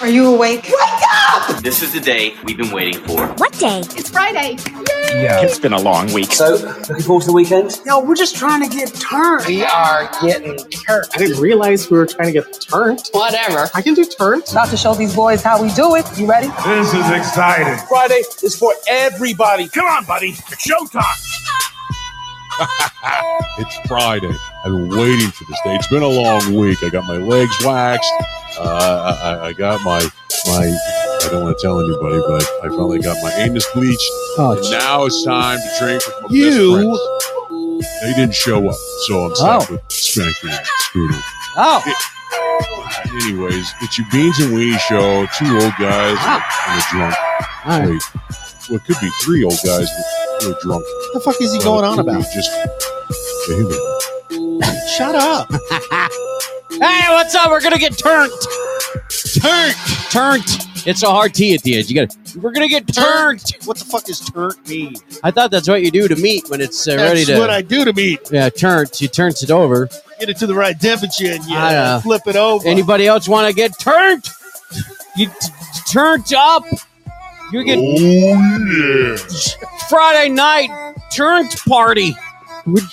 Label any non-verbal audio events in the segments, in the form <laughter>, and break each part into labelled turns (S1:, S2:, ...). S1: Are you awake? Wake up!
S2: This is the day we've been waiting for.
S3: What day?
S1: It's Friday.
S4: Yeah. It's been a long week.
S5: So, looking forward to the weekend?
S6: No, we're just trying to get turned.
S7: We are getting turned.
S8: I didn't realize we were trying to get turned.
S7: Whatever.
S8: I can do turned.
S6: About to show these boys how we do it. You ready?
S9: This is exciting.
S10: Friday is for everybody.
S9: Come on, buddy. It's showtime.
S11: it's Friday. I've been waiting for this day. It's been a long week. I got my legs waxed. Uh, I, I got my my I don't want to tell anybody, but I finally got my anus bleached. Oh, and now it's time to drink with my you. best friends. They didn't show up, so I'm stuck oh. with Spanky and Scooter.
S6: Oh. It,
S11: anyways, it's your Beans and Weenie show. Two old guys ah. and a drunk. Wait, right. well, it could be three old guys who are drunk.
S8: What the fuck is he uh, going on about?
S11: Just baby.
S8: Shut up. <laughs>
S12: hey, what's up? We're gonna get turned.
S8: Turned.
S12: Turned. It's a hard T at the end. You got. to We're gonna get turned.
S8: What the fuck is turned mean?
S12: I thought that's what you do to meat when it's uh, ready to.
S8: What I do to meat?
S12: Yeah, turned. You turns it over.
S8: Get it to the right dimension.
S12: uh,
S8: Yeah, flip it over.
S12: Anybody else want to get turned? You t- turned up. You get.
S11: Oh yeah.
S12: Friday night turned party. With,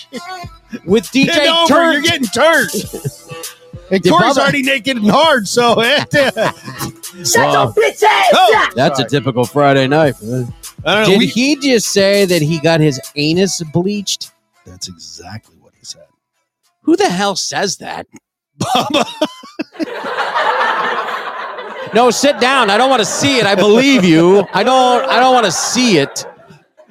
S12: with DJ Turn.
S8: You're
S12: <laughs>
S8: getting turned. And Corey's probably- already naked and hard, so <laughs> eh. shut
S1: well, bitch ass.
S12: Oh, that's Sorry. a typical Friday night. Man. I don't know, Did we- he just say that he got his anus bleached?
S8: That's exactly what he said. <laughs>
S12: Who the hell says that, Bubba? no, sit down. I don't want to see it. I believe you. I don't. I don't want to see <laughs> it.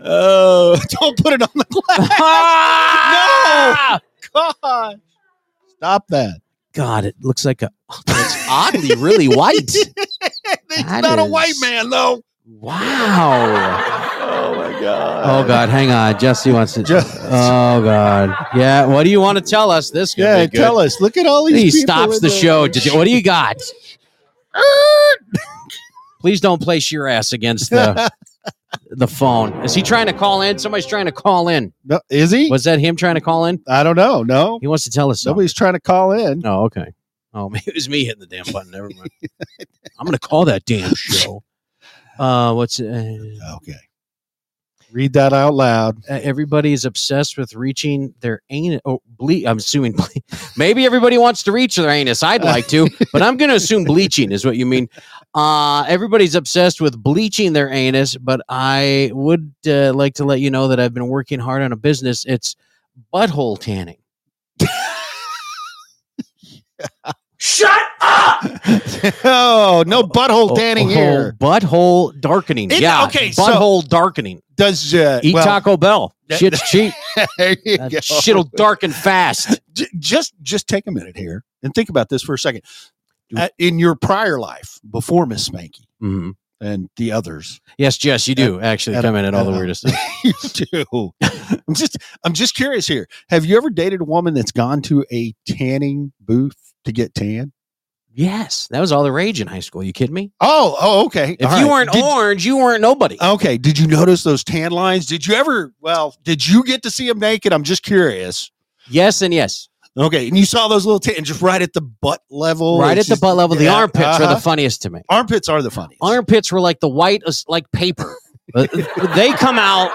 S8: Oh, uh, don't put it on the glass. <laughs> Ah! no, God, stop that.
S12: God, it looks like a it's oddly really white.
S8: it's not is... a white man though.
S12: <laughs> Wow.
S8: oh my god.
S12: Oh god, hang on. Jesse wants to Just... Oh god. Yeah, what do you want to tell us this
S8: Yeah, tell us. Look at all
S12: these He stops the, the
S8: <laughs>
S12: show. what do you <laughs> got? Please don't place your ass against the the phone. Is he trying to call in? Somebody's trying to call in.
S8: No, is he?
S12: Was that him trying to call in?
S8: I don't know. No,
S12: he wants to tell us. Something.
S8: Nobody's trying to call in.
S12: Oh, okay. Oh, <laughs> maybe it was me hitting the damn button. Never mind. I'm going to call that damn show. Uh, what's uh,
S8: okay? Read that out <laughs> loud.
S12: Uh, everybody is obsessed with reaching their anus. Oh, ble- I'm assuming ble- <laughs> maybe everybody wants to reach their anus. I'd like <laughs> to, but I'm going to assume bleaching is what you mean. Uh, everybody's obsessed with bleaching their anus, but I would uh, like to let you know that I've been working hard on a business. It's butthole tanning.
S1: Shut up!
S8: oh, no butthole tanning oh, oh, here.
S12: Butthole darkening. It, yeah. Okay. Butthole so darkening.
S8: Does uh,
S12: eat well,
S8: <laughs>
S12: Taco Bell? <laughs> Shit's cheap. Shit'll darken <laughs> fast.
S8: Just just take a minute here and think about this for a second. Uh, in your prior life, before Miss Spanky
S12: mm-hmm.
S8: and the others, <laughs>
S12: yes, Jess, you do at, actually at, come in at all uh, the <laughs> weirdest.
S8: you <laughs> do. I'm just I'm just curious here. Have you ever dated a woman that's gone to a tanning booth? to get tan?
S12: Yes, that was all the rage in high school. You kidding me?
S8: Oh, oh, okay.
S12: If all you right. weren't did, Oh. orange, you weren't nobody.
S8: Okay. Did you notice those tan lines? Did you ever? Well, did you get to see them naked? I'm just curious.
S12: Yes, and yes.
S8: Okay, and you saw those little tan just right at the butt level,
S12: right at
S8: just,
S12: the butt level. Yeah, the armpits uh-huh. are the funniest to me.
S8: Armpits are the funniest.
S12: Armpits were like the whitest, like paper. <laughs> they come out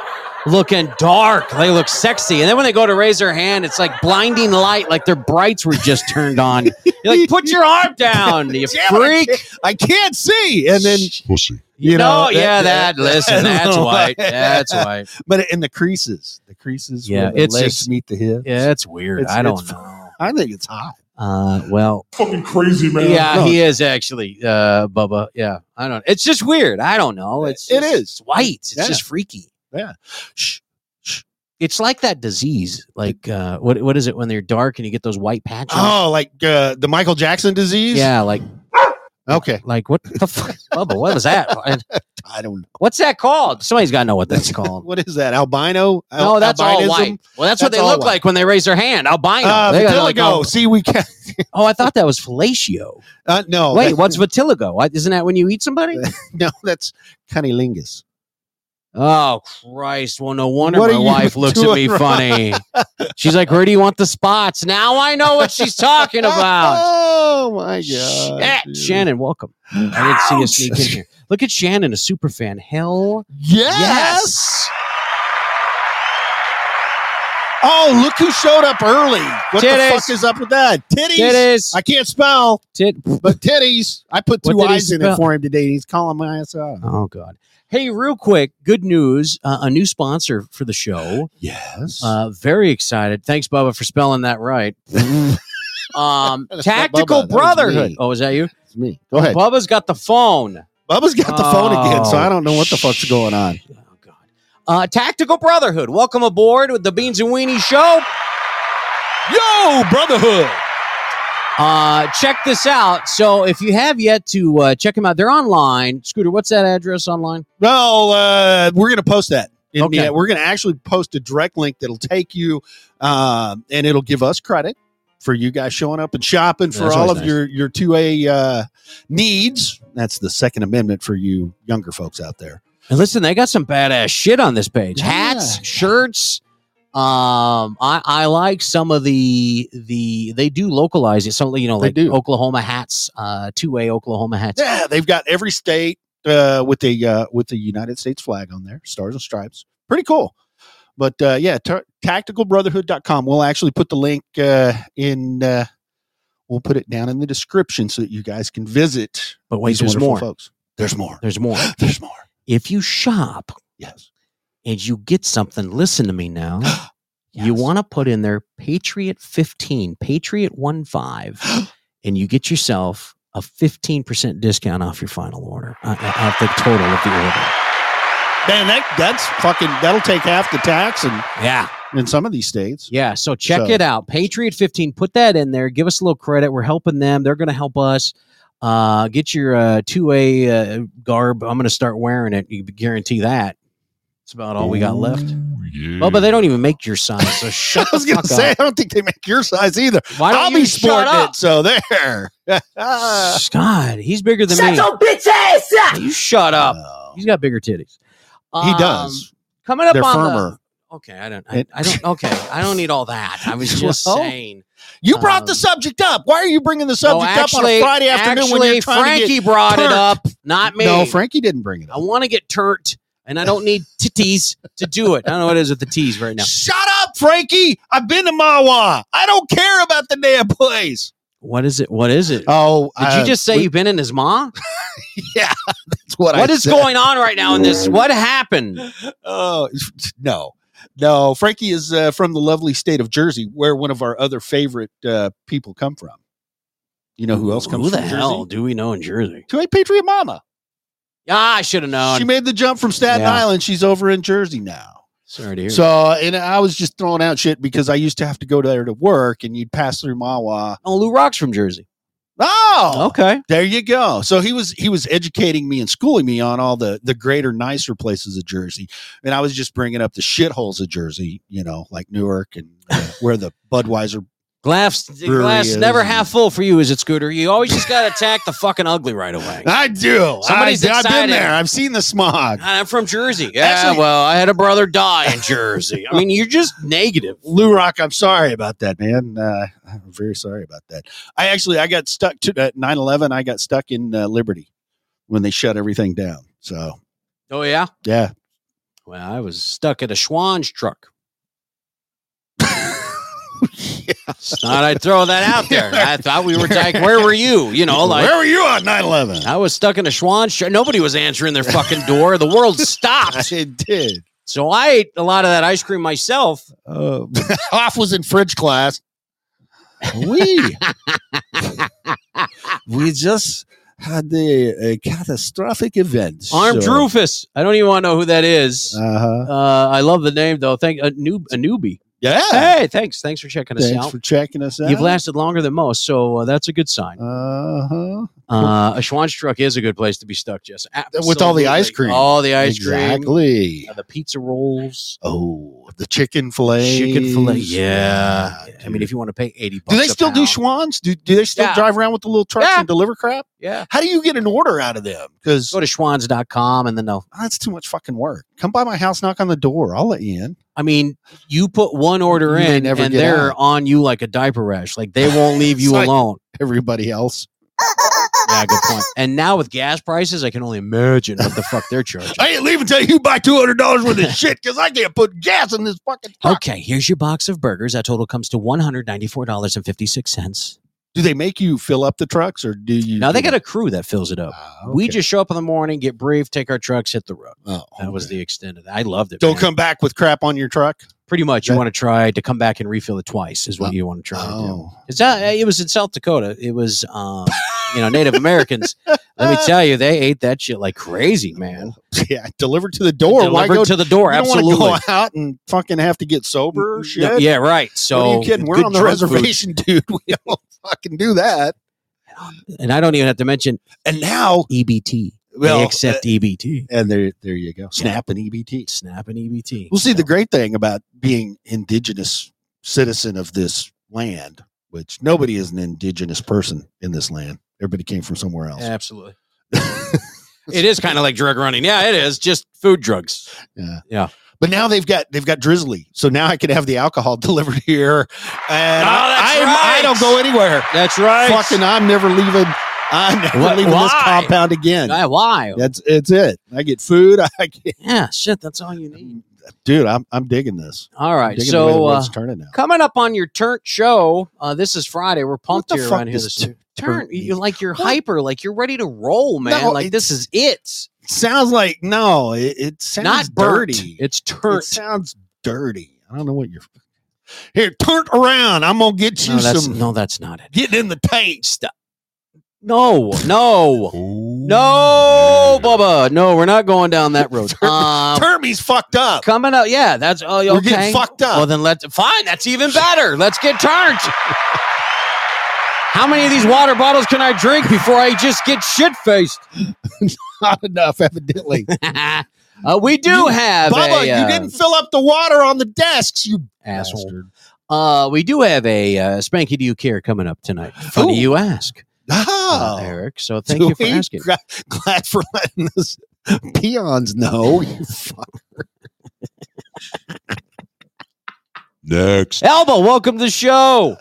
S12: looking dark. They look sexy. And then when they go to raise their hand, it's like blinding light, like their brights were just turned on. You're like, put your arm down, <laughs> you freak.
S8: It, I, can't, I can't, see. And then
S11: pussy.
S12: You know, no, yeah, that, that, listen, that's <laughs> white. That's white.
S8: But in the creases, the creases yeah, the it's legs just, meet the hips.
S12: Yeah, it's weird. It's, I don't it's, know.
S8: I think it's hot.
S12: Uh, well,
S9: fucking crazy man.
S12: Yeah, no. he is actually, uh, Bubba. Yeah, I don't. It's just weird. I don't know. It's
S8: it
S12: just,
S8: is.
S12: It's white. It's yeah. just freaky.
S8: Yeah. Shh,
S12: shh. It's like that disease. Like uh, what what is it when they're dark and you get those white patches?
S8: Oh, like uh, the Michael Jackson disease?
S12: Yeah, like
S8: Okay.
S12: Like what the fuck? Bubba, what was that?
S8: I don't know.
S12: What's that called? Somebody's gotta know what <laughs> that's called.
S8: what is that? Albino?
S12: Al- no, that's albinism? all white. Well, that's, that's what they look white. like when they raise their hand. Albino.
S8: Uh,
S12: they
S8: vitiligo. Like, See, we can
S12: Oh, I thought that was <laughs> fellatio.
S8: Uh, no. <laughs>
S12: Wait, what's vitiligo? Isn't that when you eat somebody?
S8: no, that's cunnilingus.
S12: Oh Christ! Well, no wonder
S8: What
S12: my
S8: are you <laughs>
S12: wife looks at me
S8: doing
S12: funny. She's like, "Where do you want the spots?" Now I know what she's talking
S8: <laughs>
S12: about.
S8: Oh my god.
S12: Shit. Shannon, welcome. I didn't see you sneak in here. Look at Shannon, a super fan. Hell
S8: Yes. Oh, look who showed up early. What
S12: Titties.
S8: the fuck is up with that? Titties.
S12: titties.
S8: I can't spell,
S12: Tit-
S8: but titties. I put two
S12: What did he
S8: eyes in
S12: spell?
S8: it for him today. and He's calling my ass out.
S12: Oh God. Hey, real quick, good news. Uh, a new sponsor for the show.
S8: Yes.
S12: Uh, very excited. Thanks, Bubba, for spelling that
S8: <laughs>
S12: right. Um,
S8: That's not
S12: Tactical
S8: Bubba, that was
S12: Brotherhood.
S8: me.
S12: Oh, is that you?
S8: It's me. Go ahead.
S12: Bubba's got the phone.
S8: Bubba's got the phone again, so
S12: Oh,
S8: I don't know what the fuck's going on.
S12: Oh God. Uh, Tactical Brotherhood. Welcome aboard with the Beans and Weenie Show.
S8: Yo, brotherhood.
S12: Uh, check this out. So, if you have yet to uh, check them out, they're online. Scooter, what's that address online?
S8: Well, uh, we're going to post that. In
S12: Okay.
S8: the- we're going to actually post a direct link that'll take you, um, and it'll give us credit for you guys showing up and shopping for
S12: That's
S8: all
S12: always
S8: of
S12: nice.
S8: your your two A uh, needs. That's the Second Amendment for you younger folks out there.
S12: And listen, they got some badass shit on this page. Hats,
S8: Yeah.
S12: shirts. Um, I, I like some of the the they do localize it. Some you know,
S8: They
S12: like
S8: do.
S12: Oklahoma hats, uh, two way Oklahoma hats.
S8: Yeah, they've got every state uh, with the uh, with the United States flag on there, stars and stripes. Pretty cool. But uh, yeah, t- tacticalbrotherhood.com. We'll actually put the link uh, in. Uh, we'll put it down in the description so that you guys can visit
S12: But wait,
S8: these
S12: there's
S8: wonderful
S12: more.
S8: folks. There's more.
S12: There's <gasps> more.
S8: There's more.
S12: If you shop
S8: Yes.
S12: and you get something, listen to me now. You want to put in there Patriot 15, Patriot 1
S8: <gasps>
S12: 5, and you get yourself a 15% discount off your final order, uh, uh, off the total of the order.
S8: man, that that's fucking that'll take half the tax and
S12: Yeah.
S8: in some of these states. <laughs>
S12: Yeah. So check
S8: So-
S12: it out. Patriot 15, put that in there. Give us a little credit. We're helping them. They're going to help us. Uh, get your uh, two way uh, garb. I'm going to start wearing it. You guarantee that. It's about all we got left.
S11: Yeah.
S12: Well, but they don't even make your size.
S8: <laughs>
S12: So shut
S8: I was
S12: the
S8: gonna
S12: fuck
S8: say I
S12: up.
S8: don't think they make your size either.
S12: Why don't
S8: I'll
S12: you
S8: be
S12: shut
S8: sporting
S12: up?
S8: it, so there. <laughs>
S12: Scott, he's bigger than me.
S1: Uh, bitch ass up!
S12: You shut up.
S8: No.
S12: He's got bigger titties.
S8: Oh. he
S12: Um,
S8: does.
S12: Coming up
S8: They're
S12: on
S8: firmer.
S12: The, okay, I don't. I,
S8: It-
S12: I
S8: <laughs>
S12: don't. Okay, I don't need all that. I was just
S8: Well,
S12: saying.
S8: You brought the
S12: Um,
S8: subject up. Why are you bringing the
S12: No,
S8: subject up on a Friday afternoon
S12: actually,
S8: when you're trying
S12: Frankie
S8: to get?
S12: brought it
S8: turned.
S12: up, not me.
S8: No, Frankie didn't bring it
S12: I
S8: up.
S12: want to get turned, and I don't
S8: <laughs>
S12: need titties to do it. I don't know what it is with the T's right now.
S8: Shut up, Frankie. I've been to Mawa. I don't care about the damn place.
S12: What is it? What is it?
S8: Oh,
S12: Did you just say you've been in his
S8: <laughs>
S12: ma?
S8: that's what,
S12: What is going on right now in this? What happened?
S8: Oh <laughs> no, no. Frankie is uh, from the lovely state of Jersey, where one of our other favorite uh, people come from. You know who else comes
S12: Who the
S8: from
S12: hell
S8: Jersey?
S12: do we know in Jersey?
S8: To a Patriot Mama.
S12: Ah, I should have known.
S8: she made the jump from Staten
S12: Yeah.
S8: Island. She's over in Jersey now.
S12: Sorry to hear.
S8: So, and I was just throwing out shit because I used to have to go there to work, and you'd pass through Mawa.
S12: oh, Lou Rock's from Jersey.
S8: Oh,
S12: Okay.
S8: there you go. So he was he was educating me and schooling me on all the the greater, nicer places of Jersey, and I was just bringing up the shitholes of Jersey, you know, like Newark and uh,
S12: <laughs>
S8: where the Budweiser.
S12: Glass,
S8: Brewery
S12: glass
S8: is-
S12: never half full for you, is it, Scooter? You always just got to attack the fucking ugly right <laughs> away.
S8: I do.
S12: Somebody's
S8: I, have been
S12: excited.
S8: there. I've seen the smog.
S12: I'm from Jersey. Yeah,
S8: Actually-
S12: well, I had a brother die in Jersey. I mean, you're just negative.
S8: Lou Rock, I'm sorry about that, man. Uh, I'm very sorry about that. I actually I got stuck to at 9/11. I got stuck in uh, Liberty when they shut everything down. So
S12: Oh yeah.
S8: yeah,
S12: Well, I was stuck at a Schwann's <laughs> truck. It's Not I throw that out there. I thought we were like, where were you? You know, like
S8: where were you on 9/11?
S12: I was stuck in a Schwann's truck. Nobody was answering their fucking door. The world
S8: <laughs>
S12: stopped.
S8: It did.
S12: So I ate a lot of that ice cream myself. Um.
S8: <laughs> Uh, Hoff was in French class.
S12: <laughs>
S8: We we just had a, a catastrophic event.
S12: Armed Drufus. I don't even want to know who that is.
S8: Uh huh.
S12: Uh, I love the name though. Thank a noob, a newbie.
S8: Yeah.
S12: Hey, thanks, thanks for checking us
S8: Thanks
S12: out.
S8: for checking us out.
S12: You've lasted longer than most, so uh, that's a good sign.
S8: Uh huh.
S12: Uh, a Schwanstruck is a good place to be stuck, Jess.
S8: With all the ice
S12: Absolutely.
S8: cream.
S12: All the ice cream.
S8: Exactly.
S12: Uh, the pizza rolls.
S8: Oh, the chicken fillet.
S12: Chicken fillet. Yeah. I mean, if you want to pay 80 bucks
S8: Do they
S12: a
S8: still do
S12: pound.
S8: Schwans? Do, do they still
S12: Yeah.
S8: drive around with the little trucks
S12: Yeah.
S8: and deliver crap?
S12: Yeah.
S8: How do you get an order out of them? Because
S12: Go to schwans.com and then they'll
S8: that's too much fucking work. Come by my house, knock on the door. I'll let you in. <laughs>
S12: I mean, you put one order
S8: You may
S12: in
S8: never
S12: and
S8: get
S12: they're
S8: out.
S12: on you like a diaper rash. Like they won't
S8: <laughs>
S12: leave you
S8: It's like-
S12: alone.
S8: Everybody else.
S12: Yeah, good point. And now with gas prices, I can only imagine what the fuck they're
S8: <laughs>
S12: charging.
S8: I ain't leaving until you buy two hundred dollars
S12: <laughs>
S8: worth of shit because I can't put gas in this fucking truck.
S12: Okay, here's your box of burgers. That total comes to one hundred ninety-four dollars and fifty-six cents.
S8: Do they make you fill up the trucks or do you?
S12: Now they
S8: do-
S12: got a crew that fills it up.
S8: Ah,
S12: We
S8: okay.
S12: just show up in the morning, get brief, take our trucks, hit the road.
S8: Oh,
S12: That was
S8: okay.
S12: the extent of that. I loved it.
S8: Don't
S12: man.
S8: come back with crap on your truck.
S12: Pretty much, you
S8: That-
S12: want to try to come back and refill it twice is what
S8: Oh.
S12: you want to try to do. It's not, it was in South Dakota. It was, um, you know, Native
S8: <laughs>
S12: Americans. Let me tell you, they ate that shit like crazy, man.
S8: <laughs> yeah, deliver to the door. Why
S12: Delivered
S8: go
S12: to the door.
S8: You
S12: Absolutely.
S8: Don't want to go <laughs> out and fucking have to get sober. or Shit.
S12: No, yeah, right. So
S8: what are you kidding? We're
S12: good
S8: on the
S12: drug food.
S8: reservation, <laughs> dude. We don't fucking do that.
S12: and I don't even have to mention
S8: And now,
S12: EBT. they
S8: well, uh,
S12: accept E EBT.
S8: and there, there you go. Snap and E EBT.
S12: Snap and EBT.
S8: Well, see, the
S12: So-
S8: great thing about being indigenous citizen of this land, which nobody is an indigenous person in this land. Everybody came from somewhere else. <laughs>
S12: absolutely. It is kind of like drug running. Yeah, it is. Just food drugs.
S8: Yeah.
S12: Yeah.
S8: But now they've got they've got drizzly. So now I can have the alcohol <laughs> delivered here. And
S12: Oh, that's
S8: I, I am- I
S12: right.
S8: don't go anywhere.
S12: That's right.
S8: Fucking I'm never leaving I'm never
S12: What-
S8: leaving this
S12: why?
S8: compound again.
S12: Yeah, Why?
S8: That's it's it. I get food. <laughs> I get
S12: Yeah, shit. That's all you need.
S8: dude, I'm I'm digging this.
S12: All
S8: I'm
S12: right.
S8: digging the way the
S12: So, uh,
S8: world's turning now.
S12: coming up on your turn show, uh, this is Friday. We're pumped
S8: What the
S12: here
S8: fuck
S12: around here.
S8: does
S12: This
S8: tur-
S12: turn,
S8: turn
S12: you're
S8: mean?
S12: like you're
S8: What?
S12: hyper, like you're ready to roll, man.
S8: No,
S12: like this is it.
S8: <laughs> Sounds like no, it, it sounds
S12: Not burnt.
S8: dirty.
S12: It's
S8: It
S12: turnt.
S8: sounds dirty. I don't know what you're here, turn around. I'm gonna get you
S12: No, that's
S8: some
S12: no, that's not it.
S8: getting in the taste.
S12: Stop. No, no, no,
S11: No,
S12: Bubba. No, we're not going down that
S8: <laughs>
S12: road. Um,
S8: Termy's fucked up.
S12: coming up, yeah. That's oh, okay.
S8: We're getting fucked up.
S12: Well, then let's fine. That's even better. Let's get turned. How many of these water bottles can I drink before I just get shit faced?
S8: <laughs> Not enough, evidently.
S12: <laughs> uh, we do <laughs>
S8: You-
S12: have
S8: Bubba,
S12: a uh,
S8: you didn't fill up the water on the desks, you
S12: asshole.
S8: bastard.
S12: Uh, we do have a uh, Spanky Do You Care coming up tonight. Funny
S8: Ooh.
S12: you ask, uh,
S8: Oh,
S12: Eric. So thank you for
S8: Dewey,
S12: asking.
S8: gra- glad for letting us peons know. You fuck-
S11: Next.
S12: Elba, welcome to the show.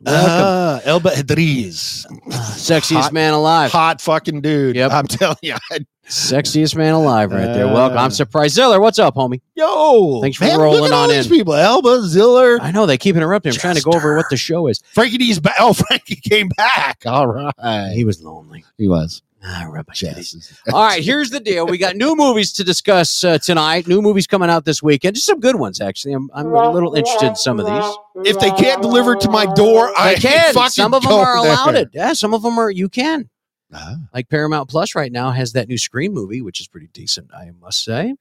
S12: Welcome.
S8: Ah, Elba Idris.
S12: Sexiest
S8: Uh, hot-
S12: man alive.
S8: Hot fucking dude.
S12: Yep.
S8: I'm telling you. I-
S12: Sexiest man alive right there.
S8: Uh,
S12: Welcome. I'm surprised. Ziller, what's up, homie?
S8: yo.
S12: Thanks for
S8: man,
S12: rolling
S8: look at all
S12: on
S8: these
S12: in.
S8: people. Elba, Ziller,
S12: I know they keep interrupting. I'm trying to go over what the show <laughs> is.
S8: Frankie D's back. Oh, <laughs> Frankie came back. All right.
S12: Uh, He was lonely.
S8: He was.
S12: Ah, rub my titties.
S8: Chess.
S12: All right, here's the deal. We got new movies to discuss uh, tonight. New movies coming out this weekend. Just some good ones, actually. I'm, I'm a little interested in some of these.
S8: If they can't deliver to my door,
S12: They
S8: I
S12: can.
S8: Fucking
S12: Some of them
S8: go
S12: are allowed
S8: there.
S12: it. Yeah, some of them are. You can.
S8: Ah.
S12: Like Paramount Plus right now has that new Scream movie, which is pretty decent, I must say.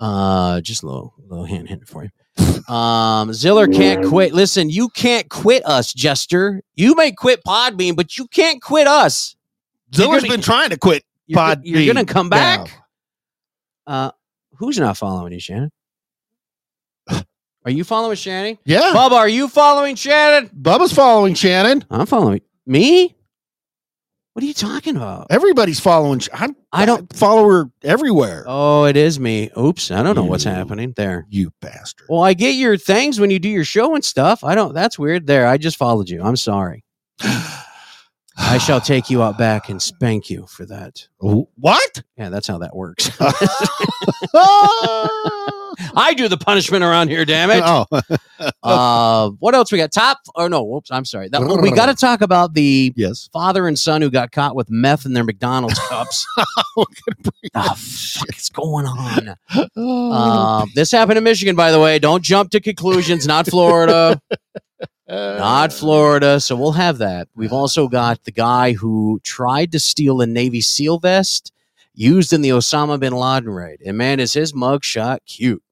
S12: Uh, just a little, little hand hint for you. Um, Ziller can't quit. Listen, you can't quit us, Jester. You may quit Podbean, but you can't quit us. You're
S8: Ziller's
S12: gonna-
S8: been trying to quit.
S12: You're, go- you're
S8: Podbean
S12: gonna come
S8: now.
S12: back. Uh, who's not following you, Shannon? Are you following Shannon?
S8: Yeah.
S12: Bubba, are you following Shannon?
S8: Bubba's following Shannon.
S12: I'm following me. What are you talking about?
S8: Everybody's following. Sh- I'm,
S12: I don't-
S8: I follow her everywhere.
S12: Oh, it is me. Oops, I don't know what's
S8: You.
S12: happening there.
S8: You bastard.
S12: Well, I get your things when you do your show and stuff. I don't. That's weird. There, I just followed you. I'm sorry. I shall
S8: <sighs>
S12: take you out back and spank you for that. <laughs>
S8: What? <laughs>
S12: Yeah, that's how that works. <laughs>
S8: oh.
S12: I do the punishment around here. Damn
S8: <laughs>
S12: it. Uh, what else we got? Top? Oh no! Whoops. I'm sorry. That, we got to talk about the <laughs>
S8: Yes.
S12: father and son who got caught with meth in their McDonald's cups. oh, fuck is going on?
S8: Oh,
S12: Um, this happened in Michigan, by the way. Don't jump to conclusions. Not Florida.
S8: Uh,
S12: not
S8: <laughs>
S12: Florida. So we'll have that.
S8: uh-huh.
S12: We've also got the guy who tried to steal a Navy SEAL vest
S8: <laughs>
S12: used in the Osama bin Laden raid. And man, is his mugshot cute.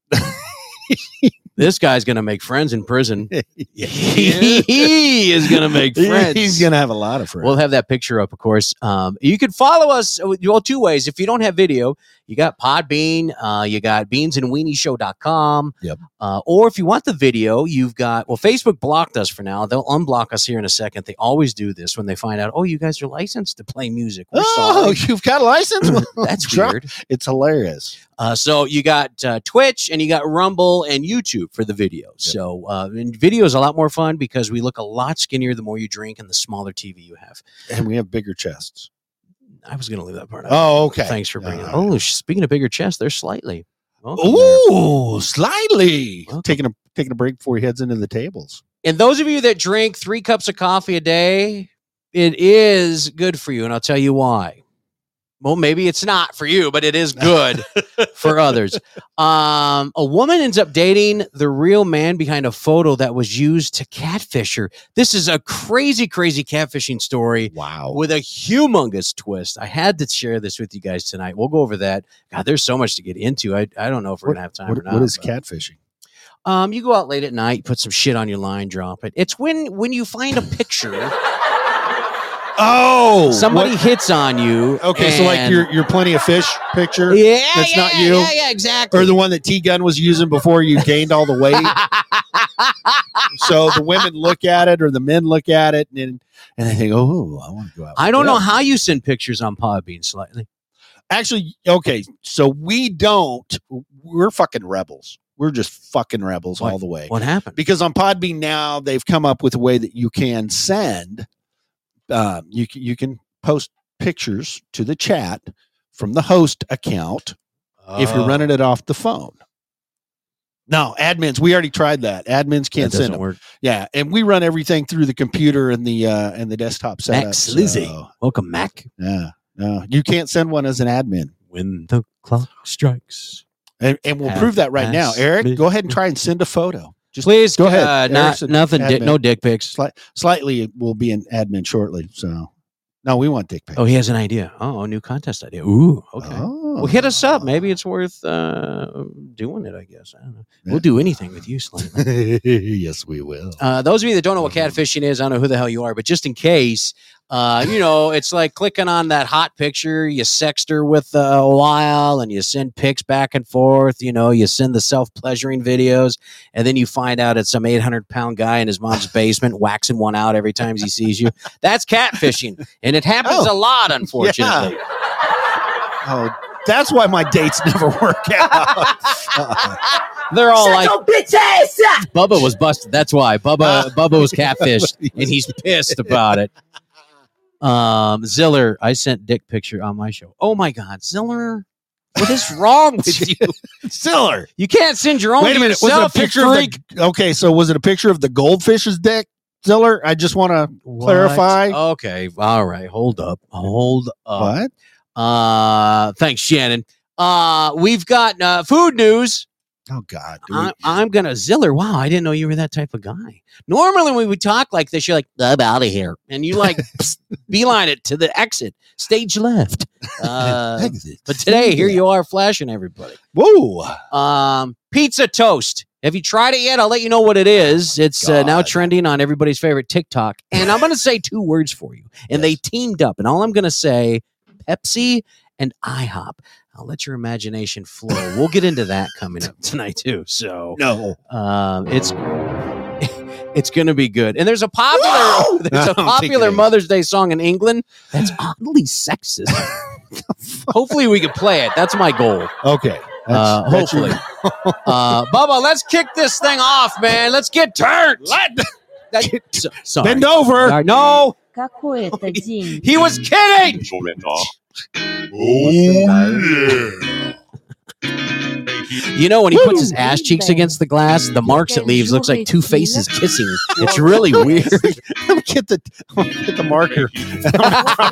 S12: This guy's gonna make friends in prison. <laughs> he is gonna
S8: <laughs>
S12: make friends.
S8: He's gonna have a lot of friends.
S12: We'll have that picture up, of course. Um, you can follow us uh, well two ways. If you don't have video, you got Podbean, uh, you got beansandweenieshow.com.
S8: Yep.
S12: Uh, or if you want the video, you've got well, Facebook blocked us for now. They'll unblock us here in a second. They always do this when they find out, oh, you guys are licensed to play music. We're
S8: oh,
S12: sorry.
S8: <laughs> you've got a license?
S12: <clears throat>
S8: Well,
S12: That's
S8: drop-
S12: weird.
S8: It's hilarious.
S12: Uh, so you got uh, Twitch and you got Rumble and YouTube for the video. So uh, and video is a lot more fun because we look a lot skinnier the more you drink and the smaller TV you have.
S8: And we have bigger chests.
S12: I was going to leave that part out.
S8: Oh, okay.
S12: Thanks for bringing.
S8: All
S12: it. Oh, sh- speaking of bigger chests, they're slightly. Welcome there.
S8: Ooh, slightly.
S12: Welcome.
S8: Taking a taking a break before he heads into the tables.
S12: And those of you that drink three cups of coffee a day, it is good for you, and I'll tell you why. Well, maybe it's not for you, but it <laughs> is good for others. Um, a woman ends up dating the real man behind a photo that was used to catfish her. This is a crazy, crazy catfishing story
S8: Wow.
S12: with a humongous twist. I had to share this with you guys tonight. We'll go over that. God, there's so much to get into. I, I don't know if we're
S8: What-
S12: gonna have time or
S8: What,
S12: not.
S8: what is
S12: but-
S8: catfishing?
S12: Um, you go out late at night, put some shit on your line, drop it. It's when when you find a picture
S8: Oh,
S12: somebody hits on you.
S8: Okay, so like
S12: and-
S8: your your plenty of fish picture,
S12: yeah,
S8: that's
S12: yeah,
S8: not you?
S12: Yeah, yeah, exactly.
S8: or the one that T Gun was using before you gained all
S12: <laughs>
S8: the weight. so the women look at it, or the men look at it, and and they think, oh, I want to go out.
S12: I
S8: with
S12: don't
S8: them."
S12: know how you send pictures on Podbean slightly.
S8: actually okay so we don't we're fucking rebels we're just fucking rebels
S12: What?
S8: all the way
S12: What happened?
S8: because on podbean now they've come up with a way that you can send um, you, c- you can post pictures to the chat from the host account if
S12: Uh,
S8: you're
S12: Oh,
S8: running it off the phone no admins we already tried that admins can't
S12: that
S8: send
S12: doesn't
S8: them
S12: work.
S8: yeah and we run everything through the computer and the uh and the desktop setup
S12: Max Lizzy.
S8: so,
S12: Welcome, Mac.
S8: yeah no you can't send one as an admin
S12: When the clock strikes,
S8: And, and we'll
S12: Have
S8: prove that right now.
S12: us
S8: Eric,
S12: be-
S8: go ahead and try and send a photo. Just
S12: please
S8: go ahead.
S12: Uh, not
S8: Erickson,
S12: nothing. Di-
S8: admin.
S12: no dick pics.
S8: sli- slightly it will be an admin shortly. So no, we want dick pics.
S12: Oh, he has an idea. Oh, a new contest idea. Ooh, okay.
S8: Oh.
S12: Well, hit us up. Maybe it's worth uh, doing it. I guess I don't know. We'll do anything with you, Slightly.
S8: Oh. <laughs> yes, we will.
S12: Uh, those of you that don't know what catfishing is, I don't know who the hell you are, but just in case, uh, you know, it's like clicking on that hot picture. You sext her with uh, a while and you send pics back and forth. You know, you send the self pleasuring videos and then you find out it's some 800 pound guy in his mom's basement waxing one out every time he sees you. That's catfishing. And it happens a lot, unfortunately.
S8: Oh, that's why my dates <laughs> never work
S12: <laughs>
S8: out.
S12: They're all like,
S1: bitch ass up.
S12: Bubba was busted. That's why
S8: Uh.
S12: Bubba Bubba was
S8: <laughs>
S12: catfished, and he's pissed about it. Um, Ziller, I sent dick picture on my show. Oh my God, Ziller, what is wrong
S8: <laughs>
S12: with you?
S8: Siller.
S12: You can't send your own.
S8: Wait a
S12: to
S8: minute. Was it a
S12: yourself, you
S8: picture of
S12: freak.
S8: the, Okay, so was it a picture of the goldfish's dick? Ziller, I just want to clarify?
S12: What? Okay, all right. Hold up, hold up.
S8: what?
S12: Uh, thanks, Shannon. Uh, we've got uh, food news.
S8: Oh God, dude.
S12: I, I'm gonna Ziller. Wow, I didn't know you were that type of guy. Normally, when we talk like this, you're like, "I'm out of here," and you
S8: <laughs>
S12: like psst, beeline it to the exit, stage
S8: <laughs>
S12: left. Uh, but today, here you are, flashing everybody.
S8: Whoa!
S12: Um, pizza toast. Have you tried it yet? I'll let you know what it is. It's uh, now
S8: Oh, God.
S12: trending on everybody's favorite TikTok, and I'm gonna say two words for you. And they teamed up, and all I'm gonna say, Pepsi and IHOP. I'll let your imagination flow. We'll get into that coming up tonight too. So
S8: No,
S12: um, it's <laughs> it's going to be good. And there's a
S8: Whoa!
S12: popular <laughs> there's
S8: I
S12: a
S8: don't think it
S12: popular
S8: is.
S12: Mother's Day song in England that's oddly sexist. <laughs> Hopefully we can play it. That's my goal.
S8: okay.
S12: Uh,
S8: that's your-
S12: hopefully, uh, Bubba, let's kick this thing off, man. Let's get turned. Let that, so, sorry.
S8: <laughs> bend over.
S12: Sorry. No,
S3: <laughs>
S12: he was kidding.
S11: Oh, yeah.
S12: You know when he puts his ass cheeks against the glass, the marks it leaves looks like two faces kissing. It's really weird. <laughs>
S8: I'm gonna <laughs> get the I'm gonna get the marker. <laughs>
S3: <laughs>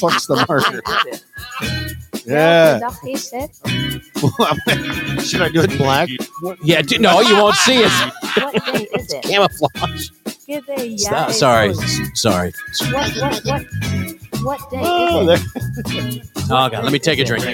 S8: Fucks the <laughs> marker. <laughs> Yeah. Should I do it in black?
S12: Yeah, d- no, you won't see it.
S3: What day is it?
S12: Camouflage.
S3: Good day,
S12: Stop- sorry, S- sorry.
S3: What, what, what, what day
S8: Oh,
S3: is it?
S8: there-
S12: Oh god, let me take a drink.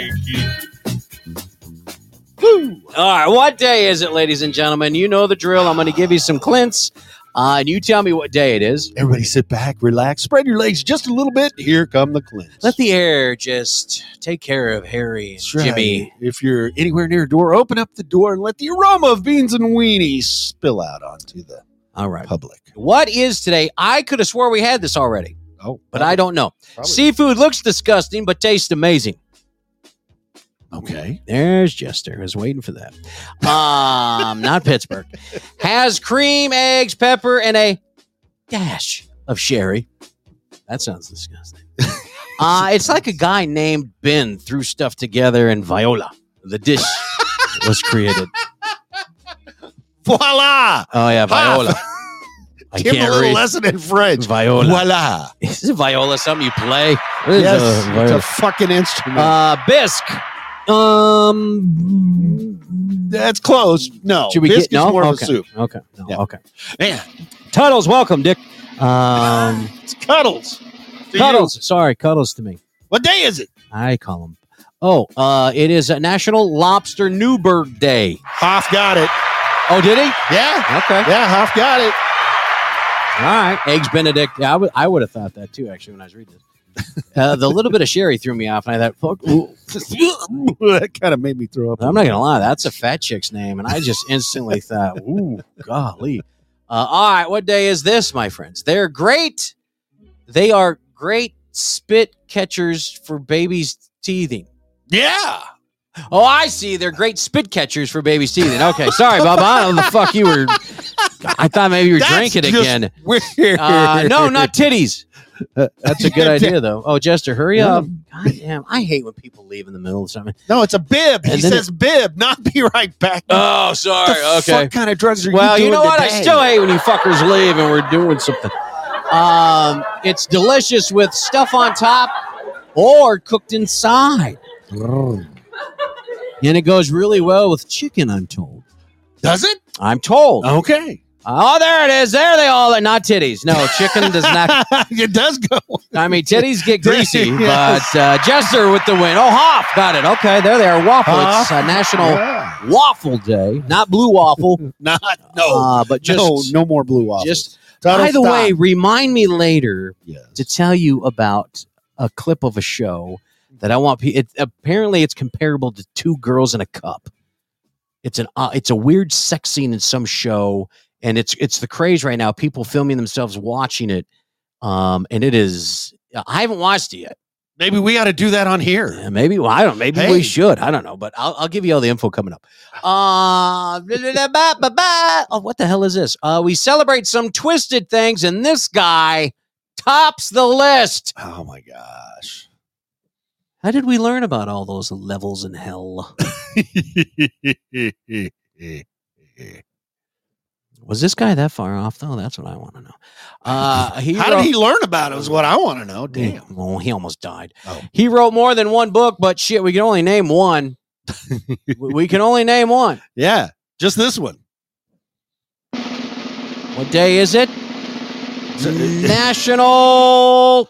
S8: Woo!
S12: All right, what day is it, ladies and gentlemen? You know the drill. I'm going to give you some clints, uh, and you tell me what day it is.
S8: <laughs> Everybody sit back, relax, spread your legs just a little bit. Here come the clints.
S12: Let the air just take care of Harry and
S8: That's right.
S12: Jimmy.
S8: If you're anywhere near a door, open up the door and let the aroma of beans and weenies spill out onto the
S12: All right.
S8: public.
S12: What is today? I could have swore we had this already,
S8: Oh,
S12: but I don't know.
S8: Probably.
S12: Seafood looks disgusting, but tastes amazing.
S8: <laughs> Okay.
S12: There's Jester. I was waiting for that. Um,
S8: <laughs>
S12: not Pittsburgh. Has cream, eggs, pepper, and a dash of sherry. That sounds
S8: <laughs>
S12: disgusting. Uh, it's like a guy named Ben threw stuff together and Viola, the dish, was
S8: <laughs>
S12: created.
S8: Voila!
S12: Oh, yeah, Viola. I
S8: Give him a
S12: can't
S8: little
S12: read.
S8: lesson in French.
S12: Viola.
S8: Voila.
S12: Is Viola something you play? What is
S8: Yes,
S12: a
S8: it's
S12: viola?
S8: a fucking instrument.
S12: Uh, bisque. Um,
S8: That's close. No,
S12: should we
S8: biscuit's
S12: get no?
S8: more
S12: okay.
S8: of a soup.
S12: Okay, no,
S8: Yeah.
S12: okay.
S8: Man,
S12: Tuttles, welcome, Dick. <laughs> Um,
S8: it's cuddles. To
S12: Cuddles, sorry, Cuddles to me.
S8: you. What day is it?
S12: I call him. Oh, uh, it is a National Lobster Newberg Day.
S8: Hoff got it.
S12: Oh, did he?
S8: Yeah.
S12: Okay,
S8: Yeah, Hoff got it. <laughs>
S12: all right. Eggs Benedict. Yeah, I would. I would have thought that too, actually, when I was reading this. Uh, the little bit of sherry threw me off, and I thought, "Fuck, ooh,
S8: that kind of made me throw up.
S12: I'm not gonna lie, that's a fat chick's name, and I just instantly thought, "Ooh, golly!" Uh, all right, what day is this, my friends? They're great. They are great spit catchers for babies teething.
S8: Yeah.
S12: Oh, I see. They're great spit catchers for babies teething. Okay, sorry, Bob. I don't know the fuck you were. I thought maybe you were
S8: That's
S12: drinking
S8: just
S12: again.
S8: Weird.
S12: Uh,
S8: <laughs>
S12: no, not titties. That's a <laughs> good idea, though. Oh, Jester, hurry
S8: Yeah.
S12: up! God damn, I hate when people leave in the middle of something.
S8: <laughs> No, it's a bib.
S12: And
S8: He
S12: then
S8: says bib, not be right back.
S12: Oh, sorry.
S8: What the fuck kind of drugs are
S12: Well,
S8: you
S12: you
S8: doing
S12: know what? I
S8: today?
S12: still hate when you fuckers leave and we're doing something. Um, it's delicious with stuff on top or cooked inside. And it goes really well with chicken, I'm told.
S8: Does it?
S12: I'm told. Oh,
S8: Okay. <laughs>
S12: there it is. There they all are. Not titties. No, chicken does not.
S8: it does go.
S12: I mean, titties
S8: <laughs>
S12: get greasy,
S8: Yes.
S12: but uh, Jester with the win. Oh, Hoff got it. Okay, there they are. Waffle. It's
S8: Hoff.
S12: uh, National
S8: Yeah.
S12: Waffle Day. Not blue
S8: <laughs>
S12: waffle,
S8: Not no.
S12: uh, but just.
S8: no, no more blue waffles.
S12: just
S8: That'll
S12: By the
S8: stop.
S12: way, remind me later
S8: Yes.
S12: to tell you about a clip of a show that I want. pe- It, apparently, it's comparable to Two Girls in a Cup. It's an uh, it's a weird sex scene in some show, and it's it's the craze right now. People filming themselves watching it, um, and it is. I haven't watched it yet.
S8: maybe we ought to do that on here.
S12: Yeah, Maybe well, I don't. Maybe we
S8: Hey.
S12: should. I don't know, but I'll, I'll give you all the info coming up. Uh, ba-ba-ba. oh, what the hell is this? Uh, we celebrate some twisted things, and this guy tops the list.
S8: Oh
S12: <laughs>
S8: my gosh.
S12: How did we learn about all those levels in hell? Was this guy that far off though? That's what I want to know.
S8: <laughs>
S12: Uh, he
S8: How
S12: wrote-
S8: did he learn about it? Is what I want to know. Damn.
S12: Well, he almost died.
S8: Oh.
S12: He wrote more than one book, but shit, we can only name one. We- we can only name one.
S8: Yeah. Just this one.
S12: What day is
S8: <laughs>
S12: it?
S8: So-
S12: National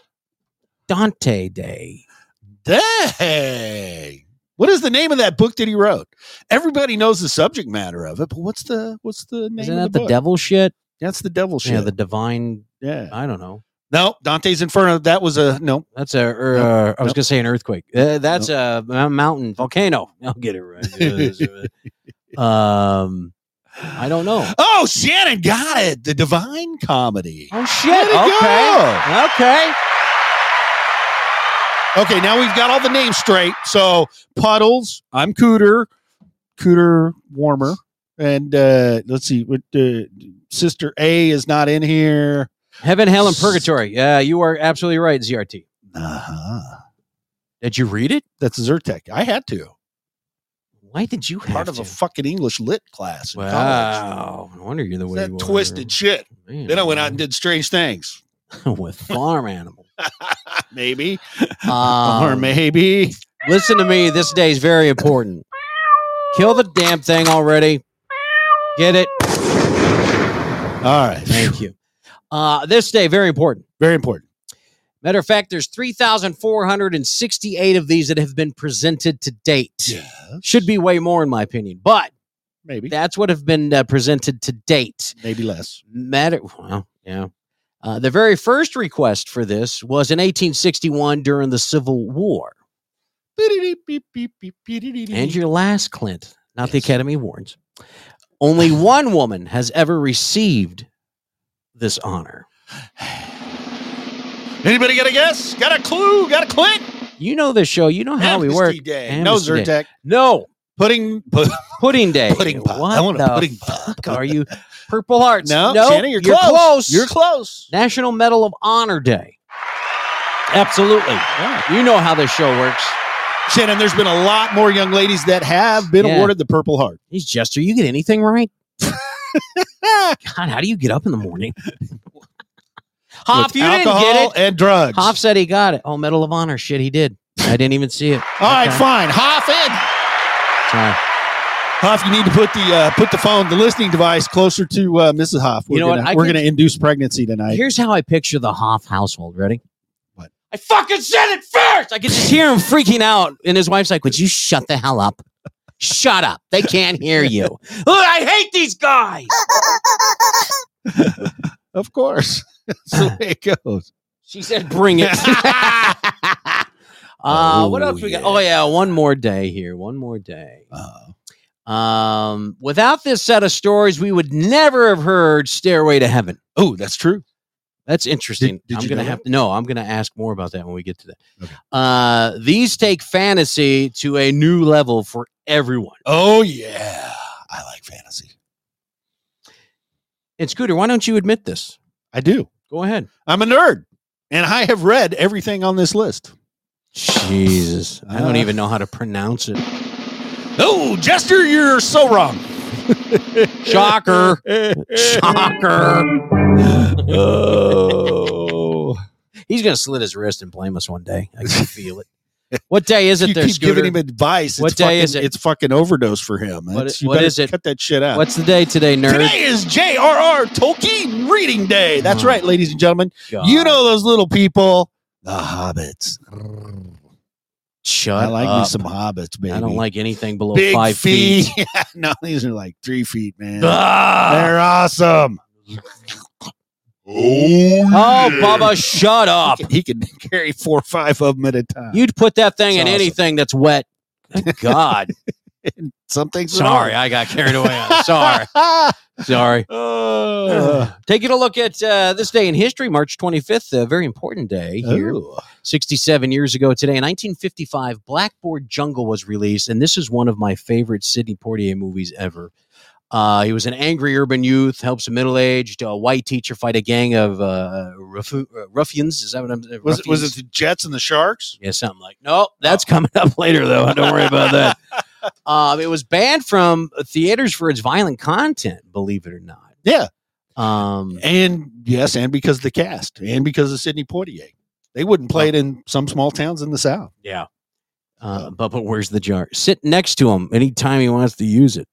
S12: Dante Day.
S8: Dang. What is the name of that book that he wrote? Everybody knows the subject matter of it, but what's the what's the name
S12: Isn't
S8: of
S12: that
S8: the,
S12: the,
S8: book?
S12: devil shit?
S8: That's the devil shit.
S12: Yeah, the divine.
S8: yeah.
S12: I don't know.
S8: No, Dante's Inferno. That was a no.
S12: That's a. er,
S8: Nope.
S12: uh, I was
S8: Nope.
S12: gonna say an earthquake. Uh, that's a mou- mountain volcano. I'll get it right. <laughs> um, I don't know.
S8: Oh, Shannon got it. The Divine Comedy.
S12: Oh
S8: Let
S12: shit!
S8: it
S12: Okay. Okay.
S8: go. Okay, now we've got all the names straight. So Puddles, I'm Cooter, Cooter Warmer, and uh let's see. What uh, Sister A is not in here.
S12: Heaven, hell, and purgatory. Yeah, you are absolutely right. ZRT.
S8: Uh huh.
S12: Did you read it?
S8: That's Zyrtec. I had to.
S12: Why did you have
S8: part of a
S12: to?
S8: fucking English lit class in college.
S12: Wow. No wonder you're the way
S8: That
S12: you are.
S8: twisted shit.
S12: Man,
S8: Then I went out and
S12: man.
S8: did strange things. <laughs>
S12: <laughs> with farm <laughs> animals.
S8: maybe. or
S12: Um,
S8: maybe.
S12: listen to me. This day is very important. Kill the damn thing already. Get it?
S8: All right.
S12: Thank you. Uh, this day very important.
S8: Very important.
S12: Matter of fact, there's 3,468 of these that have been presented to date. Should be way more, in my opinion, but
S8: maybe
S12: that's what have been uh, presented to date.
S8: Maybe less.
S12: Matter. Well, yeah. Uh, the very first request for this was in 1861 during the Civil War. And your last, Clint, not the Academy Awards.
S8: <laughs>
S12: Only one woman has ever received this honor.
S8: Anybody got a guess? Got a clue? Got a clint?
S12: You know this show. You know how we work.
S8: Amnesty Day. No
S12: Amnesty Day.
S8: Zyrtec.
S12: No.
S8: Pudding.
S12: pudding day.
S8: Pudding pop.
S12: What
S8: I want a
S12: the
S8: pudding
S12: fuck
S8: <laughs>
S12: are you? Purple Hearts.
S8: No,
S12: no
S8: Shannon, you're, close. You're close.
S12: National Medal of Honor Day. Absolutely. You know how this show works.
S8: Shannon, there's been a lot more young ladies that have been
S12: Yeah.
S8: awarded the Purple Heart.
S12: He's Jester. You get anything
S8: <laughs>
S12: right? God, how do you get up in the
S8: <laughs>
S12: morning? Hoff,
S8: With
S12: you
S8: alcohol
S12: didn't get it.
S8: and drugs.
S12: Hoff said he got it. Oh, Medal of Honor. Shit, he did. I didn't even see it.
S8: All right,
S12: Okay.
S8: fine. Hoff in.
S12: Sorry.
S8: Hoff, you need to put the uh, put the phone, the listening device, closer to uh, Mrs. Hoff. We're
S12: You know what?
S8: gonna,
S12: I
S8: We're
S12: could-
S8: going to induce pregnancy tonight.
S12: Here's how I picture the Hoff household. Ready? What? I fucking said it first. I could just hear him freaking out, and his wife's like, "Would you shut the hell up? Shut up! They can't hear <laughs> you. Look, I hate these guys."
S8: Of course, <laughs> that's the way it
S12: <laughs>
S8: goes.
S12: She said, "Bring <laughs>
S8: <laughs>
S12: it." uh, what else we got? Oh yeah, one more day here. One more day. Um, without this set of stories, we would never have heard "Stairway to Heaven."
S8: Oh, that's true.
S12: That's interesting.
S8: Did- did
S12: I'm
S8: you
S12: gonna
S8: know
S12: have to. No, I'm gonna ask more about that when we get to that. Uh, these take fantasy to a new level for everyone.
S8: Oh yeah, I like fantasy.
S12: And Scooter, why don't you admit this?
S8: I do.
S12: Go ahead.
S8: I'm a nerd, and I have read everything on this list.
S12: Jesus, I don't
S8: Uh.
S12: even know how to pronounce it.
S8: No, Jester, you're so wrong. <laughs>
S12: Shocker! Shocker!
S8: oh.
S12: He's gonna slit his wrist and blame us one day. I
S8: <laughs>
S12: can feel it. What day is it?
S8: you
S12: there,
S8: keep
S12: Scooter?
S8: giving him advice.
S12: What
S8: it's
S12: day
S8: fucking,
S12: is it?
S8: It's fucking overdose for him.
S12: What
S8: That's-
S12: i-
S8: you
S12: what
S8: better
S12: is it?
S8: Cut that shit out.
S12: What's the day today, nerd?
S8: Today is J.R.R. Tolkien reading day. That's
S12: Oh.
S8: right, ladies and gentlemen.
S12: God.
S8: You know those little people, the hobbits.
S12: Shut
S8: I like me
S12: up.
S8: some hobbits, baby.
S12: I don't like anything below
S8: big
S12: five
S8: feet.
S12: feet.
S8: <laughs> no, these are like three feet, man.
S12: Ah!
S8: They're awesome.
S12: Oh, Bubba, shut up.
S8: He can <laughs> carry four or five of them at a time.
S12: You'd put that thing
S8: It's
S12: in
S8: awesome.
S12: anything that's wet.
S8: <laughs>
S12: God.
S8: Some things are
S12: Sorry, I got carried away. I'm sorry. <laughs>
S8: <laughs>
S12: Sorry.
S8: Uh,
S12: Taking a look at uh, this day in history, March 25th, a very important day here.
S8: ooh.
S12: 67 years ago today, in 1955, Blackboard Jungle was released, and this is one of my favorite Sidney Portier movies ever. Uh, he was an angry urban youth, helps a middle-aged uh, white teacher fight a gang of uh, ruffu- uh, ruffians. Is that what I'm? uh,
S8: Was it, was it
S12: ruffians?
S8: the Jets and the Sharks?
S12: Yeah, something like. No, that's coming up later, though. Don't worry about that. Oh. <laughs> Um, it was banned from uh, theaters for its violent content. Believe it or not.
S8: Yeah.
S12: Um,
S8: And yes, and because of the cast and because of Sidney Poitier. They wouldn't play it in some small towns in the South.
S12: yeah. Uh, but but where's the jar? Sit next to him anytime he wants to use it.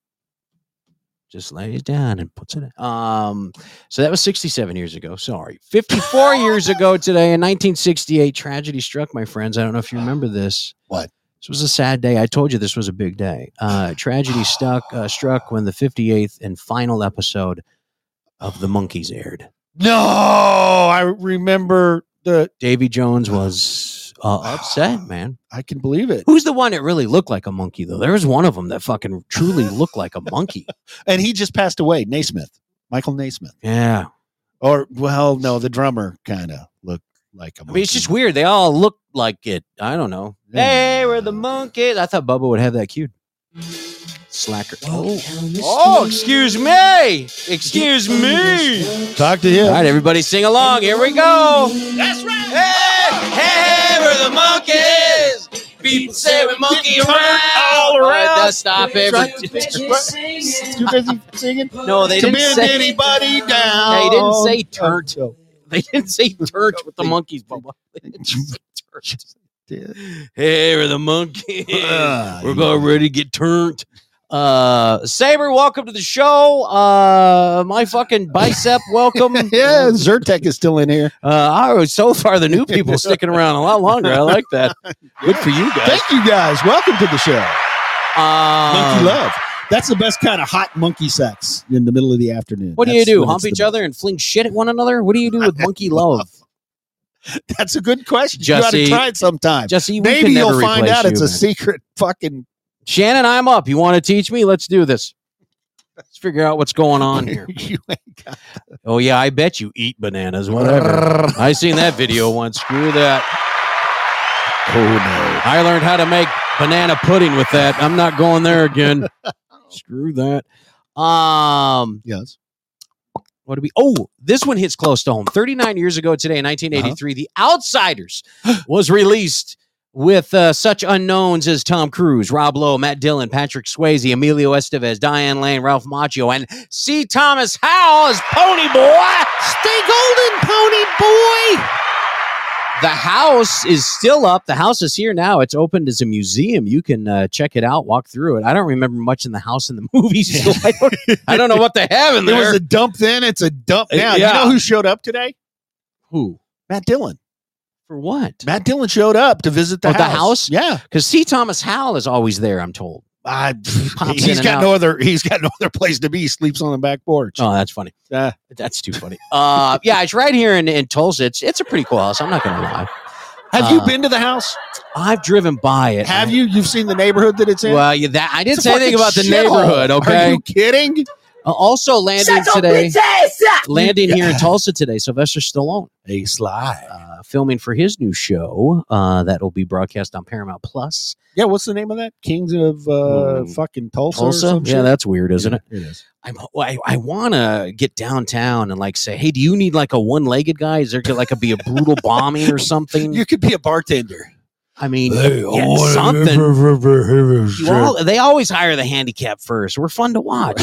S12: Just lays down and puts it. In. Um. So that was 67 years ago. Sorry, 54 years ago today in 1968, tragedy struck my friends. I don't know if you remember this.
S8: What?
S12: This was a sad day. I told you this was a big day. Uh, tragedy stuck uh, struck when the 58th and final episode of The Monkeys aired.
S8: No, I remember the.
S12: Davy Jones was uh, upset, man.
S8: I can believe it.
S12: Who's the one that really looked like a monkey though? There was one of them that fucking truly looked like a monkey.
S8: And he just passed away, Naismith, Michael Naismith.
S12: Yeah,
S8: Or, well, no, the drummer kind of looked like a
S12: I mean it's just weird. They all look like it. I don't know. Hey, we're the monkeys. I thought Bubba would have that cued. Slacker. Oh, oh, excuse me. Excuse me.
S8: Talk to him.
S12: All right, everybody sing along. Here we go. That's right. Hey, hey, we're the monkeys. People say we monkey around. All around. stop
S8: Too busy singing?
S12: No, they
S8: to
S12: didn't
S8: bend
S12: say.
S8: anybody down.
S12: They didn't say turd.
S8: Turtle.
S12: They didn't say church with the monkeys, Bubba. They didn't say
S8: <laughs>
S12: church. Hey, we're the monkeys.
S8: Ah,
S12: we're about ready to get turned. Uh, Saber, welcome to the show. Uh, my fucking bicep, welcome.
S8: <laughs> yeah, Zyrtec is still in here.
S12: Uh, oh, so far the new
S8: <laughs>
S12: people sticking around a lot longer. I like that. Good for you guys.
S8: Thank you guys. Welcome to the show.
S12: Uh,
S8: monkey love. That's the best kind of hot monkey sex in the middle of the afternoon.
S12: What do you
S8: That's
S12: do?
S8: when
S12: Hump
S8: it's
S12: each
S8: the-
S12: other and fling shit at one another? What do you do with
S8: <laughs>
S12: monkey love?
S8: That's a good question.
S12: Jesse-
S8: you got to try it sometime.
S12: Jesse, we
S8: Maybe
S12: can
S8: you'll
S12: never
S8: find
S12: replace
S8: out
S12: you,
S8: it's a
S12: man.
S8: secret
S12: <laughs>
S8: fucking.
S12: Shannon, I'm up. You want to teach me? Let's do this. Let's figure out what's going on here.
S8: <laughs> you ain't got-
S12: Oh yeah, I bet you eat bananas. Whatever. I seen that video once. Screw that.
S8: oh
S12: I learned how to make banana pudding with that. I'm not going there again. Screw that. Um,
S8: no. Yes.
S12: what do we? Oh, this one hits close to home. 39 years ago today, in 1983, The Outsiders was released with uh, such unknowns as Tom Cruise, Rob Lowe, Matt Dillon, Patrick Swayze, Emilio Estevez, Diane Lane, Ralph Macchio, and C. Thomas Howell as Pony Boy. Stay golden, Pony Boy. The house is still up. The house is here now. It's opened as a museum. You can uh, check it out, walk through it. I don't remember much in the house in the <laughs> movies. So I, don't, I don't know what they have in
S8: It
S12: there.
S8: was a dump then. It's a dump
S12: Uh,
S8: now.
S12: yeah.
S8: You know who showed up today?
S12: Who?
S8: Matt Dillon.
S12: For what?
S8: Matt Dillon showed up to visit the
S12: Oh,
S8: house.
S12: the house?
S8: Yeah.
S12: Because C. Thomas Howell is always there, I'm told.
S8: <laughs> I,
S12: pops in
S8: he's
S12: and
S8: got
S12: out.
S8: no other. He's got no other place to be. He sleeps on the back porch.
S12: Oh, that's funny.
S8: Yeah.
S12: That's too funny. <laughs> Uh, yeah, it's right here in, in Tulsa. It's, it's a pretty cool house. I'm not going to lie.
S8: Have you
S12: Uh,
S8: been to the house?
S12: I've driven by it.
S8: Have you? You've seen the neighborhood that it's in?
S12: Well, yeah, that I didn't
S8: It's a
S12: say anything
S8: fucking
S12: about the
S8: shithole.
S12: neighborhood.
S8: Are
S12: Okay.
S8: you kidding?
S12: Uh, also landing
S1: Shut your
S12: today.
S1: bitch ass up!
S12: Landing here
S8: <laughs>
S12: in Tulsa today. Sylvester Stallone
S8: A slide.
S12: uh, filming for his new show uh, that will be broadcast on Paramount Plus.
S8: Yeah. What's the name of that? Kings of uh,
S11: Mm.
S8: fucking Tulsa. Or
S12: Hmm. Tulsa.
S8: some
S12: Yeah,
S8: shit?
S12: that's weird, isn't it?
S8: It is.
S12: I'm, oh, I, I want to get downtown and like say, hey, do you need like a one legged guy? Is there gonna, like a be a
S8: <laughs>
S12: brutal bombing or something?
S8: You could be a bartender.
S12: I mean, yeah, something. You all, they always hire the handicap first. We're fun to
S8: <laughs>
S12: watch.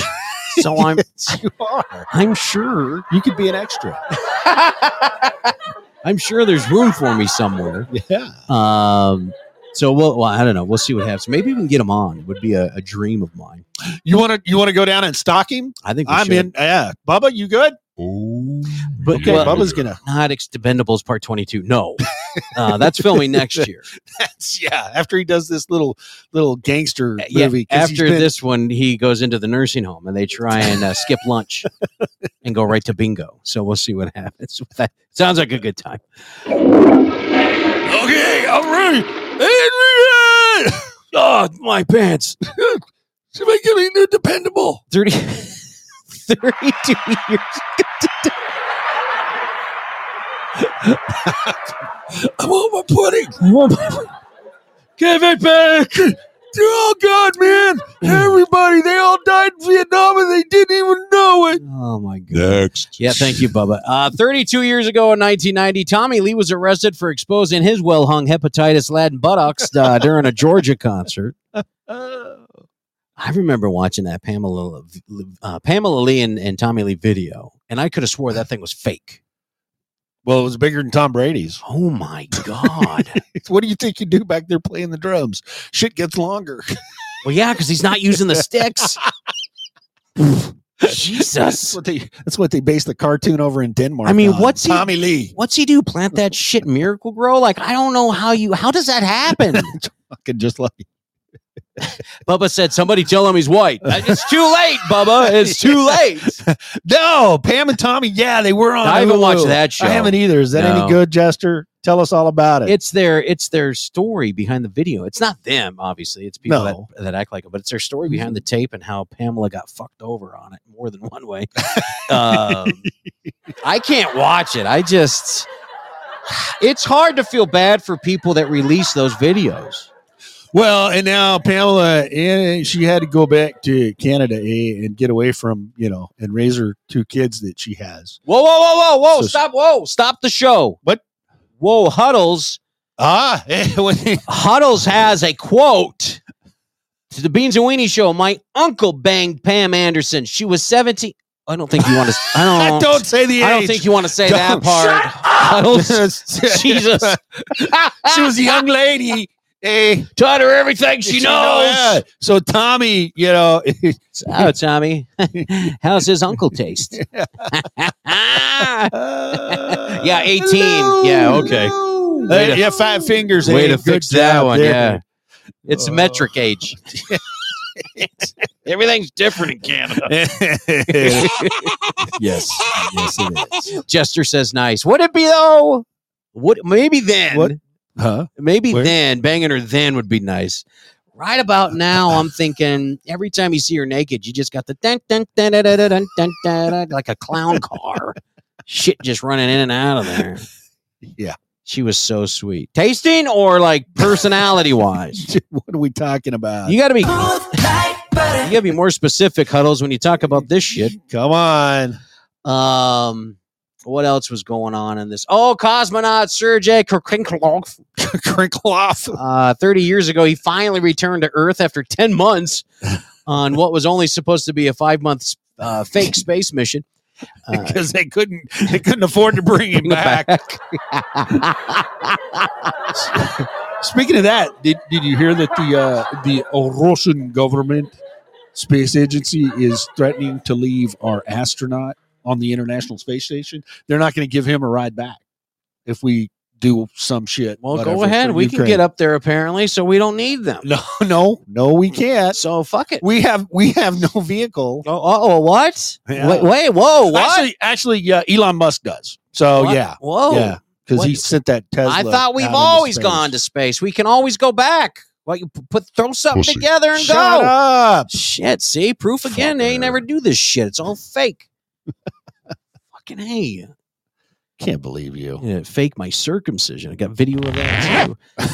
S12: So I'm
S8: you are.
S12: I'm sure
S8: You could be an <laughs> extra.
S12: I'm sure there's room for me somewhere.
S8: Yeah.
S12: Um, so we'll, well I don't know. We'll see what happens. Maybe we can get him on. It would be a, a dream of mine.
S8: You want to? You want to go down and stalk him?
S12: I think we
S8: I'm
S12: should.
S8: in. Yeah. Bubba, you good?
S11: Oh,
S12: But
S8: Okay.
S12: well-
S8: Bubba's gonna.
S12: Not Ex Dependables Part 22. No, uh, that's filming
S8: <laughs>
S12: next year.
S8: <laughs> That's yeah. After he does this little little gangster
S12: Yeah,
S8: movie. 'cause he's
S12: after
S8: <laughs> been-
S12: this one, he goes into the nursing home and they try and uh, skip
S8: <laughs>
S12: lunch and go right to bingo. So we'll see what happens. with That sounds like a good time. Okay, I'm ready. Oh, my pants.
S11: should I give me new dependable?
S12: <laughs> 30, 32 years.
S11: I want my
S12: <laughs>
S11: pudding. Give it back. Oh God, man! Everybody, they all died in Vietnam and they didn't even know it.
S12: Oh, my God.
S11: Next.
S12: Yeah, thank you, Bubba. Uh, 32 years ago in 1990, Tommy Lee was arrested for exposing his well hung hepatitis laden buttocks uh, during a Georgia concert.
S8: Uh,
S12: I remember watching that Pamela uh, Pamela Lee and, and Tommy Lee video, and I could have swore that thing was fake.
S8: Well, it was bigger than Tom Brady's. <laughs>
S12: Oh my god!
S8: What do you think you do back there playing the drums? Shit gets longer.
S12: <laughs> well, yeah, because he's not using the sticks.
S8: That's
S12: <laughs> Jesus,
S8: what they. That's what they based the cartoon over in Denmark.
S12: I mean,
S8: on.
S12: what's he-
S8: Tommy Lee?
S12: what's he do? Plant that shit, in Miracle Grow? Like I don't know how you. How does that happen?
S8: Fucking just like
S12: <laughs> Bubba said, "Somebody tell him he's white." It's too late, Bubba. <laughs>
S8: <laughs>
S12: It's too late.
S8: no Pam and Tommy. Yeah, they were on.
S12: I haven't
S8: Hulu.
S12: watched that show.
S8: I haven't either. Is that
S12: No.
S8: any good, Jester? Tell us all about it.
S12: It's their it's their story behind the video. It's not them, obviously. It's people
S8: No. Mm-hmm.
S12: that, that act like it, but it's their story behind the tape and how Pamela got fucked over on it more than one way. um,
S8: <laughs>
S12: I can't watch it. I just it's hard to feel bad for people that release those videos.
S8: Well, and now Pamela, eh, she had to go back to Canada eh, and get away from you know and raise her two kids that she has.
S12: Whoa, whoa, whoa, whoa, whoa!
S8: So-
S12: stop! Whoa! Stop the show!
S8: What?
S12: Whoa! Huddles
S8: Ah, <laughs> eh, when-
S12: Huddles has a quote to the Beans and Weenie show. My uncle banged Pam Anderson. She was 17. I don't think you want to.
S8: <laughs>
S12: I don't.
S8: don't say the age.
S12: I don't think you want to say that
S8: Don't- <laughs>
S12: part. Huddles. <laughs> Jesus.
S8: she was a young lady Hey,
S12: taught her everything she knows.
S8: So Tommy, you know, <laughs>
S12: oh Tommy, <laughs> how's his uncle
S8: <laughs>
S12: taste? yeah, eighteen. yeah, okay. Way to-
S8: yeah, five fingers.
S12: Way
S8: hey,
S12: to
S8: good
S12: fix that
S8: job
S12: one.
S8: there. Oh.
S12: Yeah, it's metric age. Everything's different in Canada.
S5: yes, yes, it is.
S12: Jester says, "Nice. Would it be though? What? Maybe then.
S8: <laughs> Huh?
S12: Maybe then banging her then would be nice. Right about now, <laughs> I'm thinking every time you see her naked, you just got the dun dun dun dun dun dun dun, dun, dun, dun, like a clown car, shit just running in and out of there.
S8: Yeah.
S12: She was so sweet, tasting or like personality <laughs> wise.
S8: <laughs> what are we talking about?
S12: You got to be, you got to be more specific, Huddles, when you talk about this shit.
S8: Come
S12: <laughs>
S8: on.
S12: Um, what else was going on in this? Oh, cosmonaut Sergei Kirkloff.
S8: Kirkloff.
S12: Uh, 30 years ago, he finally returned to Earth after 10
S8: <laughs>
S12: months on what was only supposed to be a five month uh, fake space
S8: <laughs>
S12: mission.
S8: Because they couldn't, they couldn't afford to bring him back. Speaking of that, did, did you hear that the uh, the Russian government space agency is threatening to leave our astronaut on the International Space Station? They're not going to give him a ride back if we do some shit.
S12: Well, go ahead. We can get up there apparently, so we don't need them.
S8: <laughs> No, no, no, we can't.
S12: So fuck it.
S8: We have we have no vehicle.
S12: Oh, oh what?
S8: Yeah.
S12: Wait, wait, whoa, what?
S8: Actually, actually, uh, Elon Musk does. So
S12: What?
S8: Oh, yeah,
S12: Whoa.
S8: yeah, because he sent that Tesla.
S12: I thought we've
S8: out into
S12: always
S8: space.
S12: gone to space. We can always go back. Well, you p- put throw something
S8: Bullshit.
S12: together and
S8: Shut
S12: go.
S8: up.
S12: Shit, see, proof again. They ain't never do this shit. It's all fake. <laughs> Fucking hey.
S8: Can't believe you.
S12: Yeah, fake my circumcision. I got video of that too.
S8: <laughs>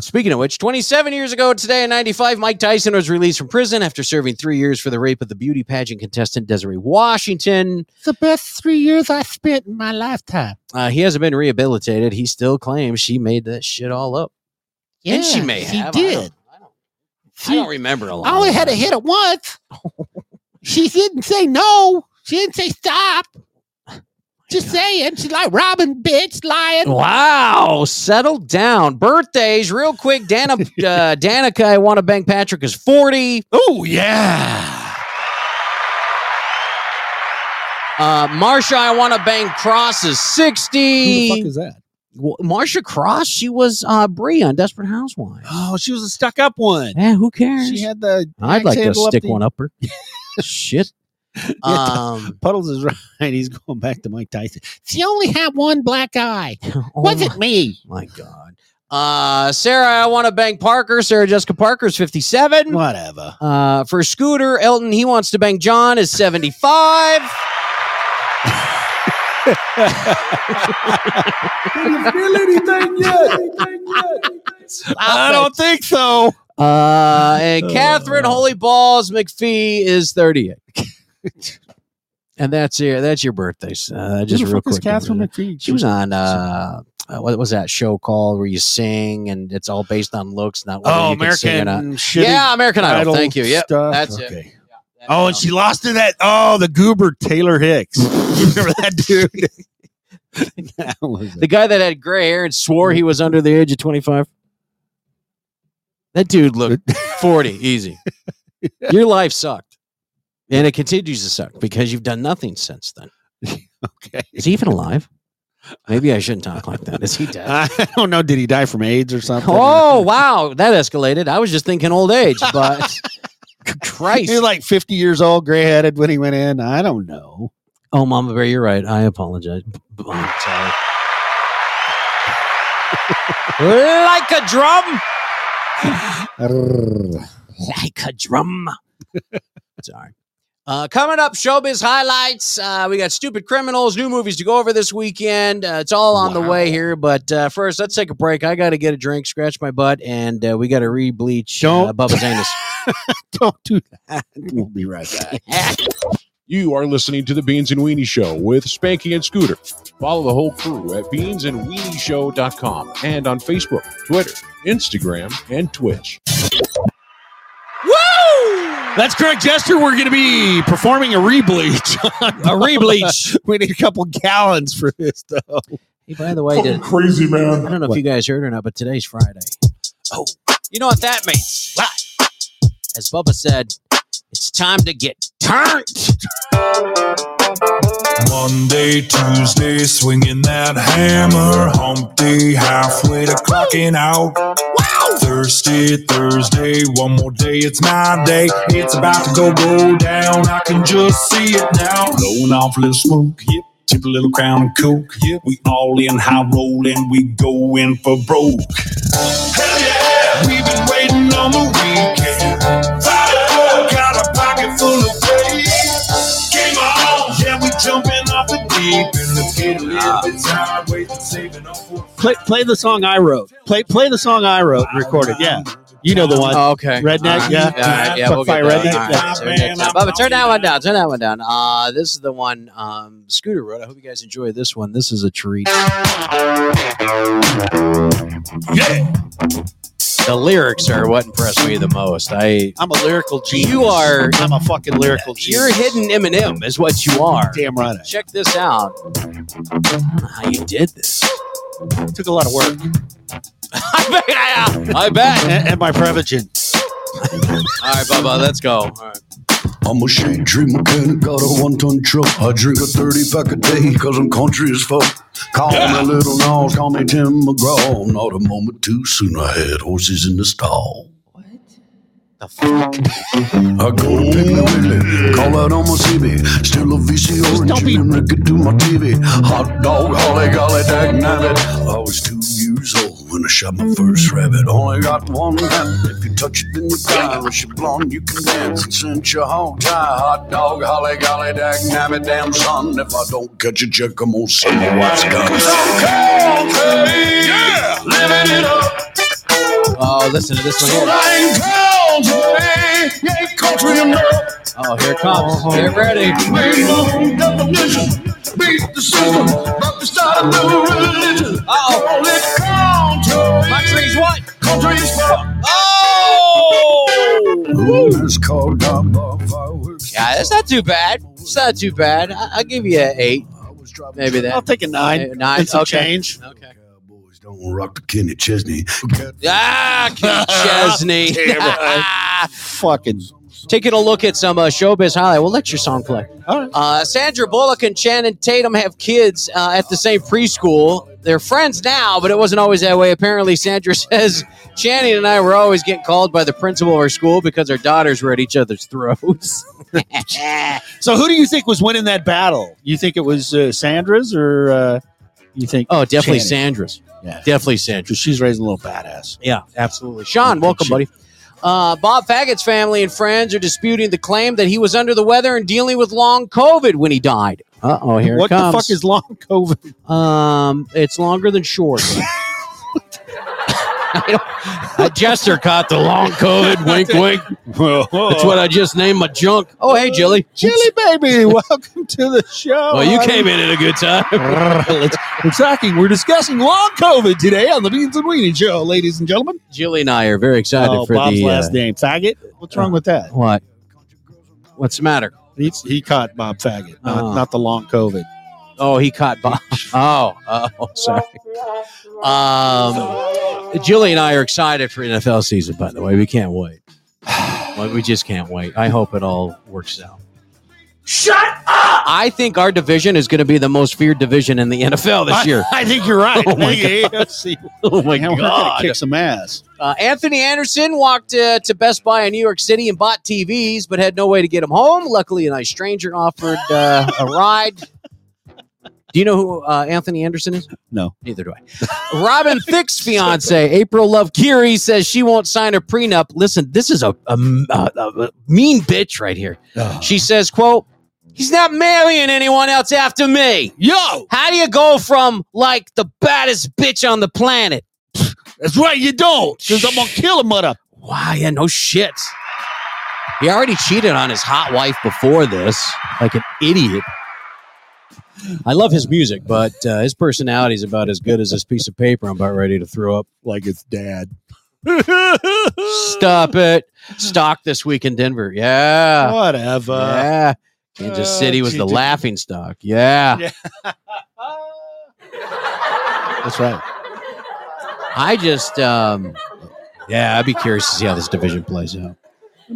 S12: Speaking of which, 27 years ago today in 95, Mike Tyson was released from prison after serving three years for the rape of the beauty pageant contestant Desiree Washington.
S8: the best three years I spent in my lifetime.
S12: Uh, he hasn't been rehabilitated. He still claims she made that shit all up. and she
S8: Yeah,
S12: may
S8: she
S12: have. I
S8: did.
S12: don't, I don't remember a lot.
S8: I only had to hit it once. she didn't say no. She didn't say stop. Just saying. She's like Robin, bitch, lying.
S12: Wow, settle down. Birthdays, real quick.
S8: <laughs>
S12: Dana, uh, Danica, I want to bang Patrick is forty.
S8: Oh yeah.
S12: Uh, Marsha, I want to bang Cross is sixty.
S8: Who the fuck is that?
S12: Well, Marsha Cross, she was uh, Bree on Desperate Housewives.
S8: <gasps> Oh, she was a stuck up one.
S12: Yeah, who cares?
S8: She had the.
S12: I'd like to
S8: axe handle
S12: stick
S8: the-
S12: one up
S8: <laughs>
S12: her. Shit. Um,
S8: Puddles is <laughs> right. He's going back to Mike Tyson. Oh. She only had one black eye.
S12: <laughs>
S8: Wasn't me.
S12: My God. Uh, Sarah, I want to bang Parker. Sarah Jessica Parker's 57.
S8: Whatever.
S12: Uh, for Scooter, Elton, he wants to bang John is 75.
S8: I don't think so.
S12: <laughs> Uh, and Catherine Holy Balls McPhee is 38. <laughs> and that's your that's your birthdays. Uh, just real quick.
S8: McPhee?
S12: She was on uh, uh, what was that show called where you sing and it's all based on looks, not whether
S8: Oh,
S12: you can sing or
S8: American.
S12: not.
S8: Shitty
S12: Yeah, American Idol. Thank you. Yep,
S8: stuff.
S12: that's it. Um,
S8: Oh, and she lost to that. Oh, the goober Taylor Hicks. you remember that dude? <laughs> That was
S12: The guy that had gray hair and swore he was under the age of 25. That dude looked 40, easy. Your life sucked. And it continues to suck because you've done nothing since then.
S8: okay.
S12: Is he even alive? Maybe I shouldn't talk like that. Is he dead?
S8: <laughs> I don't know. Did he die from AIDS or something?
S12: Oh, wow. That escalated. I was just thinking old age, but <laughs> Christ.
S8: He was like 50 years old, gray headed when he went in. I don't know.
S12: Oh, Mama Bear, you're right. I apologize. B- b- oh, I'm sorry. like a drum. Like a <laughs> drum. sorry. Uh, coming up, showbiz highlights. Uh, we got stupid criminals, new movies to go over this weekend. Uh, it's all on the way here, but uh, first, let's take a break. I got to get a drink, scratch my butt, and uh, we got to re-bleach uh, Bubba's anus.
S8: Don't do that. We'll be right back.
S11: You are listening to the Beans and Weenie Show with Spanky and Scooter. Follow the whole crew at beansandweenieshow.com and on Facebook, Twitter, Instagram, and Twitch.
S12: Woo!
S8: That's correct, Jester. We're going to be performing a rebleach.
S12: A rebleach.
S8: we need a couple gallons for this, though.
S12: <laughs> Hey, by the way, did,
S9: Crazy man.
S12: I don't know if you guys heard or not, but today's Friday. Oh, you know what that means? Right. As Bubba said, it's time to get turned.
S13: Monday, Tuesday, swinging that hammer. Hump day, halfway to clocking out. Wow! Thursday, Thursday, one more day, it's my day. It's about to go go down. I can just see it now. Blowing off a little smoke, yep. Tip a little crown and coke, yep. We all in high rolling, we going for broke. Hell yeah, we've been waiting on the weekend. Fired up, got a pocket full of faith. Game on, yeah, we jumping off the deep end. Let's get it up, it's our way to saving up for
S8: Play play the song I wrote. Play play the song I wrote and recorded. Yeah. You know the one.
S12: <laughs> Oh, okay.
S8: Redneck,
S12: All right.
S8: yeah.
S12: All right, yeah,
S8: Fuck
S12: we'll
S8: Fire
S12: get that.
S8: Redneck.
S12: All
S8: yeah.
S12: right, so next time. Bubba, turn that one down. Turn that one down. Uh, this is the one um, Scooter wrote. I hope you guys enjoy this one. This is a treat. The lyrics are what impressed me the most. I
S8: I'm a lyrical genius.
S12: You are-
S8: I'm a fucking lyrical genius.
S12: you're a hidden Eminem is what you are.
S8: Damn right. I
S12: Check this out. I don't know how you did this. <laughs>
S8: am. Took a lot of work.
S12: I bet. <laughs>
S8: And, and my Prevagen.
S12: All right, Bubba, let's go. All right.
S11: I'm a shade tree mechanic, got a one ton truck. I drink a 30 pack a day, cause I'm country as fuck. Call me Little Nas, call me Tim McGraw. Not a moment too soon, I had horses in the stall. I go to Piggly Wiggly, call out on my CB. Still a VC orange, and Ricky to my TV. Hot dog, holly golly, dag nabbit. I was two years old when I shot my first rabbit. Only got one rabbit. If you touch it, then you die. Unless you're blonde, you can dance and cinch your whole tie. Hot dog, holly golly, dag nabbit, damn son. If I don't catch you, check, I'm gonna send my wife's guns.
S13: living it up.
S12: Oh, listen to this one here.
S13: I ain't country, yeah, country enough.
S12: Oh, here it comes. Get ready.
S13: Made my own definition, beat the system, but we started the religion. Call it country.
S12: Country's what?
S13: Country's what?
S11: It's called
S12: Oh! Yeah, it's not too bad. It's not too bad. I- I'll give you an eight. Maybe that. <laughs>
S8: I'll take a nine.
S12: Eh, Nine.
S8: And some
S12: okay.
S8: change.
S12: Okay.
S11: Don't rock the Kenny Chesney.
S12: Ah, Kenny Chesney.
S11: Damn
S12: <laughs>
S8: Fucking.
S12: Taking a look at some uh, showbiz highlight. We'll let your song play.
S8: All right.
S12: Uh, Sandra Bullock and Channing Tatum have kids uh, at the same preschool. They're friends now, but it wasn't always that way. Apparently, Sandra <laughs> says Channing and I were always getting called by the principal of our school because our daughters were at each other's throats. <laughs>
S8: So who do you think was winning that battle? You think it was uh, Sandra's or uh, you think?
S12: Oh, definitely
S8: Channing?
S12: Sandra's.
S8: Yeah.
S12: Definitely Sandra's.
S8: She's raising a little badass.
S12: Yeah, absolutely. Sean, welcome, buddy. Uh, Bob Faggot's family and friends are disputing the claim that he was under the weather and dealing with long COVID when he died. Uh oh, here
S8: what
S12: it comes.
S8: the fuck is long
S12: <laughs>
S8: COVID?
S12: Um, it's longer than
S8: <laughs>
S12: short. A jester caught the long
S8: <laughs>
S12: COVID. Wink, wink. That's what I just named my junk. Oh, hey, Jilly.
S8: Chili
S12: <laughs>
S8: baby, welcome to the show.
S12: Well, you came in at a good time.
S8: <laughs> Let's- we're talking. We're discussing long COVID today on the Beans and Weenie Show, ladies and gentlemen.
S12: Jilly and I are very excited
S8: oh,
S12: for
S8: Bob's
S12: the.
S8: last
S12: uh,
S8: name, faggot. What's wrong with that?
S12: What? What's the matter?
S8: He's, he caught Bob faggot, not,
S12: Oh.
S8: not the long COVID.
S12: Oh, he caught Bob. Oh, <laughs> oh, sorry. Um, Jilly and I are excited for NFL season. By the way, we can't wait. <sighs> Well, we just can't wait. I hope it all works out.
S14: Shut up!
S12: I think our division is going to be the most feared division in the NFL this year.
S8: I, I think you're <laughs> right.
S12: Oh, my
S8: I think AFC.
S12: Oh my
S8: Man, we're gonna
S12: god!
S8: kick some ass.
S12: Uh, Anthony Anderson walked uh, to Best Buy in New York City and bought TVs, but had no way to get them home. Luckily, a nice stranger offered uh, a ride. Do you know who uh, Anthony Anderson is?
S8: No.
S12: Neither do I. <laughs> Robin Thicke's fiance, April Love Curie, says she won't sign a prenup. Listen, this is a, a, a- a mean bitch right here. She says, quote, he's not marrying anyone else after me.
S8: Yo,
S12: How do you go from like the baddest bitch on the planet?
S8: that's right. You don't, because I'm gonna kill him, mother.
S12: Why? Yeah, no shit. He already cheated on his hot wife before this, like an idiot. I love his music, but uh, his personality is about as good as this piece of paper. I'm about ready to throw up.
S8: Like it's <laughs> dad.
S12: Stop it. Stock this week in Denver. Yeah.
S8: Whatever.
S12: yeah. Kansas City was the
S8: cheated.
S12: laughing stock. Yeah.
S8: That's right.
S12: I just, um, Yeah, I'd be curious to see how this division plays out.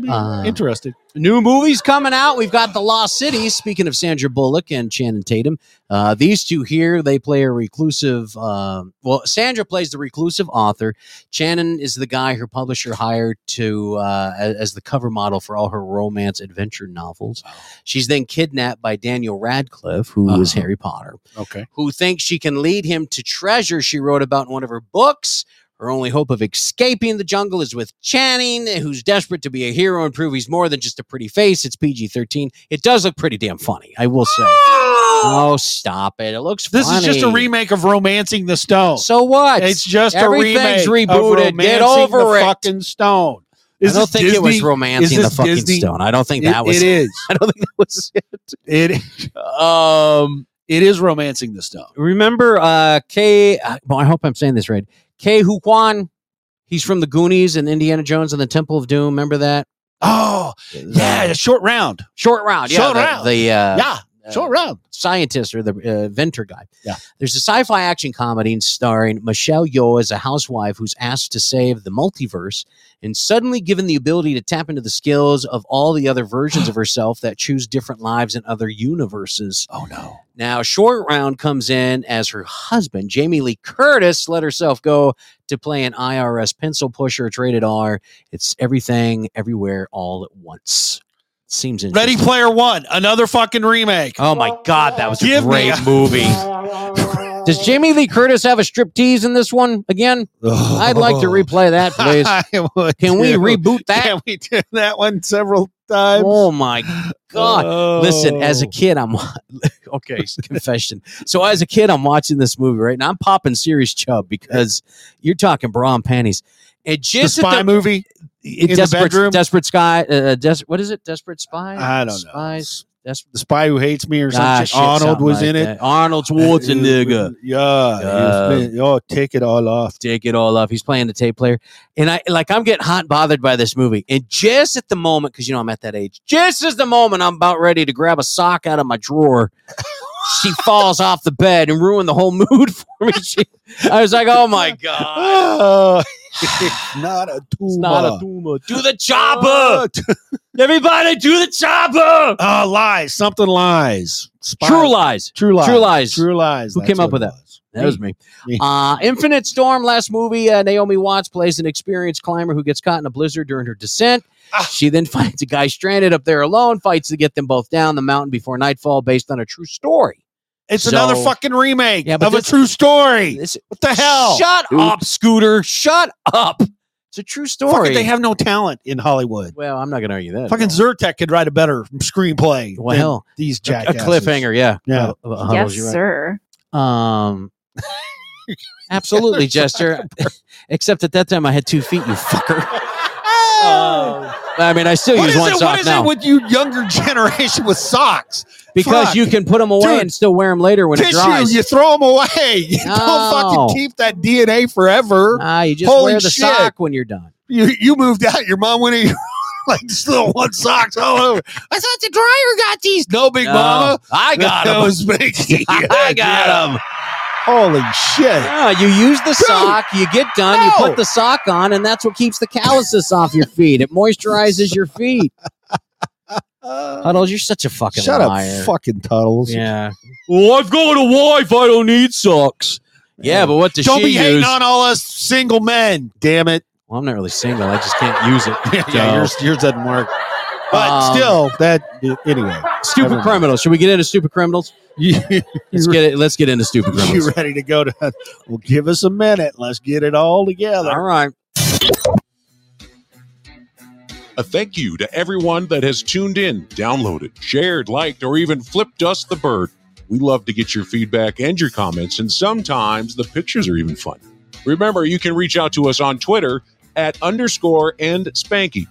S12: Uh,
S8: Interesting.
S12: New movies coming out. We've got The Lost City. Speaking of Sandra Bullock and Channing Tatum, uh, these two here, they play a reclusive. um well, Sandra plays the reclusive author. Channing is the guy her publisher hired to uh, as, as the cover model for all her romance adventure novels. She's then kidnapped by Daniel Radcliffe, who is
S8: Uh-huh.
S12: Harry Potter
S8: Okay.
S12: who thinks she can lead him to treasure she wrote about in one of her books. Her only hope of escaping the jungle is with Channing, who's desperate to be a hero and prove he's more than just a pretty face. It's PG 13. It does look pretty damn funny, I will say. Oh, stop it. It looks
S8: This is just a
S12: funny.
S8: remake of Romancing the Stone.
S12: So what?
S8: It's just a remake.
S12: Everything's rebooted.
S8: Of
S12: Get
S8: Romancing
S12: over
S8: the
S12: it.
S8: Fucking Stone.
S12: I don't
S8: this
S12: think it
S8: Disney?
S12: was
S8: Is
S12: romancing the
S8: this
S12: fucking
S8: Disney?
S12: stone. I don't think
S8: It-
S12: that was
S8: It <laughs> is.
S12: I don't think that was it.
S8: It.
S12: Um.
S8: It is romancing the stone.
S12: remember uh K I well, I hope I'm saying this right. K Huan, he's from the Goonies and Indiana Jones and the Temple of Doom. Remember that?
S8: Oh, yeah, the short round.
S12: Short round. Yeah,
S8: Short
S12: the,
S8: round.
S12: the, uh,
S8: yeah, short round.
S12: scientist or the uh, inventor guy.
S8: Yeah.
S12: There's a sci-fi action comedy starring Michelle Yeoh as a housewife who's asked to save the multiverse and suddenly given the ability to tap into the skills of all the other versions
S8: <sighs>
S12: of herself that choose different lives in other universes.
S8: Oh no.
S12: Now, Short Round comes in as her husband, Jamie Lee Curtis, let herself go to play an IRS pencil pusher, traded R. It's everything, everywhere, all at once. Seems interesting.
S8: Ready Player One, another fucking remake.
S12: Oh my god, that was
S8: Give
S12: a
S8: me
S12: great
S8: a-
S12: movie. Does Jamie Lee Curtis have a striptease in this one again? I'd like to replay
S8: <laughs>
S12: that, please.
S8: I would
S12: Can we
S8: too.
S12: reboot that?
S8: Can we do that one several times?
S12: Oh my God. Listen, as a
S8: Oh.
S12: kid, I'm <laughs> okay. s- Confession. So as a kid, I'm watching this movie right now. I'm popping serious chub because you're talking bra and panties. And
S8: the
S12: just at
S8: spy
S12: the-
S8: movie.
S12: it-
S8: in the
S12: desperate,
S8: bedroom?
S12: desperate sky. Uh, des- what is it? Desperate spy.
S8: I don't know.
S12: Spies. Desperate.
S8: The spy who hates me or
S12: Ah,
S8: something.
S12: shit,
S8: Arnold
S12: something
S8: was
S12: like
S8: in it. Uh,
S12: that. Arnold Schwarzenegger.
S8: Yeah, yeah.
S12: Yeah.
S8: oh, take it all off.
S12: Take it all off. He's playing the tape player, and I like I'm getting hot and bothered by this movie. And just at the moment, because you know I'm at that age, just as the moment I'm about ready to grab a sock out of my drawer, she falls off the bed and ruined the whole mood <laughs> for me. She, I was like, oh my god,
S8: <laughs> Oh, it's not a tumor.
S12: it's not a tumor. Do the chopper,
S8: <laughs>
S12: everybody. Do the chopper.
S8: Ah, lies. Something lies. Spy-
S12: True lies.
S8: True lies.
S12: True lies.
S8: True lies.
S12: Who
S8: That's
S12: came up
S8: what
S12: with
S8: it
S12: that? That was
S8: Me.
S12: me.
S8: Me.
S12: Uh, Infinite Storm, last movie. Uh, Naomi Watts plays an experienced climber who gets caught in a blizzard during her descent.
S8: Ah.
S12: She then <laughs> finds a guy stranded up there alone, fights to get them both down the mountain before nightfall, based on a true story.
S8: It's
S12: So-
S8: another fucking remake
S12: Yeah, but
S8: of a
S12: this-
S8: true story.
S12: This-
S8: What the hell?
S12: Shut up, Scooter. Shut up. It's a true
S8: Fuck
S12: story.
S8: it, they have no talent in Hollywood.
S12: well, I'm not going to argue that.
S8: Fucking Zyrtec could write a better screenplay.
S12: Well,
S8: than <laughs>
S12: hell,
S8: these
S12: a, a
S8: jackasses.
S12: cliffhanger, yeah.
S8: Yeah.
S12: Uh, uh, Huddles,
S3: Yes,
S12: you're right.
S3: sir.
S8: <laughs>
S12: Um, absolutely, Jester. Except at that time, I had two feet. You fucker. Uh, I mean, I still
S8: Ah! Oh. What
S12: use
S8: is,
S12: one
S8: it,
S12: sock
S8: what is
S12: now
S8: it with you younger <laughs> generation with socks?
S12: because
S8: Fuck.
S12: you can put them away
S8: Dude.
S12: and still wear them later when it
S8: tissue,
S12: dries.
S8: you throw them away. <laughs> You
S12: No.
S8: don't fucking keep that DNA forever.
S12: Ah, you just
S8: Holy
S12: wear the
S8: shit.
S12: sock when you're done.
S8: You you moved out. Your mom went in <laughs> like this little one socks all over. I thought the dryer got these. No, big
S12: No,
S8: mama.
S12: I got
S8: That
S12: them. <laughs>
S8: was big.
S12: I got them.
S8: Holy shit.
S12: Yeah, you use the sock, you get done, you
S8: No.
S12: put the sock on, and that's what keeps the calluses off your feet. It moisturizes your feet. Huddles, you're such a fucking
S8: Shut
S12: Uh, liar.
S8: up, fucking Tuttles.
S12: Yeah. Well, I've got a wife. I don't need socks. Yeah, but what does
S8: Don't
S12: she
S8: be hating
S12: use?
S8: on all us single men. Damn it. <laughs>
S12: well, I'm not really single. I just can't use it.
S8: yeah,
S12: So-
S8: yours, yours doesn't work. But
S12: Um,
S8: still, that anyway.
S12: Stupid
S8: Never mind.
S12: criminals. Should we get into stupid criminals?
S8: You,
S12: <laughs> Let's get it. Let's get into stupid
S8: you
S12: criminals.
S8: ready to go to? Well, give us a minute. Let's get it all together.
S12: All right.
S11: A thank you to everyone that has tuned in, downloaded, shared, liked, or even flipped us the bird. We love to get your feedback and your comments, and sometimes the pictures are even fun. Remember, you can reach out to us on Twitter at underscore and spanky,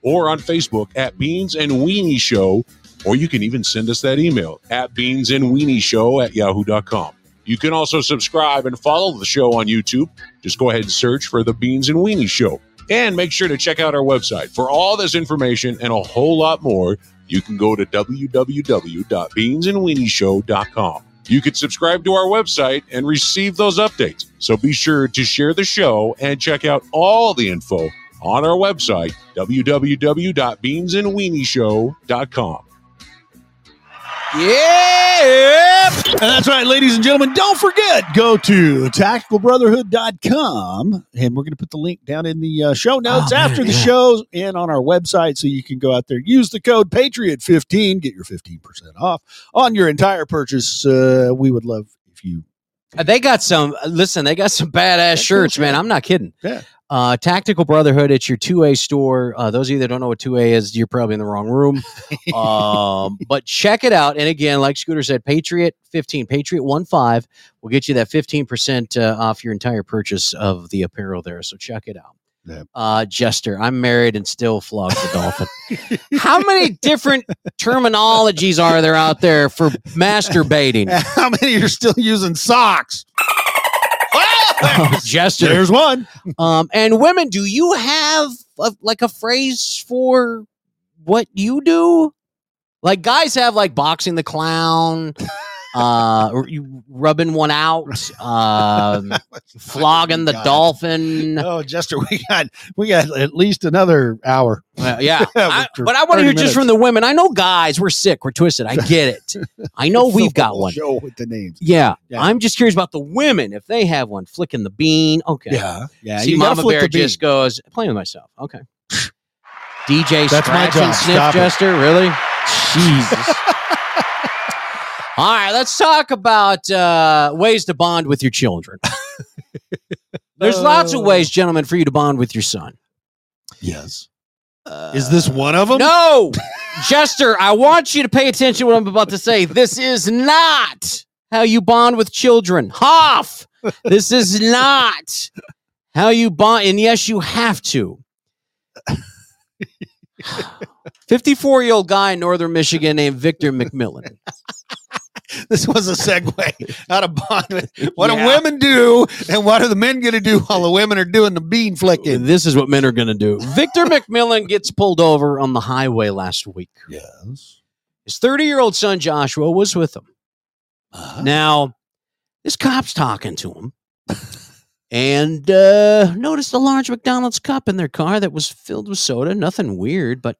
S11: or on Facebook at Beans and Weenie Show, or you can even send us that email at Beans and Weenie Show at yahoo.com. You can also subscribe and follow the show on YouTube. Just go ahead and search for The Beans and Weenie Show. And make sure to check out our website. For all this information and a whole lot more, you can go to www.beansandweenieshow.com. You can subscribe to our website and receive those updates. So be sure to share the show and check out all the info on our website, www.beansandweenieshow.com.
S8: Yeah. And that's right, ladies and gentlemen. Don't forget, go to tacticalbrotherhood.com and we're going to put the link down in the uh,
S12: Oh,
S8: show notes after the show and on our website so you can go out there, use the code PATRIOT15, get your 15% off on your entire purchase. Uh, we would love if you <laughs>
S12: Uh, They got some. Listen, they got some <laughs> badass shirts, man. I'm not kidding.
S8: Yeah.
S12: Uh, Tactical Brotherhood. It's your two A store. Uh, those of you that don't know what two A is, you're probably in the wrong
S8: <laughs>
S12: room. um, but check it out. And again, like Scooter said, Patriot 15, Patriot 15 will get you that 15% uh, off your entire purchase of the apparel there. So check it out. Uh, Jester, I'm married and still flog the dolphin. How many different terminologies are there out there
S8: <laughs>
S12: for masturbating?
S8: How many are still using socks?
S12: Oh, Jester.
S8: There's one.
S12: Um, and women, do you have a, like a phrase for what you do? Like guys have like boxing the clown, uh, or you rubbing one out, um, flogging the
S8: God.
S12: dolphin.
S8: <laughs> Oh, Jester, we got we got at least another hour.
S12: Well, yeah, I- but I want to hear just from the women. I know guys, we're sick, we're twisted. I get it. I know Oh, we've got one.
S8: show with the names.
S12: Yeah,
S8: Yeah.
S12: I'm just curious about the women if they have one. Flicking the bean. Okay.
S8: Yeah, yeah,
S12: See,
S8: you gotta
S12: Mama
S8: flick
S12: Bear
S8: the bean.
S12: just goes playing with myself.
S8: <sighs>
S12: Okay. DJ
S8: That's my
S12: scratch and
S8: job.
S12: sniff
S8: Stop it.
S12: Jester. Really? Jesus. All right, let's talk about uh, ways to bond with your children.
S8: Uh,
S12: There's lots of ways, gentlemen, for you to bond with your son.
S8: Yes. Is this one of them?
S12: No, Jester, I want you to pay attention to what I'm about to say. This is not how you bond with children. Hoff, this is not how you bond. And yes, you have to. <sighs> 54 year old guy in northern Michigan named Victor McMillan.
S8: This was a segue <laughs> out of bond. with- What
S12: Yeah.
S8: do women do, and what are the men going to do while the women are doing the bean flicking?
S12: This is what men are going to do. Victor McMillan gets pulled over on the highway last week.
S8: Yes.
S12: His 30 year old son, Joshua, was with him. Now, this cop's talking to him and uh, noticed a large McDonald's cup in their car that was filled with soda. Nothing weird, but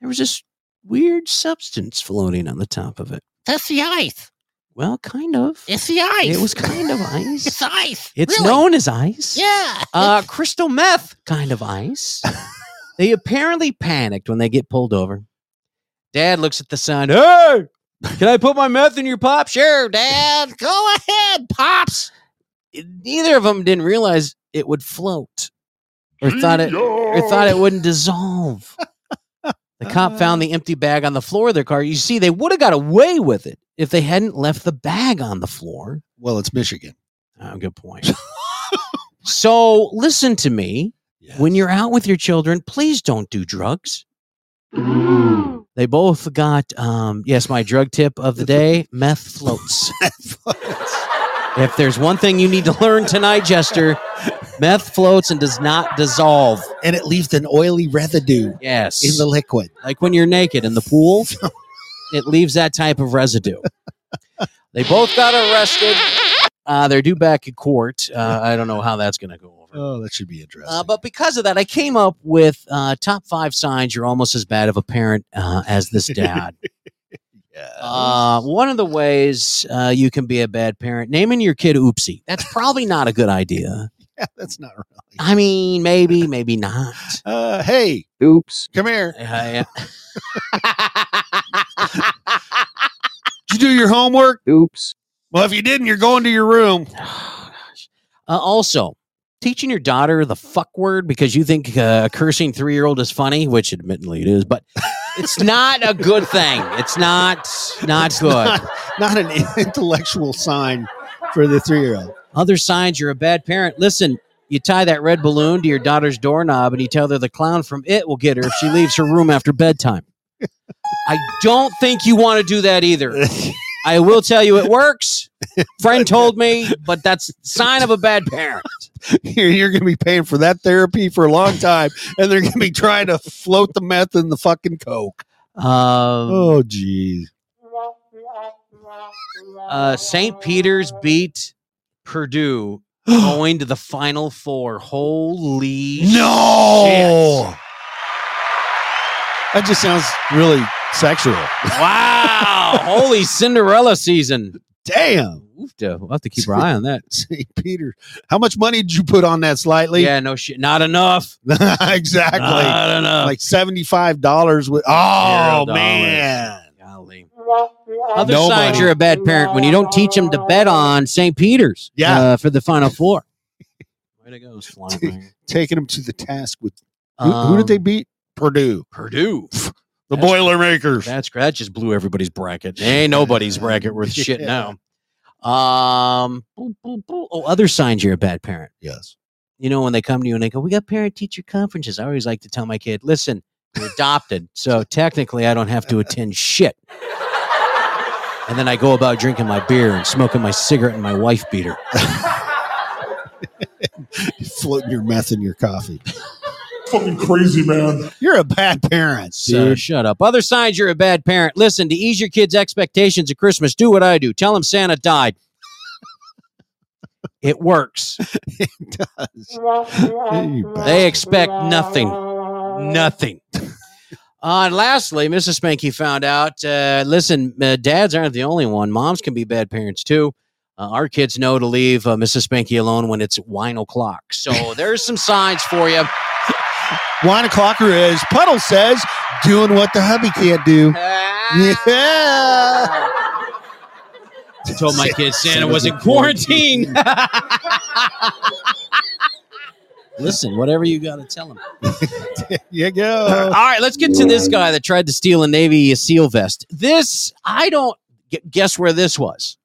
S12: there was this weird substance floating on the top of it.
S15: That's the ice.
S12: Well, kind of.
S15: It's the ice.
S12: It was kind of ice.
S15: <laughs> It's ice.
S12: It's
S15: Really?
S12: known as ice.
S15: Yeah.
S12: Uh, crystal meth kind of <laughs> ice. they apparently panicked when they get pulled over. Dad looks at the son. Hey, can I put my meth in your pop? Sure, Dad. Go ahead, pops. Neither of them didn't realize it would float, or thought it, or thought it wouldn't dissolve. The cop found the empty bag on the floor of their car. You see, they would have got away with it if they hadn't left the bag on the floor.
S8: Well, it's Michigan.
S12: Oh, good point. so listen to me. When you're out with your children, please don't do drugs. They both got um, yes, my drug tip of the day: meth floats. if there's one thing you need to learn tonight, Jester, meth floats and does not dissolve.
S8: <laughs> And it leaves an oily residue
S12: Yes,
S8: in the liquid.
S12: like when you're naked in the pool, it leaves that type of residue. They both got arrested. Uh, they're due back in court. Uh, I don't know how that's going to go over.
S8: Oh, that should be interesting.
S12: Uh, but because of that, I came up with uh, top five signs you're almost as bad of a parent uh, as this dad. uh, one of the ways uh, you can be a bad parent, naming your kid Oopsie. That's probably not a good idea.
S8: Yeah, <laughs> that's not right.
S12: I mean, maybe, maybe not.
S8: Uh, hey,
S12: Oops.
S8: come here.
S12: Yeah, yeah.
S8: Did you do your homework?
S12: Oops.
S8: Well, if you didn't, you're going to your room.
S12: Uh, also, teaching your daughter the fuck word because you think uh, a cursing three year old is funny, which admittedly it is, but it's not a good thing. It's not not
S8: <laughs>
S12: good.
S8: Not, not an intellectual sign for the three year old.
S12: Other signs you're a bad parent. Listen, you tie that red balloon to your daughter's doorknob and you tell her the clown from it will get her if she leaves her room after bedtime. I don't think you want to do that either. I will tell you it works. Friend told me, but that's sign of a bad parent.
S8: <laughs> you're, you're going to be paying for that therapy for a long time, and they're going to be trying to float
S12: Hmm.
S8: Oh, the meth in the fucking coke.
S12: Um,
S8: oh, geez.
S12: Uh, St. Peter's
S3: <laughs>
S12: beat Purdue going to the Final Four. Holy
S8: No! That just sounds really sexual.
S12: Wow! Holy Cinderella season.
S8: Damn.
S12: We'll have to keep our eye on that.
S8: St. Peter, how much money did you put on that slightly?
S12: Yeah, no shit. Not enough.
S8: <laughs> exactly.
S12: Not enough.
S8: Like $75 with, oh,
S12: Zero
S8: man.
S12: Other
S8: No
S12: side,
S8: money.
S12: you're a bad parent when you don't teach them to bet on St. Peter's.
S8: Yeah.
S12: uh, for the Final Four. <laughs> Way to go,
S8: Taking them to the task with, who, who did they beat? Purdue.
S12: Um, Purdue.
S8: <laughs> The Boilermakers.
S12: That's that just blew everybody's bracket. Ain't nobody's bracket
S8: <laughs>
S12: worth shit now. Um. boop, boop, boop. Oh, other signs you're a bad parent.
S8: Yes.
S12: You know when they come to you and they go, "We got parent teacher conferences." I always like to tell my kid, "Listen, you're adopted, so technically I don't have to attend shit." And then I go about drinking my beer and smoking my cigarette and my wife beater.
S8: Floating your meth in your coffee.
S9: Fucking crazy, man.
S8: <laughs> You're a bad parent.
S12: So
S8: dude.
S12: shut up. Other signs you're a bad parent. Listen, to ease your kids' expectations at Christmas, do what I do. Tell them Santa died. it works. They expect nothing. Nothing. Uh, and lastly, Mrs. Spanky found out uh, listen, uh, dads aren't the only one. Moms can be bad parents too. Uh, our kids know to leave uh, Mrs. Spanky alone when it's wine o'clock. So there's some signs for you.
S8: Wine o'clocker is Puddle says doing what the hubby can't do. Yeah.
S12: I told my <laughs> kids Santa was in quarantine. <laughs> Listen, whatever you got to tell them.
S8: you go. <laughs>
S12: All right, let's get to this guy that tried to steal a Navy SEAL vest. This, I don't gu- guess where this was.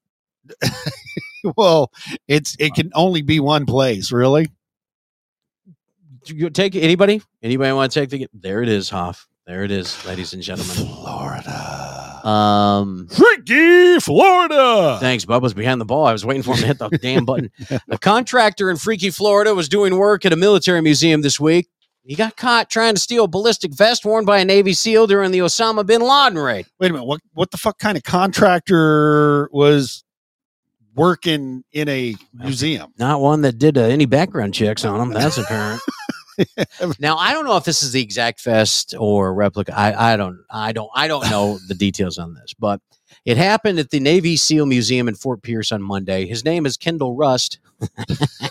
S8: well, it's it can only be one place, really.
S12: Do You take anybody? Anybody want to take the? There it is, Hoff. There it is, ladies and gentlemen.
S8: <laughs>
S12: Florida. Um,
S8: Freaky Florida.
S12: Thanks, Bub. Was behind the ball. I was waiting for him to hit the damn button. A contractor in Freaky, Florida was doing work at a military museum this week. He got caught trying to steal a ballistic vest worn by a Navy SEAL during the Osama bin Laden raid.
S8: Wait a minute. What what the fuck kind of contractor was working in a museum?
S12: Not one that did uh, any background checks on him. That's apparent. now I don't know if this is the exact vest or a replica. I, I don't I don't I don't know the details on this, but it happened at the Navy SEAL Museum in Fort Pierce on Monday. His name is Kendall Rust. Uh,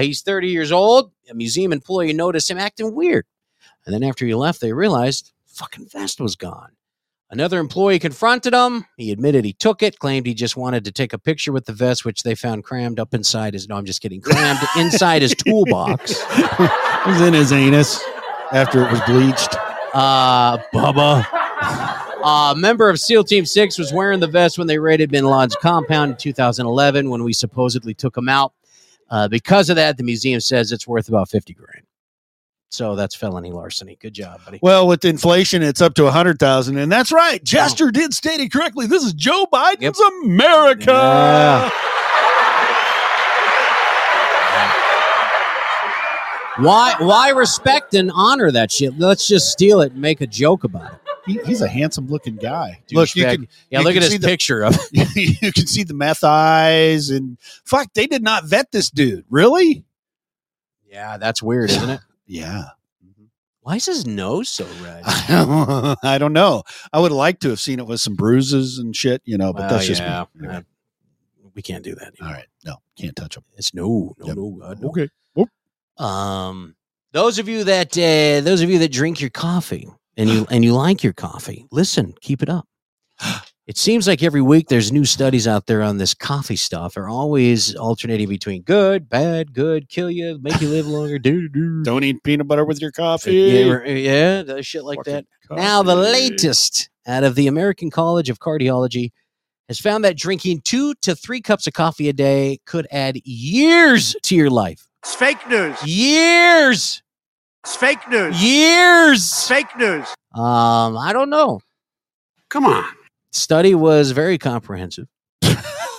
S12: he's 30 years old. A museum employee noticed him acting weird. And then after he left, they realized fucking vest was gone. Another employee confronted him. He admitted he took it, claimed he just wanted to take a picture with the vest, which they found crammed up inside his. No, I'm just kidding. Crammed inside his toolbox.
S8: it was in his anus after it was bleached.
S12: Uh, Bubba. A Uh, member of SEAL Team 6 was wearing the vest when they raided bin Laden's compound in 2011 when we supposedly took him out. Uh, because of that, the museum says it's worth about 50 grand. So that's felony larceny. Good job, buddy.
S8: Well, with inflation, it's up to a hundred thousand, and that's right. Jester did state it correctly. This is Joe Biden's America.
S12: Yeah. Why why respect and honor that shit? Let's just steal it and make a joke about it.
S8: He, he's a handsome looking guy. Look, you
S12: Douchebag.
S8: can,
S12: yeah,
S8: you
S12: look at
S8: can
S12: his
S8: see the-
S12: picture of <laughs>
S8: you can <laughs> see the meth eyes and fuck, they did not vet this dude. Really?
S12: Yeah, that's weird, isn't it?
S8: Yeah. <laughs>
S12: Why is his nose so red?
S8: I don't know. I would like to have seen it with some bruises and shit, you know, <laughs> but
S12: Well,
S8: that's just
S12: yeah,
S8: me. Uh,
S12: uh, we can't do that.
S8: All right. No, can't touch them.
S12: It's no, no, no, God, no.
S8: Okay.
S12: Um, those of you that uh, those of you that drink your coffee and you and you like your coffee, listen, keep it up. It seems like every week there's new studies out there on this coffee stuff. They're always alternating between good, bad, good, kill you, make you live longer. Do do.
S8: Don't eat peanut butter with your coffee.
S12: Yeah, r- yeah, the shit like that. Now, the latest out of the American College of Cardiology has found that drinking two to three cups of coffee a day could add years to your life.
S15: It's fake news.
S12: Years.
S15: It's fake news.
S12: Years.
S15: Fake news.
S12: Um, I don't know.
S15: Come on.
S12: Study was very comprehensive.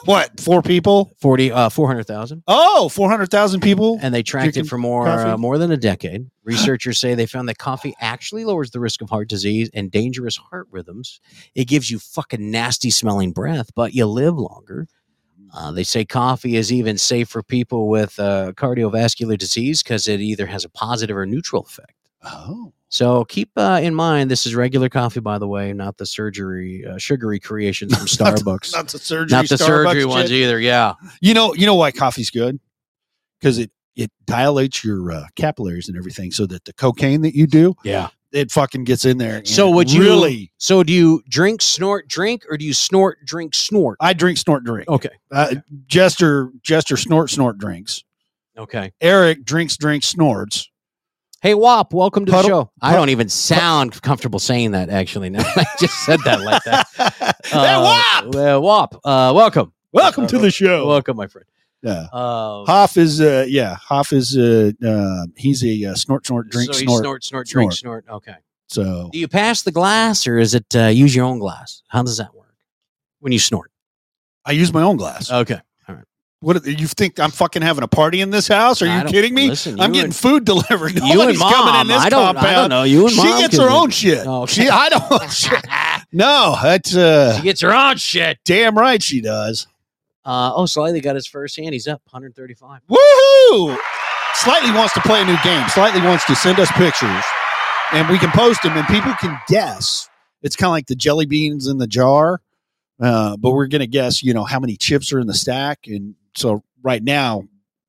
S8: What? Four people?
S12: 40 uh 400,000.
S8: Oh, 400,000 people.
S12: And they tracked it
S8: drinking
S12: for more
S8: coffee?
S12: uh, more than a
S8: <gasps>
S12: decade. Researchers say they found that coffee actually lowers the risk of heart disease and dangerous heart rhythms. It gives you fucking nasty smelling breath, but you live longer. Uh, they say coffee is even safe for people with uh, cardiovascular disease because it either has a positive or neutral effect.
S8: Oh.
S12: So keep uh, in mind this is regular coffee, by the way, not the surgery uh, sugary creations from Starbucks,
S8: <laughs> Not the surgery.
S12: not the
S8: Starbucks
S12: surgery ones
S8: shit.
S12: either. Yeah,
S8: You know, you know why coffee's good? Because it it dilates your uh, capillaries and everything, so that the cocaine that you do,
S12: yeah.
S8: it fucking gets in there. and
S12: So
S8: it
S12: would you
S8: really?
S12: So do you drink, snort, drink, or do you snort, drink, snort?
S8: I drink, snort, drink.
S12: Okay,
S8: Uh, Jester, Jester, snort, snort drinks.
S12: okay.
S8: Eric drinks,
S12: <laughs>
S8: drinks, snorts.
S12: Hey, Wop, welcome to
S8: Puddle-
S12: the show. I
S8: pud-
S12: don't even sound comfortable saying that. Actually, <laughs> now I just said that like
S8: <laughs>
S12: that. hey, Wop, uh, Wop, uh, welcome,
S8: welcome to the show.
S12: welcome, my friend.
S8: Yeah.
S12: Um,
S8: Hoff is, uh, yeah, Hoff is, uh, uh, he's a uh, snort, snort, drink,
S12: so you
S8: snort,
S12: snort, snort, drink, snort. Okay.
S8: So
S12: Do you pass the glass or is it uh, use your own glass? How does that work when you snort?
S8: I use my own glass.
S12: Okay. All right.
S8: What you think I'm fucking having a party in this house? Are
S12: I
S8: you
S12: don't-
S8: kidding me?
S12: listen,
S8: I'm
S12: you
S8: getting
S12: and-
S8: food <laughs> delivered.
S12: you and
S8: Nobody's coming
S12: Mom,
S8: in this
S12: I don't- I don't
S8: compound.
S12: know. You and
S8: she
S12: Mom
S8: gets
S12: can
S8: her
S12: do-
S8: own shit.
S12: Oh,
S8: She,
S12: okay.
S8: I don't. <laughs> no, that's uh,
S12: She gets her own shit.
S8: damn right she does.
S12: Uh, oh, Slightly got his first hand. He's up 135.
S8: Woohoo! Slightly wants to play a new game. Slightly wants to send us pictures, and we can post them, and people can guess. It's kind of like the jelly beans in the jar, uh, but we're gonna guess. You know how many chips are in the stack, and so right now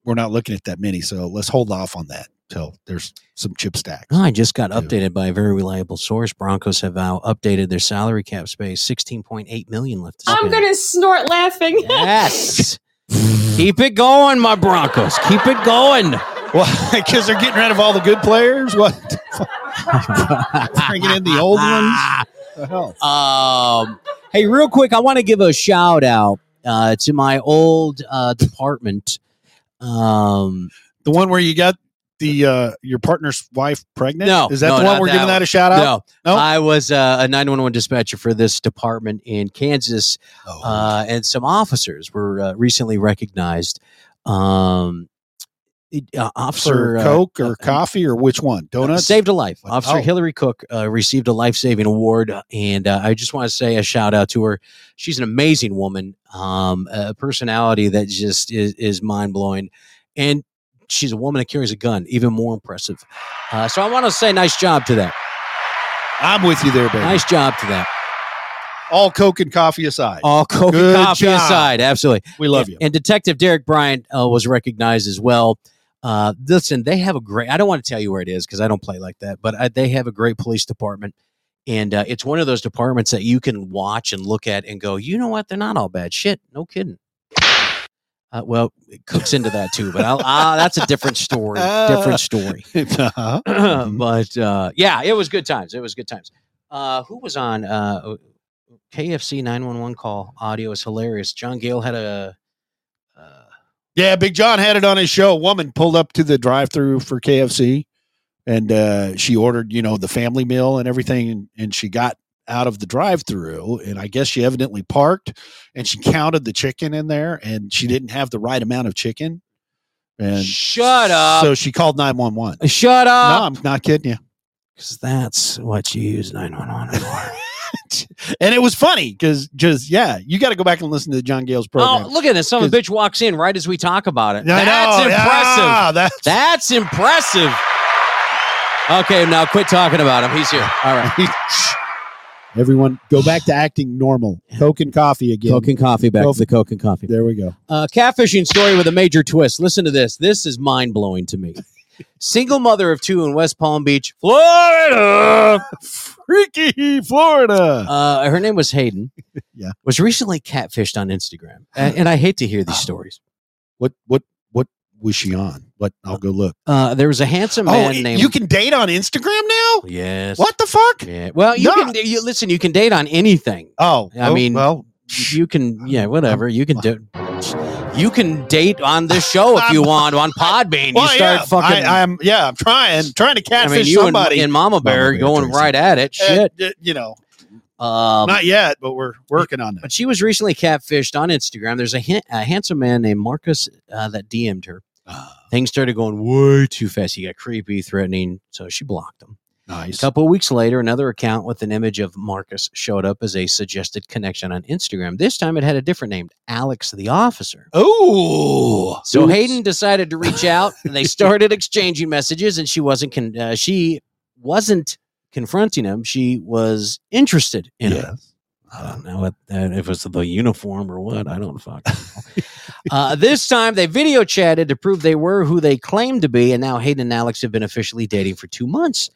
S8: we're not looking at that many. So let's hold off on that till there's some chip stack.
S12: Oh, I just got updated by a very reliable source. Broncos have now updated their salary cap space. 16.8 million left. To
S16: I'm
S12: spend.
S16: gonna snort laughing. <laughs>
S12: Yes. Keep it going, my Broncos. Keep it going.
S8: Well, <laughs> because they're getting rid of all the good players. What? <laughs> Bringing in the old ones. The hell?
S12: Um, hey, real quick, I want to give a shout out uh, to my old uh, department. Um,
S8: The one where you got the uh your partner's wife pregnant?
S12: No,
S8: Is that
S12: no,
S8: the one
S12: not
S8: we're
S12: that
S8: giving
S12: one.
S8: that a shout out?
S12: no, I was uh, a 911 dispatcher for this department in Kansas, uh, and some officers were uh, recently recognized. Um, it- uh, officer
S8: For
S12: uh,
S8: Coke or coffee or which one? Donuts?
S12: saved a life. Officer
S8: Oh.
S12: Hillary Cook uh, received a life saving award, and uh, I just want to say a shout out to her. She's an amazing woman, um, a personality that just is, is mind blowing, and she's a woman that carries a gun, even more impressive. Uh, so I want to say nice job to that.
S8: I'm with you there, baby.
S12: Nice job to that.
S8: All Coke and coffee aside.
S12: All Coke
S8: Good
S12: and coffee
S8: job.
S12: aside, absolutely.
S8: We love
S12: And-
S8: you.
S12: And Detective Derek Bryant uh, was recognized as well. Uh, listen, they have a great. I don't want to tell you where it is because I don't play like that, but I, they have a great police department, and uh, it's one of those departments that you can watch and look at and go, you know what? They're not all bad shit. No kidding. Uh, well, it cooks into that too, but I'll, i that's a different story.
S8: <laughs>
S12: Different story.
S8: Uh-huh.
S12: <clears throat> but uh, yeah, it was good times. It was good times. Uh, who was on uh, KFC 911 call? Audio is hilarious. John Gale had a uh,
S8: <laughs> Yeah, Big John had it on his show. A woman pulled up to the drive through for KFC and uh, she ordered, you know, the family meal and everything. And, and she got out of the drive through. And I guess she evidently parked and she counted the chicken in there and she didn't have the right amount of chicken. And
S12: shut up.
S8: so she called 911.
S12: shut
S8: No,
S12: up.
S8: I'm not kidding you.
S12: Because that's what you use 911
S8: <laughs>
S12: for. Oh,
S8: And it was funny because just, yeah, you got to go back and listen to John Gale's program.
S12: oh, look at this. Some bitch walks in right as we talk about it.
S8: I know,
S12: That's impressive.
S8: yeah, that's-
S12: that's-, impressive. Okay, now quit talking about him. He's here. All right.
S8: <laughs> Everyone, go back to acting normal. Coke and coffee again.
S12: Coke and coffee back
S8: Coke-
S12: to the Coke and coffee.
S8: There we go.
S12: Uh, catfishing story with a major twist. Listen to this. This is mind blowing to me. Single mother of two in West Palm Beach, Florida.
S8: Freaky Florida.
S12: Uh, her name was Hayden.
S8: <laughs> Yeah.
S12: Was recently catfished on Instagram. A- and I hate to hear
S8: Oh.
S12: these stories.
S8: What what what was she on? What I'll go look.
S12: Uh, there was a handsome man
S8: Oh, y-
S12: named.
S8: you can date on Instagram now?
S12: Yes.
S8: What the fuck?
S12: Yeah. Well, you
S8: No.
S12: can you, listen. You can date on anything.
S8: Oh,
S12: I
S8: oh,
S12: mean,
S8: well,
S12: you can. Yeah, whatever. You can do. You can date on this show if you want on Podbean.
S8: well,
S12: you start
S8: yeah,
S12: fucking.
S8: I, I'm yeah, I'm trying, trying to
S12: I mean,
S8: catfish
S12: you and,
S8: somebody.
S12: and Mama Bear
S8: Bear
S12: going
S8: Tracy.
S12: right at it. Shit.
S8: Uh, you know,
S12: Um,
S8: Not yet, but we're working on that.
S12: But she was recently catfished on Instagram. There's a, ha- a handsome man named Marcus uh, that DM'd her. Things started going way too fast. He got creepy, threatening, so she blocked him.
S8: Nice.
S12: A couple of weeks later, another account with an image of Marcus showed up as a suggested connection on Instagram. This time, it had a different name, Alex the Officer.
S8: Oh,
S12: So Hayden decided to reach out. and
S8: <laughs>
S12: they started exchanging messages, and she wasn't con- uh, she wasn't confronting him. She was interested in him. I don't know what that, if it was the uniform or what. I don't fucking
S8: <laughs>
S12: know. uh, this time they video chatted to prove they were who they claimed to be, and now Hayden and Alex have been officially dating for two months.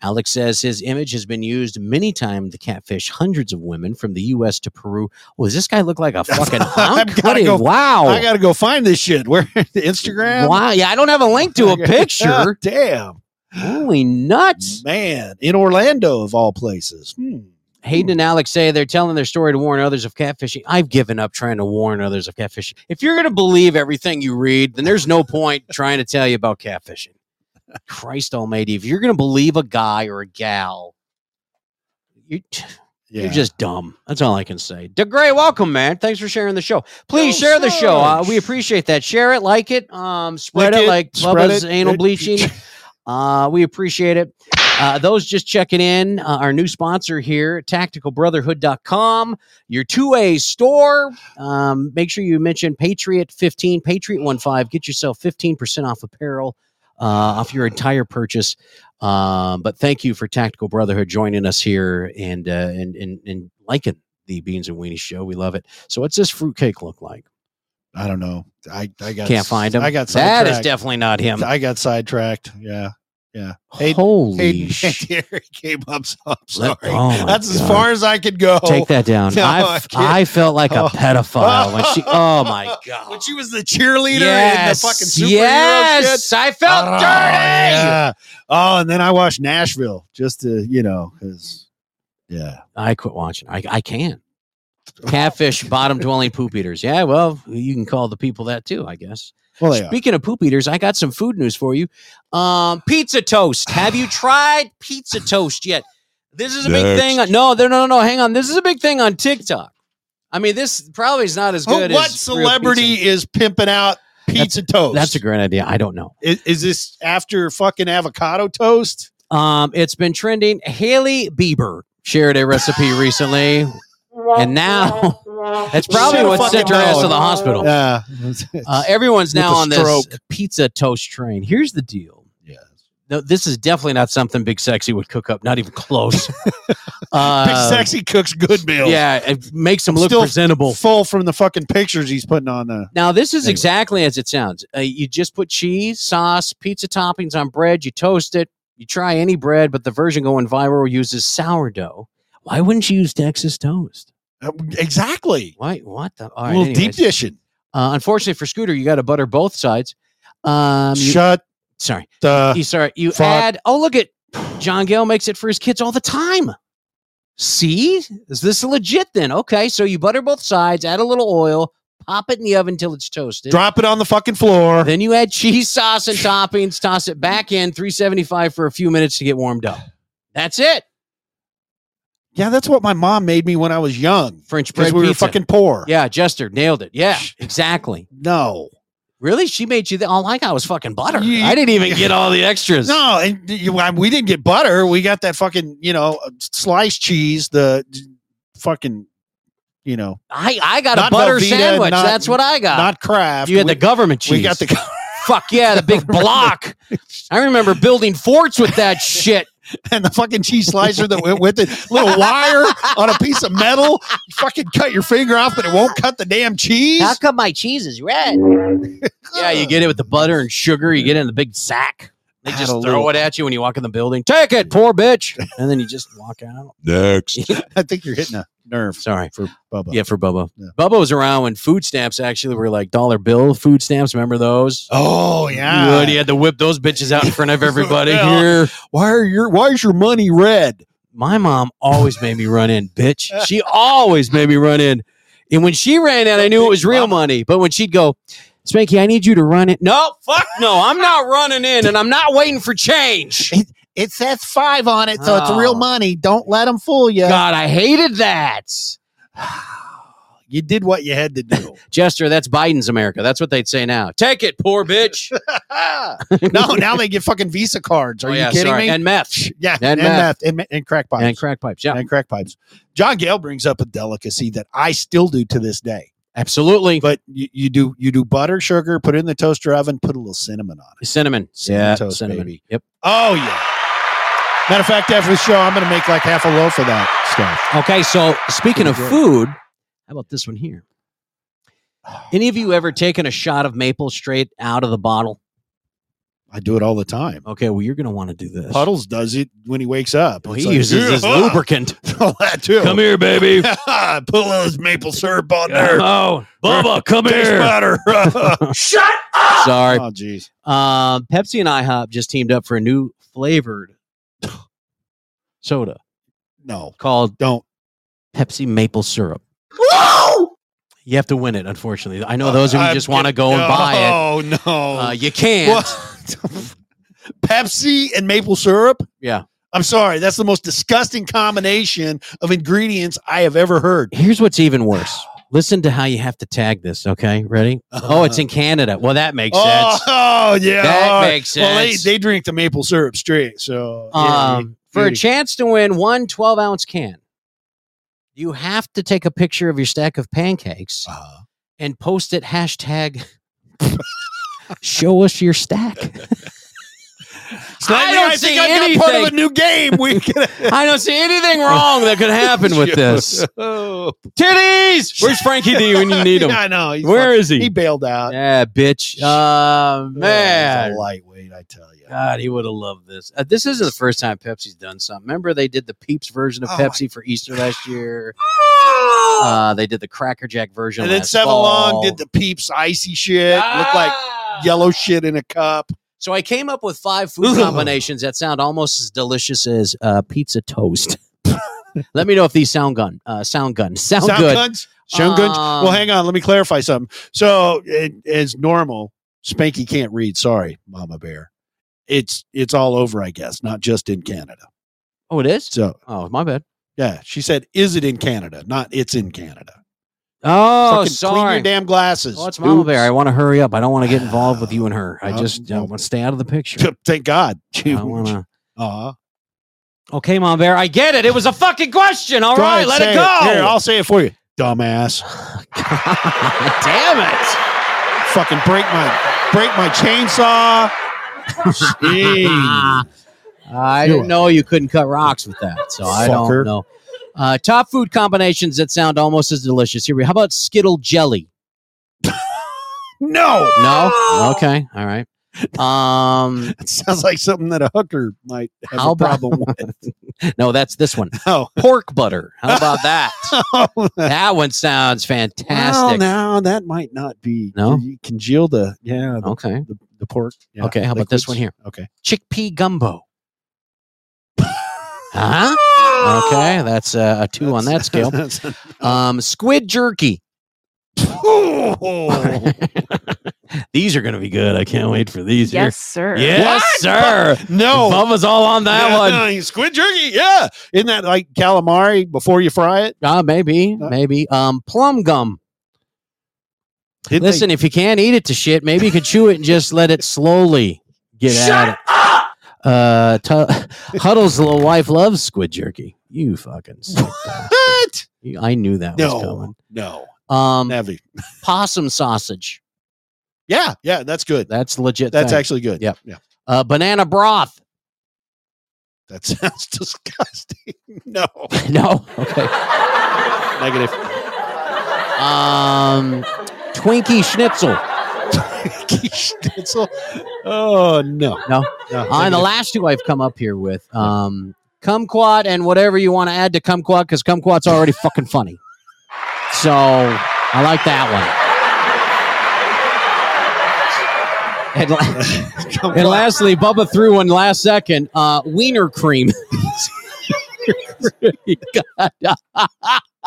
S12: Alex says his image has been used many times to catfish hundreds of women from the U.S. to Peru. Well, does this guy look
S8: <laughs>
S12: like a fucking hunk?
S8: I've
S12: What
S8: gotta
S12: a-
S8: go-
S12: wow!
S8: I gotta go find this shit. <laughs> Where the Instagram?
S12: Wow. Yeah, I don't have a link to a
S8: <laughs> Okay.
S12: picture.
S8: God damn.
S12: Holy nuts.
S8: Man, in Orlando of all places. Hmm,
S12: Hayden and Alex say they're telling their story to warn others of catfishing. I've given up trying to warn others of catfishing. If you're going to believe everything you read, then there's no point trying to tell you about catfishing. Christ almighty, if you're going to believe a guy or a gal, you,
S8: Yeah.
S12: you're just dumb. That's all I can say. DeGray, welcome, man. Thanks for sharing the show. Please share the show. Uh, we appreciate that. Share it, like it, um, spread
S8: Like
S12: it,
S8: it,
S12: like
S8: spread
S12: Bubba's
S8: it.
S12: anal
S8: It-
S12: bleaching.
S8: <laughs>
S12: Uh, we appreciate it. Uh, those just checking in, uh, our new sponsor here, tacticalbrotherhood.com, your 2A store. Um, make sure you mention Patriot 15, Patriot 15. Get yourself 15% off apparel, uh, off your entire purchase. Um, but thank you for Tactical Brotherhood joining us here and, uh, and, and, and liking the Beans and Weenie show. We love it. So, what's this fruitcake look like?
S8: I don't know. I, I got
S12: Can't find him.
S8: I got
S12: that
S8: sidetracked.
S12: is definitely not him.
S8: I got sidetracked. Yeah. Yeah.
S12: Holy
S8: Hayden
S12: shit.
S8: Pantieri <laughs> came up. So I'm sorry.
S12: Let- oh my
S8: That's as
S12: God.
S8: far as I could go.
S12: Take that down.
S8: oh, <laughs> No,
S12: I,
S8: I
S12: f-
S8: can't.
S12: I felt like a
S8: Oh.
S12: pedophile when
S8: <laughs>
S12: she. Oh my god!
S8: When she was the cheerleader and the
S12: Yes,
S8: fucking superhero
S12: yes,
S8: shit.
S12: I felt
S8: Oh,
S12: dirty.
S8: yeah. Oh, and then I watched Nashville just to, you know, because yeah,
S12: I quit watching. I I can't. Catfish, bottom dwelling poop eaters. Yeah, well, you can call the people that too, I guess.
S8: Well, they are.
S12: Speaking of poop eaters, I got some food news for you. Um, pizza toast. Have you tried pizza toast yet? This is a big
S16: Next.
S12: thing. On, no, no, no, no. Hang on. This is a big thing on TikTok. I mean, this probably is not as
S8: Who-
S12: good.
S8: what
S12: as real pizza.
S8: celebrity is pimping out pizza toast?
S12: That's a great idea. I don't know.
S8: is, is this after fucking avocado toast?
S12: Um, it's been trending. Haley Bieber shared a
S8: <laughs>
S12: recipe recently, and now <laughs> that's probably
S8: Should've
S12: what sent her
S8: fucking
S12: ass
S8: known.
S12: to the hospital.
S8: <laughs> Yeah,
S12: Uh, everyone's now
S8: With a
S12: on this
S8: stroke.
S12: pizza toast train. Here's the deal. No, this is definitely not something Big Sexy would cook up. Not even
S8: <laughs>
S12: close.
S8: Big
S12: Uh,
S8: sexy cooks good meals.
S12: Yeah, it makes them look
S8: Still
S12: presentable.
S8: Full from the fucking pictures he's putting on the.
S12: Now, this is
S8: Anyway.
S12: exactly as it sounds. Uh, you just put cheese, sauce, pizza toppings on bread, you toast it, you try any bread, but the version going viral uses sourdough. Why wouldn't you use Texas toast?
S8: Uh, Exactly.
S12: Why? What the? All
S8: A
S12: right,
S8: little
S12: anyways.
S8: deep dishing.
S12: Uh, unfortunately for Scooter, you got to butter both sides. Um, you-
S8: Shut
S12: Sorry.
S8: <laughs> the.
S12: You, sorry. You
S8: fuck.
S12: add. Oh, look at John Gale makes it for his kids all the time. See, is this legit then? Okay, so you butter both sides, add a little oil, pop it in the oven until it's toasted.
S8: Drop it on the fucking floor.
S12: Then you add cheese sauce and toppings, toss it back in 375 for a few minutes to get warmed up. That's it.
S8: Yeah, that's what my mom made me when I was young.
S12: French
S8: Because
S12: bread
S8: we were
S12: pizza.
S8: fucking poor.
S12: Yeah, Jester nailed it. Yeah, exactly.
S8: No.
S12: Really? She made you th- all I got was fucking butter.
S8: You-
S12: I didn't even get all the extras.
S8: <laughs> No, and you, I- we didn't get butter. We got that fucking, you know, uh, sliced cheese, the fucking, you know,
S12: I, I got a
S8: Not
S12: butter
S8: Velveeta,
S12: sandwich.
S8: not-
S12: That's what I got.
S8: not Kraft.
S12: you had
S8: We-
S12: the government cheese.
S8: We got the
S12: fuck yeah, the big block. I remember building forts with that shit.
S8: <laughs> and the fucking cheese slicer that went with it. Little wire on a piece of metal. You fucking cut your finger off, but it won't cut the damn
S12: <laughs>
S8: cheese.
S12: How come my cheese is red? <laughs> yeah, you get it with the butter and sugar. You get it in the big sack. They
S8: Add
S12: just throw
S8: a little-
S12: it at you when you walk in the building. Take it, poor bitch. And then you just walk out.
S9: <laughs>
S11: Next.
S8: I think you're hitting a nerve.
S12: Sorry.
S8: for Bubba.
S12: Yeah, for Bubba.
S8: Yeah.
S12: Bubba was around when food stamps actually were like dollar bill food stamps. Remember those?
S8: Oh yeah.
S12: Good. He had to whip those bitches out in front of everybody.
S8: <laughs> Well-
S12: Here.
S8: Why are your Why is your money red?
S12: My mom always made me run in,
S8: <laughs>
S12: bitch. She always made me run in. And when she ran in, I knew it was real money. But when she'd go,
S8: <laughs>
S12: Spanky, I need you to run it. No, fuck no. I'm not running in and I'm not waiting for change.
S8: It says five on it, so it's
S12: Oh.
S8: real money. Don't let them fool you.
S12: God, I hated that.
S8: you did what you had
S12: <laughs>
S8: to do.
S12: Jester, that's Biden's America. That's what they'd say now. Take it, poor
S8: <laughs>
S12: bitch.
S8: no, now they get fucking Visa cards. Are
S12: Oh,
S8: you
S12: yeah,
S8: kidding
S12: sorry.
S8: me?
S12: And meth.
S8: Yeah,
S12: And
S8: and,
S12: meth.
S8: meth. and, and crack pipes.
S12: And crack pipes. Yeah.
S8: And crack pipes. John Gale brings up a delicacy that I still do to this day.
S12: Absolutely.
S8: But you, you do you do butter, sugar, put it in the toaster oven, put a little cinnamon on it.
S12: Cinnamon.
S8: Cinnamon
S12: yeah,
S8: toast,
S12: cinnamon.
S8: baby.
S12: Yep.
S8: Oh yeah. Matter of fact, after the show, I'm gonna make like half a loaf of that stuff.
S12: Okay, so speaking of
S8: Pretty good.
S12: food, how about this one here? <sighs> Any of you ever taken a shot of maple straight out of the bottle?
S8: I do it all the time.
S12: Okay, well, you're going to want to do this.
S8: Puddles does it when he wakes up.
S12: Well,
S8: It's
S12: he
S8: like,
S12: uses his
S8: <laughs> "Yeah."
S12: lubricant.
S8: All that too.
S12: Come here, baby.
S8: <laughs> Put all this maple syrup on there.
S12: Oh, Bubba, come
S8: Tastes
S12: here.
S8: <laughs> better. Shut up.
S12: <laughs> Sorry.
S8: Oh, jeez.
S12: Um, Pepsi and IHOP just teamed up for a new flavored <sighs> soda
S8: No,
S12: called
S8: don't.
S12: Pepsi Maple Syrup. You have to win it, unfortunately. I know those of you
S8: I'm
S12: just want to
S8: kidding.
S12: go and buy
S8: No, no.
S12: it. Uh, you can't.
S8: What? <laughs> Pepsi and maple syrup?
S12: Yeah.
S8: I'm sorry. That's the most disgusting combination of ingredients I have ever heard.
S12: Here's what's even worse. Listen to how you have to tag this. Okay, ready? oh,
S8: <laughs>
S12: it's in Canada. Well, that makes
S8: Oh,
S12: sense.
S8: oh, yeah.
S12: That
S8: all right.
S12: makes
S8: Well, they,
S12: sense.
S8: they drink the maple syrup straight. So, <laughs> yeah,
S12: Um,
S8: you-
S12: for a
S8: you-
S12: chance to win one 12 ounce can, you have to take a picture of your stack of pancakes
S8: Uh-huh.
S12: and post it hashtag <laughs> show us your stack.
S8: Slightly, <laughs> I,
S12: don't see
S8: think I've got part of a
S12: anything.
S8: new game. We can
S12: <laughs> I don't see anything wrong that could happen
S8: <laughs>
S12: with this.
S8: Oh.
S12: Titties! Where's Frankie D when you
S8: <laughs>
S12: need him?
S8: Yeah, I know. He's
S12: Where
S8: fucking-
S12: is he?
S8: He bailed out.
S12: Yeah, bitch. Uh,
S8: Oh, he's
S12: man. Uh,
S8: a lightweight, I tell you.
S12: God, he would have loved this. Uh, this isn't the first time Pepsi's done something. Remember, they did the Peeps version of
S8: Oh, my-
S12: Pepsi for Easter last
S8: <gasps>
S12: year. Uh, they did the Cracker Jack version.
S8: And then
S12: last
S8: Seven Long
S12: fall.
S8: did the Peeps icy shit. Looked like
S12: Ah!
S8: yellow shit in a cup.
S12: So I came up with five food combinations that sound almost as delicious as uh, pizza toast. <laughs> Let me know if these sound gun, uh, sound gun, <laughs> sound,
S8: Sound
S12: good.
S8: guns? Sound guns? Well,
S12: Um,
S8: hang on. Let me clarify something. So, it, as normal, Spanky can't read. Sorry, Mama Bear. It's it's all over, I guess, not just in Canada.
S12: Oh, it is.
S8: So,
S12: Oh, my bad.
S8: yeah, she said, "Is it in Canada? Not it's in Canada."
S12: Oh,
S8: Fucking Clean your
S12: sorry.
S8: damn glasses.
S12: Oh, it's Mama Bear. I
S8: Oops.
S12: want to hurry up. I don't want to get involved with you and her. I
S8: Oh,
S12: just I
S8: no.
S12: want to stay out of the
S8: <laughs>
S12: picture.
S8: Thank God.
S12: I want to.
S8: Uh-huh.
S12: Okay, Mom Bear, I get it. It was a fucking question. All
S8: Go
S12: right,
S8: ahead,
S12: let
S8: say
S12: it go.
S8: Here, I'll <laughs> say it for you, dumbass.
S12: Damn it.
S8: Fucking break my break my chainsaw. Jeez.
S12: <laughs> I
S8: You
S12: didn't
S8: are-
S12: know you couldn't cut rocks with that, so I don't
S8: Fucker.
S12: know. Uh, top food combinations that sound almost as delicious. Here we How about Skittle jelly?
S8: no,
S12: <gasps> No? Okay. All right. Um,
S8: that sounds like something that a hooker might have
S12: How <laughs>
S8: a problem with.
S12: no, that's this one.
S8: No. <laughs>
S12: Pork butter. How about that? that one sounds
S8: well,
S12: fantastic.
S8: no, that might not be.
S12: No?
S8: you congeal the yeah the,
S12: Okay.
S8: the, the pork. yeah,
S12: Okay, how about this one here?
S8: Okay,
S12: Chickpea
S8: <laughs>
S12: gumbo. huh? Okay. That's uh, a two on that scale.
S8: <laughs> That's-
S12: Um, squid jerky. <laughs> these are gonna be good. I can't wait for these.
S3: Yes, sir.
S12: Here. Yes, sir. <laughs>
S8: no,
S12: Bubba's all on that
S8: Yeah, <laughs>
S12: one.
S8: no, squid jerky. Yeah, isn't that like calamari before you fry it?
S12: Ah, maybe,
S8: Uh,
S12: maybe. Um, plum gum.
S8: Didn't they-
S12: Listen, if you can't eat it to shit, maybe you could chew it and just let it slowly get at it. Uh, Tu- <laughs> Huddle's little wife loves squid jerky. You fucking. sick bastard.
S8: <laughs> what?
S12: You- I knew that was
S8: No,
S12: coming.
S8: no,
S12: Um,
S8: Navy.
S12: possum sausage.
S8: Yeah, yeah, that's good.
S12: That's legit.
S8: That's
S12: thing.
S8: actually good.
S12: Yep.
S8: yeah,
S12: uh, banana broth. <laughs>
S8: that <laughs> sounds disgusting. no,
S12: no. Okay.
S8: negative.
S12: <laughs> Um, Twinkie Schnitzel.
S8: Schnitzel. Oh no,
S12: No.
S8: no.
S12: Uh, and the
S8: negative.
S12: last two I've come up here with um, Kumquat and whatever you want to add to Kumquat because Kumquat's already fucking funny. So I like that one. And, la-
S8: Come
S12: and
S8: on.
S12: lastly, Bubba threw one last second. Uh, wiener cream. <laughs>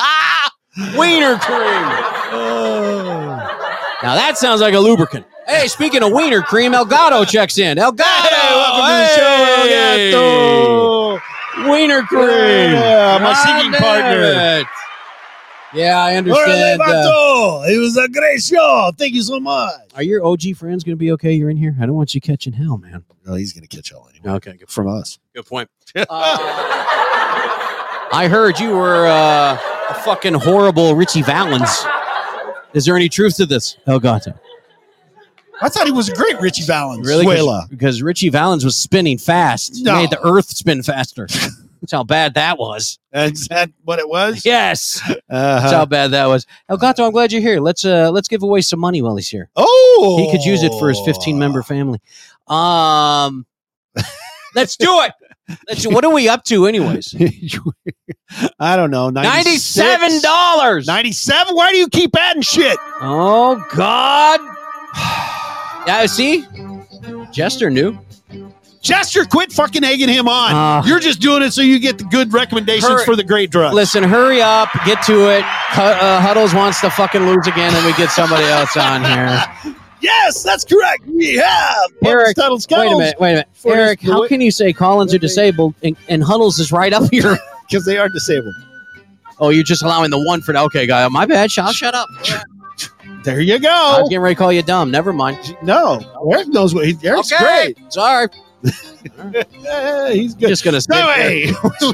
S12: wiener cream.
S8: Oh.
S12: Now that sounds like a lubricant. Hey, speaking of wiener cream, Elgato checks in. Elgato,
S8: Hey, welcome to the show, Elgato.
S12: Mercury.
S8: Yeah, my singing
S12: God
S8: partner.
S12: damn it. Yeah, I understand. uh,
S8: Levanto. it was a great show. Thank you so much.
S12: are your OG friends going to be okay? You're in here. I don't want you catching hell, man.
S8: No, Oh, he's gonna catch all anyway.
S12: Okay, good,
S8: From us.
S12: good
S8: <laughs>
S12: point. I heard you were uh, a fucking horrible Richie Valens. Is there any truth to this? El Gato.
S8: I thought he was a great Richie Valens.
S12: Really? 'Cause-
S8: Suela.
S12: Because Richie Valens was spinning fast. He
S8: No.
S12: made the earth spin
S8: <laughs>
S12: faster. That's how bad that was.
S8: Is that what it was?
S12: Yes. That's
S8: Uh-huh.
S12: how bad that was. El Gato, I'm glad you're here. Let's uh let's give away some money while he's here.
S8: Oh,
S12: He could use it for his 15 member family. Um let's do
S8: <laughs>
S12: it. Let's what are we up to anyways?
S8: <laughs> I don't know.
S12: Ninety-seven dollars.
S8: Ninety-seven. Why do you keep adding shit?
S12: Oh God. <sighs> Yeah, see? Jester knew.
S8: Chester, quit fucking egging him on.
S12: Uh.
S8: You're just doing it so you get the good recommendations
S12: Hurry-
S8: for the great drug.
S12: Listen, hurry up, get to it. Hu- uh, Huddles wants to fucking lose again, and we get somebody else on
S8: <laughs>
S12: here.
S8: Yes, that's correct. We have
S12: Eric,
S8: Puddles, Tuddles,
S12: Wait a
S8: Cuddles.
S12: minute, wait a minute,
S8: For
S12: Eric.
S8: this-
S12: How can you say Collins are disabled and, and Huddles is right up <laughs> here?
S8: because they are disabled.
S12: Oh, you're just allowing the one for okay, guy. My bad. Sh- I'll shut up.
S8: There you
S12: I was
S8: go.
S12: getting ready to call you dumb. Never mind.
S8: No, Eric knows what he, Eric's
S12: Okay. Sorry.
S8: great. yeah, he's
S12: I'm
S8: good.
S12: just gonna sit
S8: Anyway,
S12: here.
S8: <laughs> would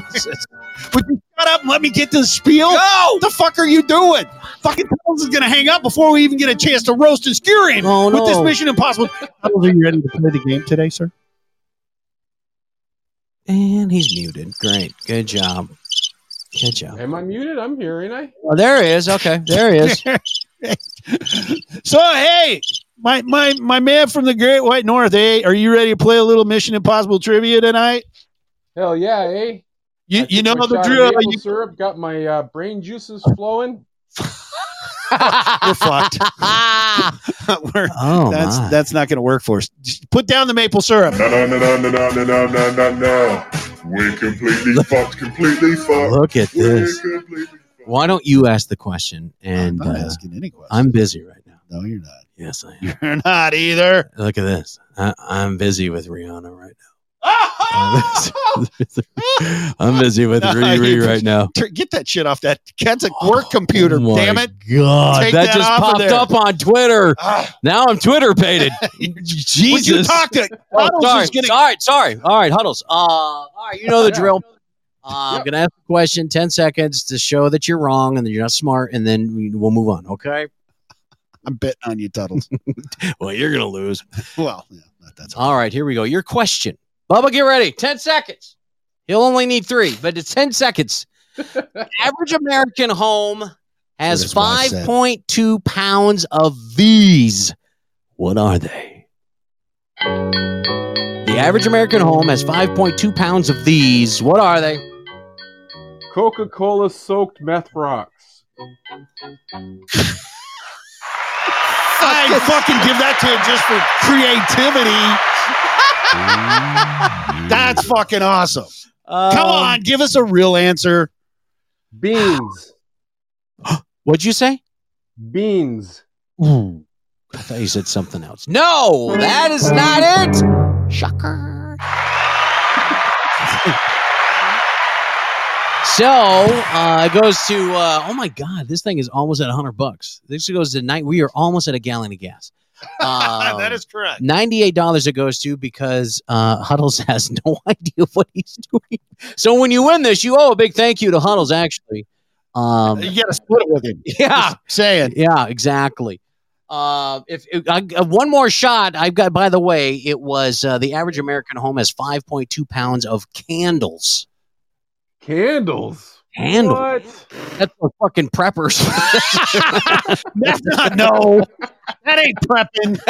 S8: you shut up and let me get this spiel? No. What the fuck are you doing? Fucking Tunnels is gonna hang up before we even get a chance to roast his curing
S12: Oh,
S8: with this
S12: no.
S8: Mission Impossible. Tunnels, are you ready to play the game today, sir?
S12: And he's muted. Great. Good job. Good job.
S16: Am I muted? I'm here, ain't I?
S12: Oh, there he is. Okay, there he is.
S8: <laughs> So hey, my my my man from the Great White North, hey, are you ready to play a little Mission Impossible trivia tonight?
S16: Hell yeah, eh?
S8: You you know
S16: My
S8: the
S16: shot of
S8: drill.
S16: maple
S8: You,
S16: syrup got my uh, brain juices flowing.
S12: <laughs>
S8: we're fucked. <laughs> We're-
S12: Oh
S8: that's
S12: my.
S8: that's not going to work for us. Just put down the maple syrup.
S9: No, no, no, no, no, no, no, no, no, no. We're completely fucked, completely fucked.
S12: Look at
S9: We're
S12: this.
S9: completely-
S12: Why don't you ask the question? And
S8: I'm not
S12: uh,
S8: asking any questions.
S12: I'm busy right now.
S8: no, you're not. <laughs>
S12: Yes, I am.
S8: You're not
S12: <laughs>
S8: either.
S12: Look at this. I, I'm busy with Rihanna right now. <laughs> I'm busy with
S8: No,
S12: Riri
S8: you-
S12: right now.
S8: Tur- Get that shit off that. That's a work computer.
S12: Oh my
S8: damn it. <laughs>
S12: God,
S8: Take
S12: that,
S8: that
S12: just
S8: off of
S12: popped
S8: there.
S12: up on Twitter.
S8: Ah,
S12: Now I'm Twitter
S8: <laughs>
S12: pated.
S8: would
S12: Jesus.
S8: you talk to?
S12: Oh,
S8: Huddles
S12: sorry,
S8: is gonna-
S12: sorry, sorry. All right, huddles. Uh, all right, you know the
S16: Yeah.
S12: drill. Uh, I'm
S16: Yep.
S12: gonna ask a question, ten seconds to show that you're wrong and that you're not smart, and then we, we'll move on. Okay.
S8: I'm betting on you, Tuttles.
S12: Well, you're gonna lose.
S8: well, yeah, not that's
S12: All right, here we go. Your question, Bubba. Get ready. Ten seconds. He'll only need three, but it's ten seconds. Average American home has
S8: That's what I
S12: five
S8: said.
S12: point two pounds of these. What are they? The average American home has five point two pounds of these. What are they?
S16: Coca Cola soaked meth rocks.
S8: I'd fucking give that to him just for creativity. That's fucking awesome. Come
S12: Um,
S8: on, give us a real answer.
S16: Beans.
S12: What'd you say?
S16: Beans.
S12: I thought you said something else. No, that is not it. Shocker. <laughs> so uh, it goes to uh, oh my god, this thing is almost at hundred bucks. This goes to night. We are almost at a gallon of <laughs> gas. Um,
S8: that is correct.
S12: Ninety-eight dollars it goes to because uh, Huddles <laughs> has no idea what he's doing. So when you win this, you owe a big thank you to Huddles. Actually, um,
S8: You gotta split it with him.
S12: <laughs> yeah,
S8: Just
S12: <laughs>
S8: saying.
S12: yeah, exactly. Uh, if, if I, uh, one more shot, I've got. By the way, it was uh, the average American home has 5.2 pounds of candles.
S16: Candles.
S12: Candles.
S16: What?
S12: That's for fucking <laughs> preppers.
S8: That's not no. That ain't prepping.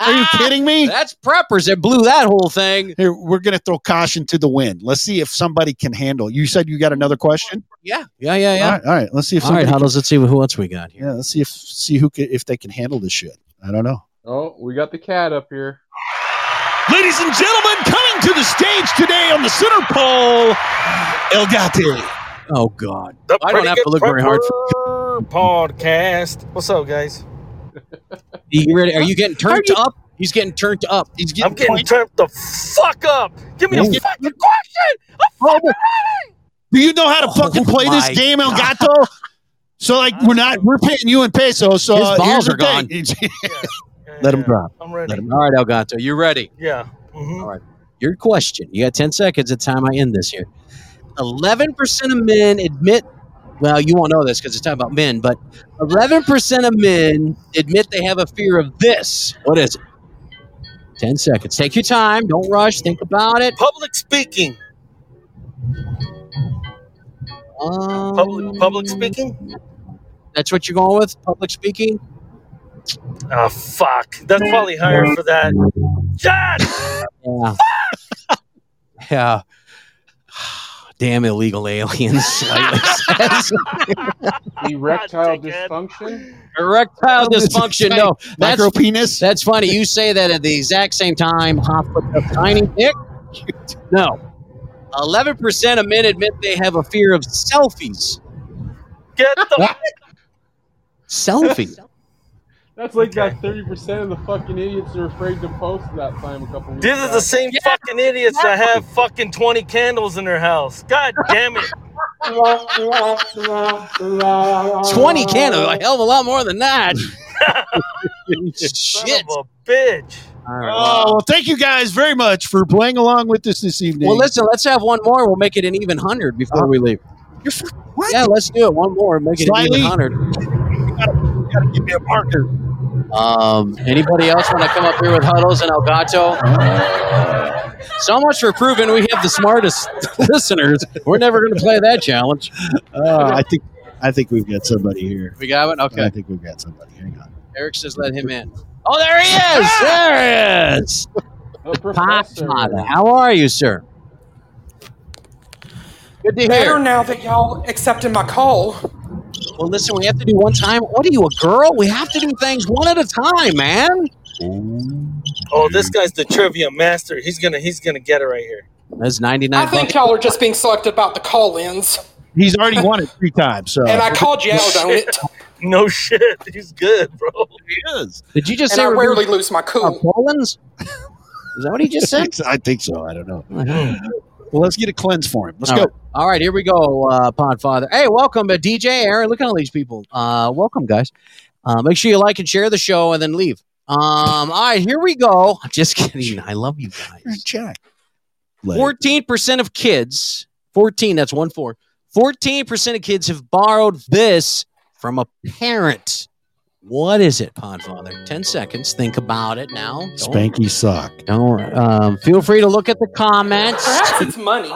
S8: Are you kidding me?
S12: That's preppers that blew that whole thing.
S8: Here, we're gonna throw caution to the wind. Let's see if somebody can handle. You said you got another question.
S12: Yeah, yeah, yeah,
S8: All
S12: yeah.
S8: right, all right. Let's see if
S12: All right,
S8: somebody.
S12: huddles. Let's see who else we got here.
S8: yeah, let's see if see who can, if they can handle this shit. I don't know.
S16: Oh, we got the cat up here.
S8: Ladies and gentlemen, coming to the stage today on the center pole, El Gato.
S12: Oh God, I don't have to look very hard. For-
S17: podcast. What's up, guys?
S12: you ready? Are you getting turned
S8: you-
S12: up? He's getting turned up.
S8: He's
S17: I'm
S8: getting
S17: getting
S8: points.
S17: turned the fuck up. Give me a
S8: Yeah.
S17: fucking question. I'm
S8: Do you know how to fucking play this
S12: Oh my
S8: game, Elgato? So like we're not we're paying you in pesos. So
S12: His
S8: uh,
S12: balls
S8: here's the
S12: are gone.
S8: thing. Let him drop.
S17: I'm ready.
S12: Let him- All right, Elgato, you ready?
S17: Yeah. Mhm.
S12: All right. Your question. You got 10 seconds at the time I end this here. 11% of men admit, well, you won't know this because it's talking about men, but 11% of men admit they have a fear of this. What is it? 10 seconds. Take your time. Don't rush. Think about it.
S17: Public speaking. public public speaking?
S12: Um, That's what you're going with? Public speaking?
S17: Oh fuck. That's probably higher for that. Shut
S12: Yeah. <laughs> yeah. <sighs> Damn illegal aliens. <laughs> Slightly says.
S16: Erectile dysfunction?
S12: Erectile
S8: <laughs>
S12: dysfunction. No, that's
S8: Micro penis.
S12: That's funny. You say that at the exact same time. Hop with a tiny dick. No, eleven percent of men admit they have a fear of selfies.
S17: Get
S16: <laughs>
S17: the
S12: <laughs> Selfie.
S16: That's like that 30% of the fucking idiots are afraid to post that time a couple weeks
S17: These are the
S16: back.
S17: same fucking idiots that have fucking 20 candles in their house. God damn it.
S12: 20 candles, a hell of a lot more than that.
S17: Son of a bitch.
S8: Oh, well, thank you guys very much for playing along with us this evening.
S12: Well, listen, let's have one more. We'll make it an even 100 before we leave.
S8: You're what?
S12: Yeah, let's do it. One more. Make it
S8: Slightly.
S12: an even 100.
S8: gotta give me a marker.
S12: Um, anybody else want to come up here with Huddles and Elgato? So much for proving we have the smartest <laughs> listeners. We're never going to play that challenge.
S8: Uh, I think I think we've got somebody here.
S12: We got it? Okay.
S8: I think we've got somebody. Hang on.
S12: Eric says let him in. Oh, there he is. There he is.
S16: The professor.
S12: Podfather, how are you, sir? Good to
S6: Better
S12: hear.
S6: now that y'all accepted my call.
S12: Well, listen, we have to do one time. What are you, a girl? We have to do things one at a time, man.
S17: Oh, this guy's the trivia master. He's gonna he's gonna get it right here.
S12: That's 99
S6: I think
S12: bucks.
S6: y'all are just being selected about the call-ins,
S12: Oh.
S8: He's already won it three times. So
S6: and I called you out on
S8: <laughs>
S6: it.
S17: No <laughs> shit. He's good, bro.
S8: He is.
S12: Did you just
S6: And
S12: say
S6: I
S12: we're
S6: rarely
S12: doing-
S6: lose my
S12: uh,
S6: cool.
S12: Poland's? Is that what he just said?
S8: <laughs> I think so. I don't know. Well, let's get a cleanse for him. Let's
S12: All
S8: go.
S12: right. All right, here we go, uh, Podfather. Hey, welcome to DJ Aaron. Look at all these people. Uh, welcome, guys. Uh, make sure you like and share the show and then leave. Um, all right, here we go. I'm just <laughs> kidding. I love you guys.
S8: Check.
S12: Fourteen percent of kids, fourteen. That's one four. Fourteen percent of kids have borrowed this from a parent. What is it, Podfather? Ten seconds. Think about it now. Don't-
S8: Spanky sock.
S12: Don't. Um, feel free to look at the comments.
S6: Perhaps it's money.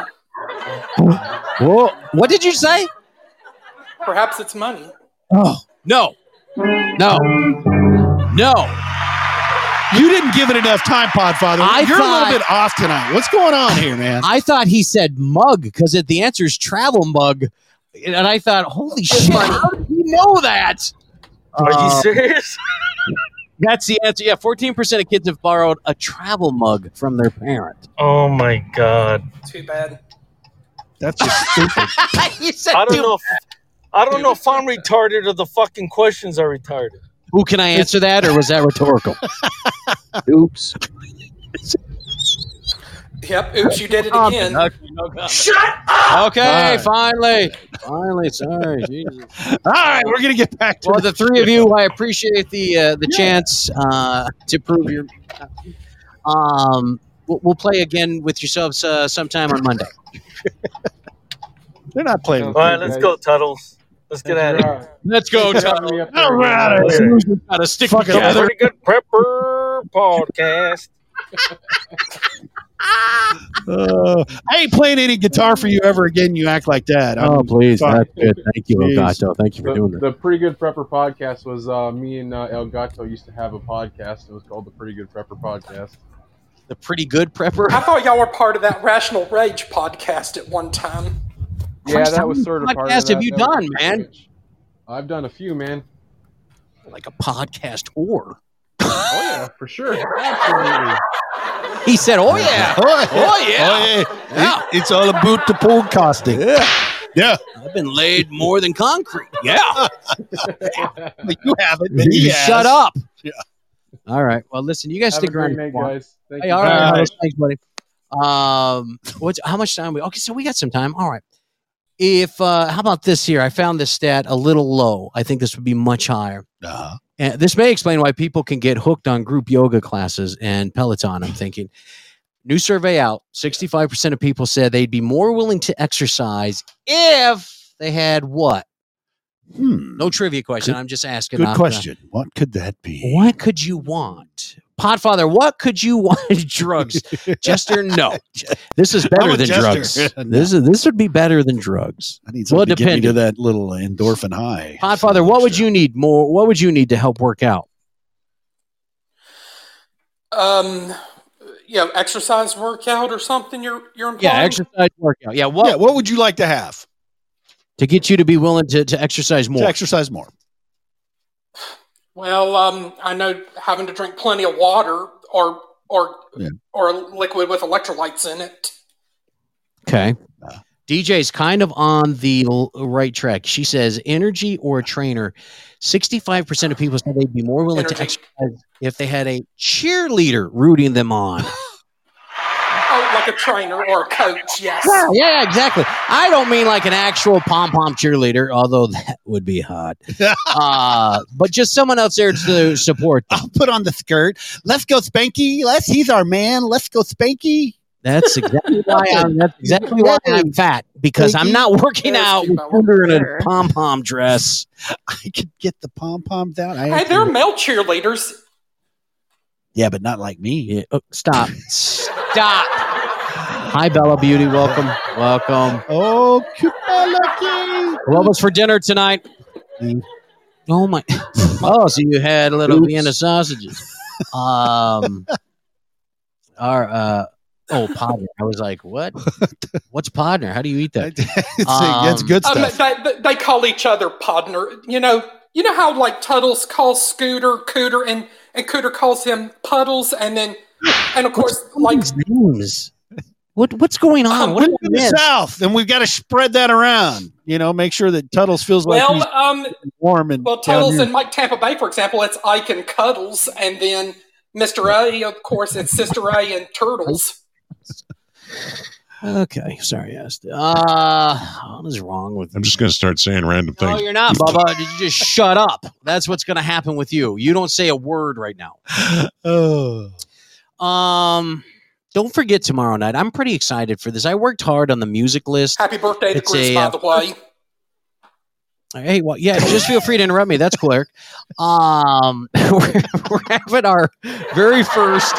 S12: Whoa! What did you say?
S6: Perhaps it's money.
S8: Oh,
S12: No. No. No.
S8: you didn't give it enough time, Podfather.
S12: I
S8: You're a
S12: thought-
S8: little bit off tonight. What's going on
S12: <laughs>
S8: here, man?
S12: I thought he said mug because the answer is travel mug. And I thought, holy shit, how did he know that?
S17: Are
S12: Uh,
S17: you serious? <laughs>
S12: That's the answer. Yeah, 14% of kids have borrowed a travel mug from their parent.
S17: Oh my god.
S6: Too bad.
S8: That's just stupid.
S12: you said,
S17: I don't know if I don't know if I'm retarded or the fucking questions are retarded.
S12: Who can I answer that? Or was that rhetorical? Oops.
S6: Yep. Oops, you did it
S8: Uh,
S6: again.
S1: Shut
S12: Okay,
S8: All right.
S12: finally. Finally. Sorry. Jesus.
S8: <laughs> All right, we're gonna get back to
S12: Well,
S8: the
S12: the three of you, I appreciate the uh, the chance uh, to prove your. Um, we'll, we'll play again with yourselves uh, sometime on Monday.
S8: They're not playing. With
S17: All right, let's go, Tuttles. Let's get at it.
S12: Let's go, Tom.
S16: Hurry up
S8: Oh,
S16: there.
S8: we're out of here.
S12: Got to stick
S8: Fuck it.
S17: Yeah,
S12: together.
S17: pretty good prepper podcast.
S8: <laughs> Uh, I ain't playing any guitar for you ever again. You act like that. I'm-
S12: Oh, please,
S8: Fuck.
S12: good. Thank you,
S8: Jeez.
S12: Thank you
S16: The, the Pretty Good Prepper podcast was uh, me and uh, El Gato used to have a podcast. It was called the Pretty Good Prepper podcast.
S12: The pretty good prepper.
S6: I thought y'all were part of that Rational Rage podcast at one time.
S16: Yeah, that was sort of part of
S12: podcast
S16: that.
S12: have you
S16: That was
S12: done,
S16: a
S12: man?
S16: package. I've done a few, man.
S12: Like a podcast whore.
S16: Oh yeah, for sure,
S12: <laughs>
S16: absolutely.
S12: He said, "Oh
S8: <laughs>
S12: yeah,
S8: Oh,
S12: Oh, yeah.
S8: Oh, yeah. It- it's all about the podcasting. Yeah.
S12: I've been laid more than concrete." Yeah.
S8: But you haven't. but he
S12: you
S8: has.
S12: shut up.
S8: Yeah.
S12: All right. Well, listen, you guys
S16: Have a
S12: stick
S16: great
S12: around.
S16: night,
S12: for a while.
S16: guys. Thank
S12: Hey,
S16: you.
S12: all right.
S8: All right.
S12: Thanks, buddy. Um, what's how much time we? Okay, so we got some time. All right. If uh, how about this here? I found this stat a little low. I think this would be much higher.
S8: Uh-huh.
S12: And this may explain why people can get hooked on group yoga classes and Peloton. I'm thinking. New survey out. Sixty-five percent of people said they'd be more willing to exercise if they had what?
S8: Hmm.
S12: No trivia question. I'm just asking.
S8: Good
S12: I'm-
S8: question. What could that be?
S12: What could you want? Podfather, what could you <laughs> want? drugs. Jester, no. This is
S8: I'm
S12: better
S8: a
S12: than
S8: jester. <laughs>
S12: drugs. This is this would be better than drugs.
S8: I need
S12: Well,
S8: something to get me to
S12: depending.
S8: that little endorphin high.
S12: Podfather, what would you need more? What would you need to help work out?
S6: Um, you know, exercise workout or something. You're you're implying.
S12: Yeah, exercise workout. Yeah, what
S8: Yeah, what would you like to have
S12: to get you to be willing to, to exercise more?
S8: to exercise more?
S6: Well, um, I know having to drink plenty of water or or
S8: Yeah.
S6: or liquid with electrolytes in it.
S12: Okay. DJ's kind of on the l- right track. She says energy or a trainer. 65% of people said they'd be more willing to exercise if they had a cheerleader rooting them on.
S6: Oh, like a trainer or a coach. Yes.
S12: Yeah, yeah, exactly. I don't mean like an actual pom pom cheerleader, although <laughs> that would be
S8: <laughs>
S12: hot. Uh, but just someone else there to support. Them.
S8: Put on the skirt. Let's go, Spanky. Let's. He's our man. Let's go, Spanky. <laughs>
S12: That's exactly why I'm. That's exactly why I'm fat because I'm not working out with under in a pom pom dress.
S8: I could get the pom poms out. I
S6: Hey,
S8: have
S6: there are
S8: to-
S6: male cheerleaders.
S8: yeah, but not like me.
S12: oh,
S8: <laughs>
S12: stop. Stop. Hi, Bella Beauty. Welcome, welcome.
S8: Oh, Cupella
S12: What was for dinner tonight? Oh my! <laughs> Oh, so you had a little
S8: Oops.
S12: Vienna sausages. <laughs> Um, our uh, oh, partner. I was like, what? What's partner? How do you eat
S8: <laughs>
S12: that?
S8: that's good
S6: Um, they, they- they call each other podner. You know, you know how like Tuttles calls Scooter Cooter, and and Cooter calls him Puddles, and
S8: <gasps>
S6: then and of course like
S12: Names. What what's going on?
S8: Um,
S12: what did
S8: we're
S12: I
S8: in the
S12: miss?
S8: South, and we've got to spread that around. You know, make sure that Tuttles feels
S6: well,
S8: like
S6: um,
S8: he's warm and
S6: well,
S8: down
S6: Tuttles
S8: here.
S6: and Mike Tampa Bay, for example, it's Ike and Cuddles, and then Mister A, of course, it's Sister A and Turtles.
S12: Okay, sorry, I asked. Uh, what is wrong with?
S11: I'm just going to start saying random
S12: No,
S11: things.
S12: you're not, Bubba. Did you just shut up? That's what's going to happen with you. You don't say a word right now.
S8: Oh.
S12: Um, don't forget tomorrow night. I'm pretty excited for this. I worked hard on the music list.
S6: Happy birthday to
S12: It's
S6: Chris,
S12: a,
S6: by
S12: uh,
S6: the way.
S12: Hey, well, yeah, just feel free to interrupt me. That's clerk. Um, <laughs> we're, we're having our very first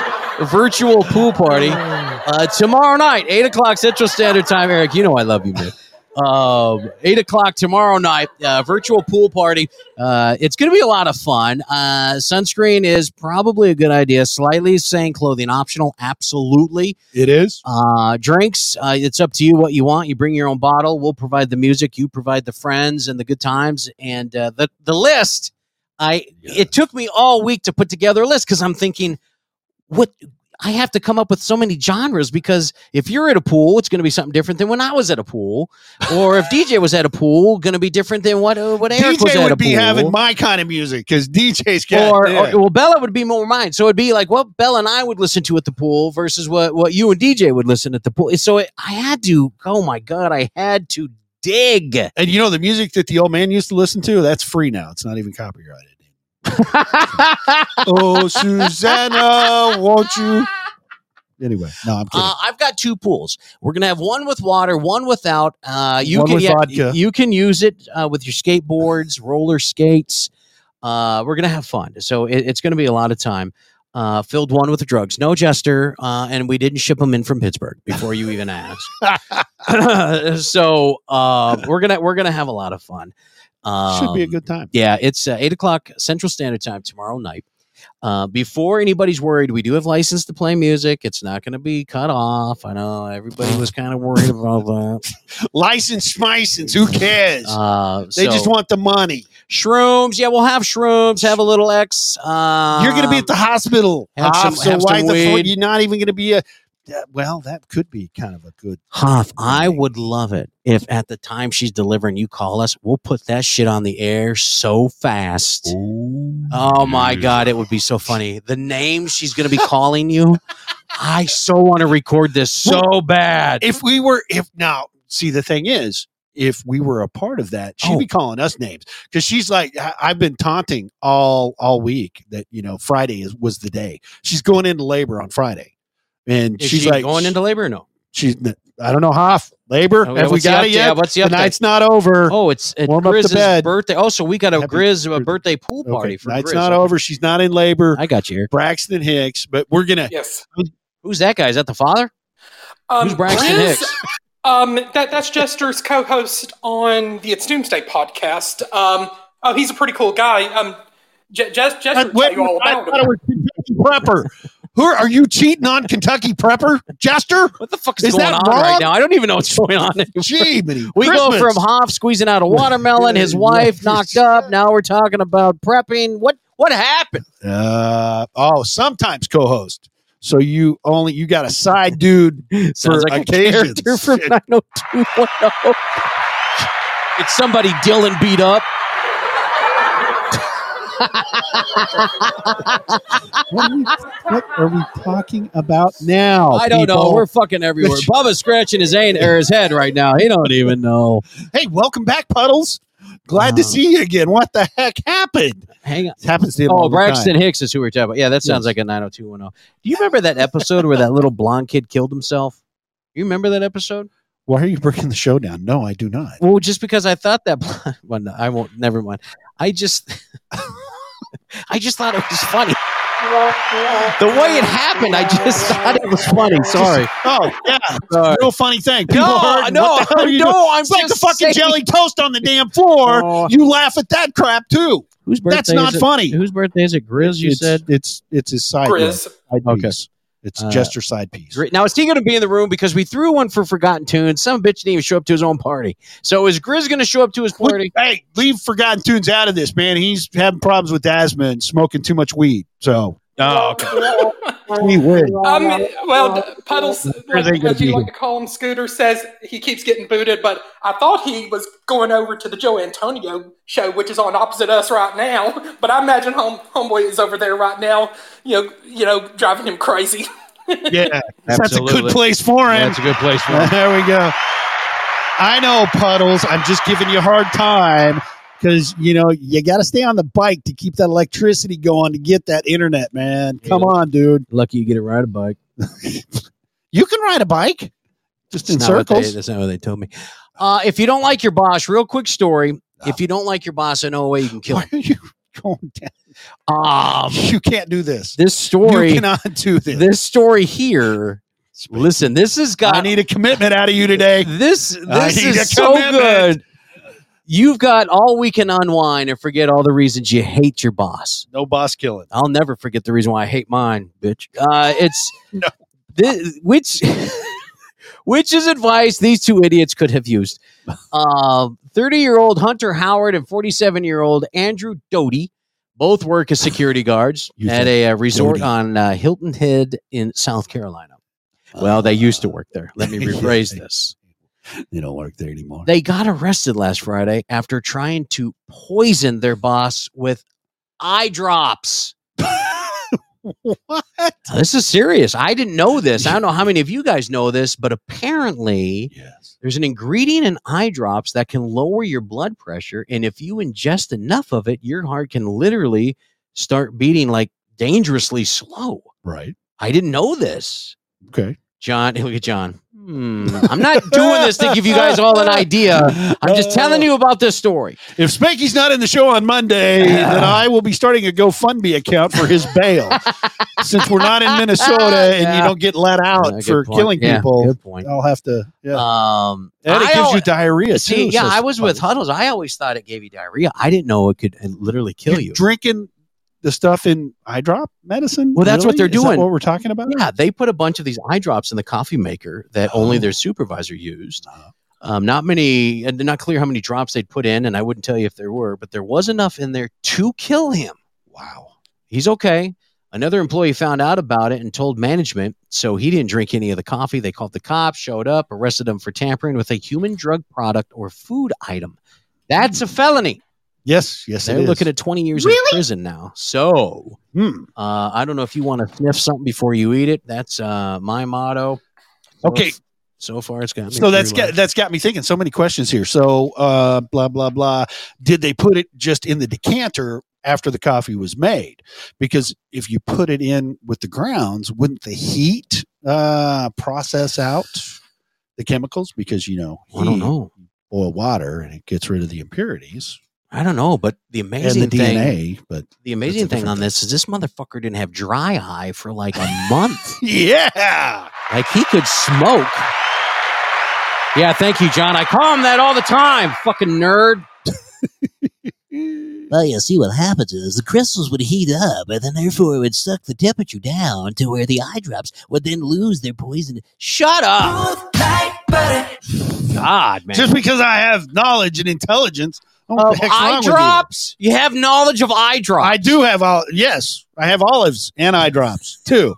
S12: virtual pool party uh, tomorrow night, eight o'clock Central Standard Time. Eric, you know I love you, man. Um, eight o'clock tomorrow night, uh, virtual pool party. Uh, it's going to be a lot of fun. Uh, sunscreen is probably a good idea. Slightly saying clothing optional, absolutely.
S8: It is.
S12: Uh, drinks, uh, it's up to you what you want. You bring your own bottle. We'll provide the music. You provide the friends and the good times and uh, the the list. I it took me all week to put together a list because I'm thinking, what I have to come up with so many genres because if you're at a pool, it's going to be something different than when I was at a pool, or if DJ was at a pool, going to be different than what uh, what Eric was at
S8: DJ
S12: a
S8: would be
S12: pool.
S8: having my kind of music because DJ's got
S12: or,
S8: yeah.
S12: or well, Bella would be more mine. So it'd be like what Bella and I would listen to at the pool versus what what you and DJ would listen at the pool. So it, I had to. Oh my god, I had to
S8: <laughs>
S12: dig.
S8: and you know the music that the old man used to listen to. That's free now. It's not even copyrighted. <laughs> oh, Susanna, won't you? Anyway, no, I'm kidding.
S12: Uh, I've got two pools. We're gonna have one with water, one without. Uh, you
S8: One
S12: can
S8: with
S12: yeah,
S8: vodka.
S12: you can use it uh, with your skateboards, roller skates. Uh, we're gonna have fun, so it, it's gonna be a lot of time. Uh, filled one with drugs, no jester, uh, and we didn't ship them in from Pittsburgh before you even asked. <laughs>
S8: <laughs>
S12: so uh, we're gonna we're gonna have a lot of fun.
S8: Should be a
S12: Um,
S8: good time.
S12: yeah, it's uh, eight o'clock Central Standard Time tomorrow night. Uh, before anybody's worried, we do have license to play music. It's not going to be cut off. I know everybody was kind of worried about that.
S8: <laughs> License, license. Who cares?
S12: Uh,
S8: they just
S12: so-
S8: want the money.
S12: shrooms. Yeah, we'll have shrooms. Have a little X. Um,
S8: You're going to be at the hospital.
S12: have some-
S8: Hoff, so
S12: have
S8: why
S12: some
S8: the fuck
S12: weed.
S8: you're not even going to be a that- well, that could be kind of a good.
S12: Hoff, I would love it if at the time she's delivering, you call us. We'll put that shit on the air so fast. oh my god, it would be so funny. The name she's going to be calling you. I so want to record this so bad.
S8: If we were, if now, see, the thing is, if we were a part of that, she'd
S12: Oh.
S8: be calling us names because she's like, I- I've been taunting all all week that you know Friday is was the day she's going into labor on Friday, and
S12: Is
S8: she's
S12: she
S8: like
S12: going into labor or no?
S8: She's I don't know Hoff labor.
S12: Oh,
S8: Have we
S12: what's the
S8: got it
S12: update?
S8: yet?
S12: What's the
S8: The
S12: update?
S8: night's not over.
S12: Oh, it's, it's
S8: Warm up the
S12: Grizz's
S8: bed.
S12: birthday. Oh, so we got a Grizz a birthday pool party for
S8: night's
S12: Grizz.
S8: not over. She's not in labor.
S12: I got you. Here.
S8: Braxton Hicks, but we're gonna
S6: Yes.
S12: Who's that guy? Is that the father?
S8: Uh,
S6: Um,
S12: Who's Braxton
S6: Grizz-
S12: Hicks?
S6: Um, that, that's Jester's co-host on the It's Doomsday podcast. Um, oh, he's a pretty cool guy. Um, Je- Jes- Jester will tell you all
S8: I
S6: about
S8: thought it
S6: him.
S8: was Kentucky Prepper. Who are, are you cheating on Kentucky Prepper, Jester?
S12: What the fuck is, going on right now? I don't even know what's <laughs> going on. anymore. <laughs>
S8: Gee, Minnie,
S12: we go
S8: Christmas.
S12: from Hoff squeezing
S8: <laughs>
S12: out a watermelon, his wife knocked up. Now we're talking about prepping. What what
S8: <laughs>
S12: happened?
S8: Uh, oh, sometimes co-host. So you only you got a side dude for
S12: <laughs> Sounds like
S8: occasions.
S12: a character from 90210. oh. It's somebody Dylan beat up.
S8: What are, we, what are we talking about now?
S12: I don't know.
S8: Oh, people?
S12: We're fucking
S8: <laughs>
S12: everywhere. Bubba's scratching his, ain- or his head right now. He don't even know.
S8: hey, welcome back, Puddles. Glad to see you again. What the heck happened?
S12: Hang on.
S8: It happens to him all
S12: Oh,
S8: the
S12: Braxton
S8: time.
S12: Hicks is who we're talking about. Yeah, that sounds like
S8: Yes.
S12: a 90210. Do you remember that episode where that little blonde kid killed himself? You remember that episode?
S8: Why are you breaking the show down? No, I do not.
S12: Well, just because I thought that. <laughs> Well, no, I won't. Never mind. I just, <laughs> I just thought it was funny. The way it happened, I just <laughs> thought it was funny. Sorry.
S8: <laughs> Oh yeah,
S12: Sorry.
S8: real funny thing.
S12: <laughs>
S8: People
S12: No,
S8: heard,
S12: no,
S8: what the hell are you
S12: no,
S8: doing?
S12: I'm
S8: it's like the
S12: just saying.
S8: fucking jelly toast on the damn floor.
S12: <laughs> Oh.
S8: You laugh at that crap too.
S12: <laughs> Whose birthday?
S8: That's not
S12: is it?
S8: funny.
S12: Whose birthday is it? Grizz, you
S8: it's,
S12: said.
S8: it's it's his side.
S6: Grizz.
S8: Side
S12: Okay.
S8: piece. It's
S12: Uh,
S8: Jester side piece.
S12: Gri- Now is he going to be in the room because we threw one for Forgotten Tunes? Some bitch didn't even show up to his own party. So is Grizz going to show up to his party?
S8: Hey, leave Forgotten Tunes out of this, man. He's having problems with asthma and smoking too much weed. So
S12: Oh,
S8: we win.
S6: Um, well, d- Puddles, like,
S8: Oh, ain't gonna
S6: as you
S8: be
S6: like
S8: here.
S6: to call him, Scooter says he keeps getting booted, but I thought he was going over to the Joe Antonio show, which is on opposite us right now. <laughs> But I imagine home, Homeboy is over there right now, you know, you know, driving him crazy. <laughs>
S8: Yeah, that's a good
S12: Absolutely.
S8: place for him.
S12: That's a good place for him.
S8: there we go. I know, puddles. I'm just giving you a hard time because you know you got to stay on the bike to keep that electricity going to get that internet, man. Come on, dude.
S12: Lucky you get to ride a bike.
S8: You can ride a bike just in
S12: That's not what they-
S8: <laughs> circles.
S12: that's not what they told me. Ah. Uh, if you don't like your boss, real quick story. If you don't like your boss, I know a way you can kill
S8: Why
S12: him.
S8: are you going down?
S12: Um,
S8: <laughs> You can't do this.
S12: this story,
S8: You cannot do this.
S12: this story here. Listen, this has got
S8: I need a commitment out of you today.
S12: <laughs> this.
S8: I
S12: This
S8: need a
S12: is so
S8: commitment.
S12: good. You've got all we can unwind and forget all the reasons you hate your boss.
S8: No boss killing.
S12: I'll never forget the reason why I hate mine, bitch. Uh, <laughs> it's thi- which <laughs> which is advice these two idiots could have used. Um, Thirty-year-old Hunter Howard and forty-seven-year-old Andrew Doty both work as security <sighs> guards
S8: You
S12: at
S8: said
S12: a, uh resort
S8: Doty.
S12: on uh, Hilton Head in South Carolina. Well, they used to work there. <laughs> Let me rephrase this.
S8: They don't work there anymore.
S12: They got arrested last Friday after trying to poison their boss with eye drops.
S8: what?
S12: Now, this is serious. I didn't know this. I don't know how many of you guys know this, but apparently
S8: <laughs> Yes.
S12: there's an ingredient in eye drops that can lower your blood pressure. And if you ingest enough of it, your heart can literally start beating like dangerously slow.
S8: Right.
S12: I didn't know this.
S8: Okay.
S12: John, look at John. Hmm. I'm not doing this to give you guys all an
S8: Uh,
S12: idea. I'm just telling you about this story.
S8: If Spanky's not in the show on Monday, then I will be starting a GoFundMe account for his
S12: <laughs>
S8: bail. Since we're not in Minnesota and you
S12: Yeah.
S8: don't get let out
S12: Yeah, good
S8: for
S12: point.
S8: killing
S12: Yeah,
S8: people,
S12: good point.
S8: I'll have to. Yeah.
S12: Um,
S8: and it
S12: I
S8: gives
S12: al-
S8: you diarrhea
S12: See,
S8: too.
S12: yeah,
S8: so
S12: I was with Huddles. I always thought it gave you diarrhea. I didn't know it could uh, literally kill you.
S8: drinking the stuff in eye drop medicine.
S12: Well, that's what
S8: Really?
S12: they're
S8: Is that
S12: doing.
S8: what we're talking about?
S12: Yeah, they put a bunch of these eye drops in the coffee maker that only their supervisor used. Um, not many, and not clear how many drops they'd put in, and I wouldn't tell you if there were, but there was enough in there to kill him.
S8: Wow.
S12: He's okay. Another employee found out about it and told management, so he didn't drink any of the coffee. They called the cops, showed up, arrested him for tampering with a human drug product or food item. That's a felony.
S8: Yes, yes,
S12: They're
S8: it is. Hmm.
S12: looking at 20 years
S8: Really?
S12: in prison now. So, uh, I don't know if you want to sniff something before you eat it. That's uh, my motto. So-
S8: Okay.
S12: So far, it's got me.
S8: So that's
S12: through
S8: got,
S12: life.
S8: that's got me thinking. So many questions here. So uh, blah blah blah. Did they put it just in the decanter after the coffee was made? Because if you put it in with the grounds, wouldn't the heat uh, process out the chemicals? Because you know,
S12: I don't
S8: heat,
S12: know.
S8: Boil water and it gets rid of the impurities.
S12: I don't know, but the amazing
S8: and the
S12: thing,
S8: DNA, but
S12: the amazing thing on this is this motherfucker didn't have dry eye for like a
S18: <laughs>
S12: month.
S8: yeah,
S12: like he could smoke. Yeah, thank you, John. I call him that all the time. Fucking nerd.
S18: Well, you see, what happens is the crystals would heat up, and then therefore it would suck the temperature down to where the eye drops would then lose their poison. Shut up!
S12: God, man.
S8: Just because I have knowledge and intelligence I don't know what
S12: Of
S8: the heck's
S12: eye
S8: wrong with you.
S12: drops? You have knowledge of eye drops.
S8: I do have all. Yes, I have olives and eye drops too.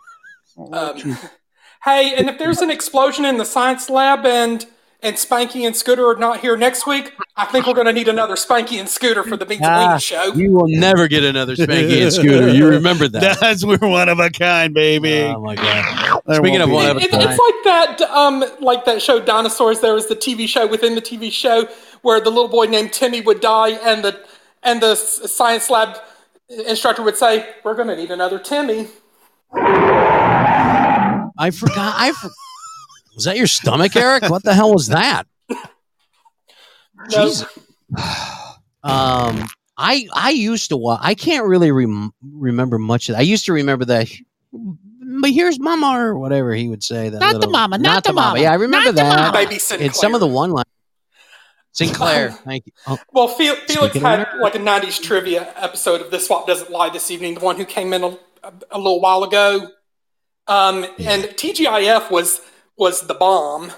S6: Um, <laughs> hey, and if there's an explosion in the science lab and and Spanky and Scooter are not here next week, I think we're going to need another Spanky and Scooter for the Beats and
S12: Ah,
S6: Wings show.
S12: you will never get another Spanky and Scooter. You
S18: <laughs>
S12: remember that.
S8: <laughs> That's we're one of a kind, baby.
S12: Oh my god!
S8: There
S12: Speaking
S8: won't
S12: of
S8: be
S12: one of
S8: any.
S12: a
S6: It- it's like that, um, like that show Dinosaurs. There was the TV show within the TV show where the little boy named Timmy would die, and the and the s- science lab instructor would say, "We're going to need another Timmy."
S12: I forgot. I for- was that your stomach, Eric? What the hell was that? Jesus. Um, I I used to watch. I can't really rem- remember much of that. I used to remember that. But here's mama or whatever he would say. That
S6: Not the
S12: little-
S6: mama, not the mama,
S12: Yeah, I remember
S6: not the
S12: that.
S6: mama. Baby
S12: It's some of the one line.
S6: <laughs>
S12: Sinclair, thank you. Oh,
S6: Well, Fe- Felix
S12: Speaking of
S6: had like a '90s trivia episode of This Swap Doesn't Lie this evening, the one who came in a, a, a little while ago. Um, and TGIF was was the bomb.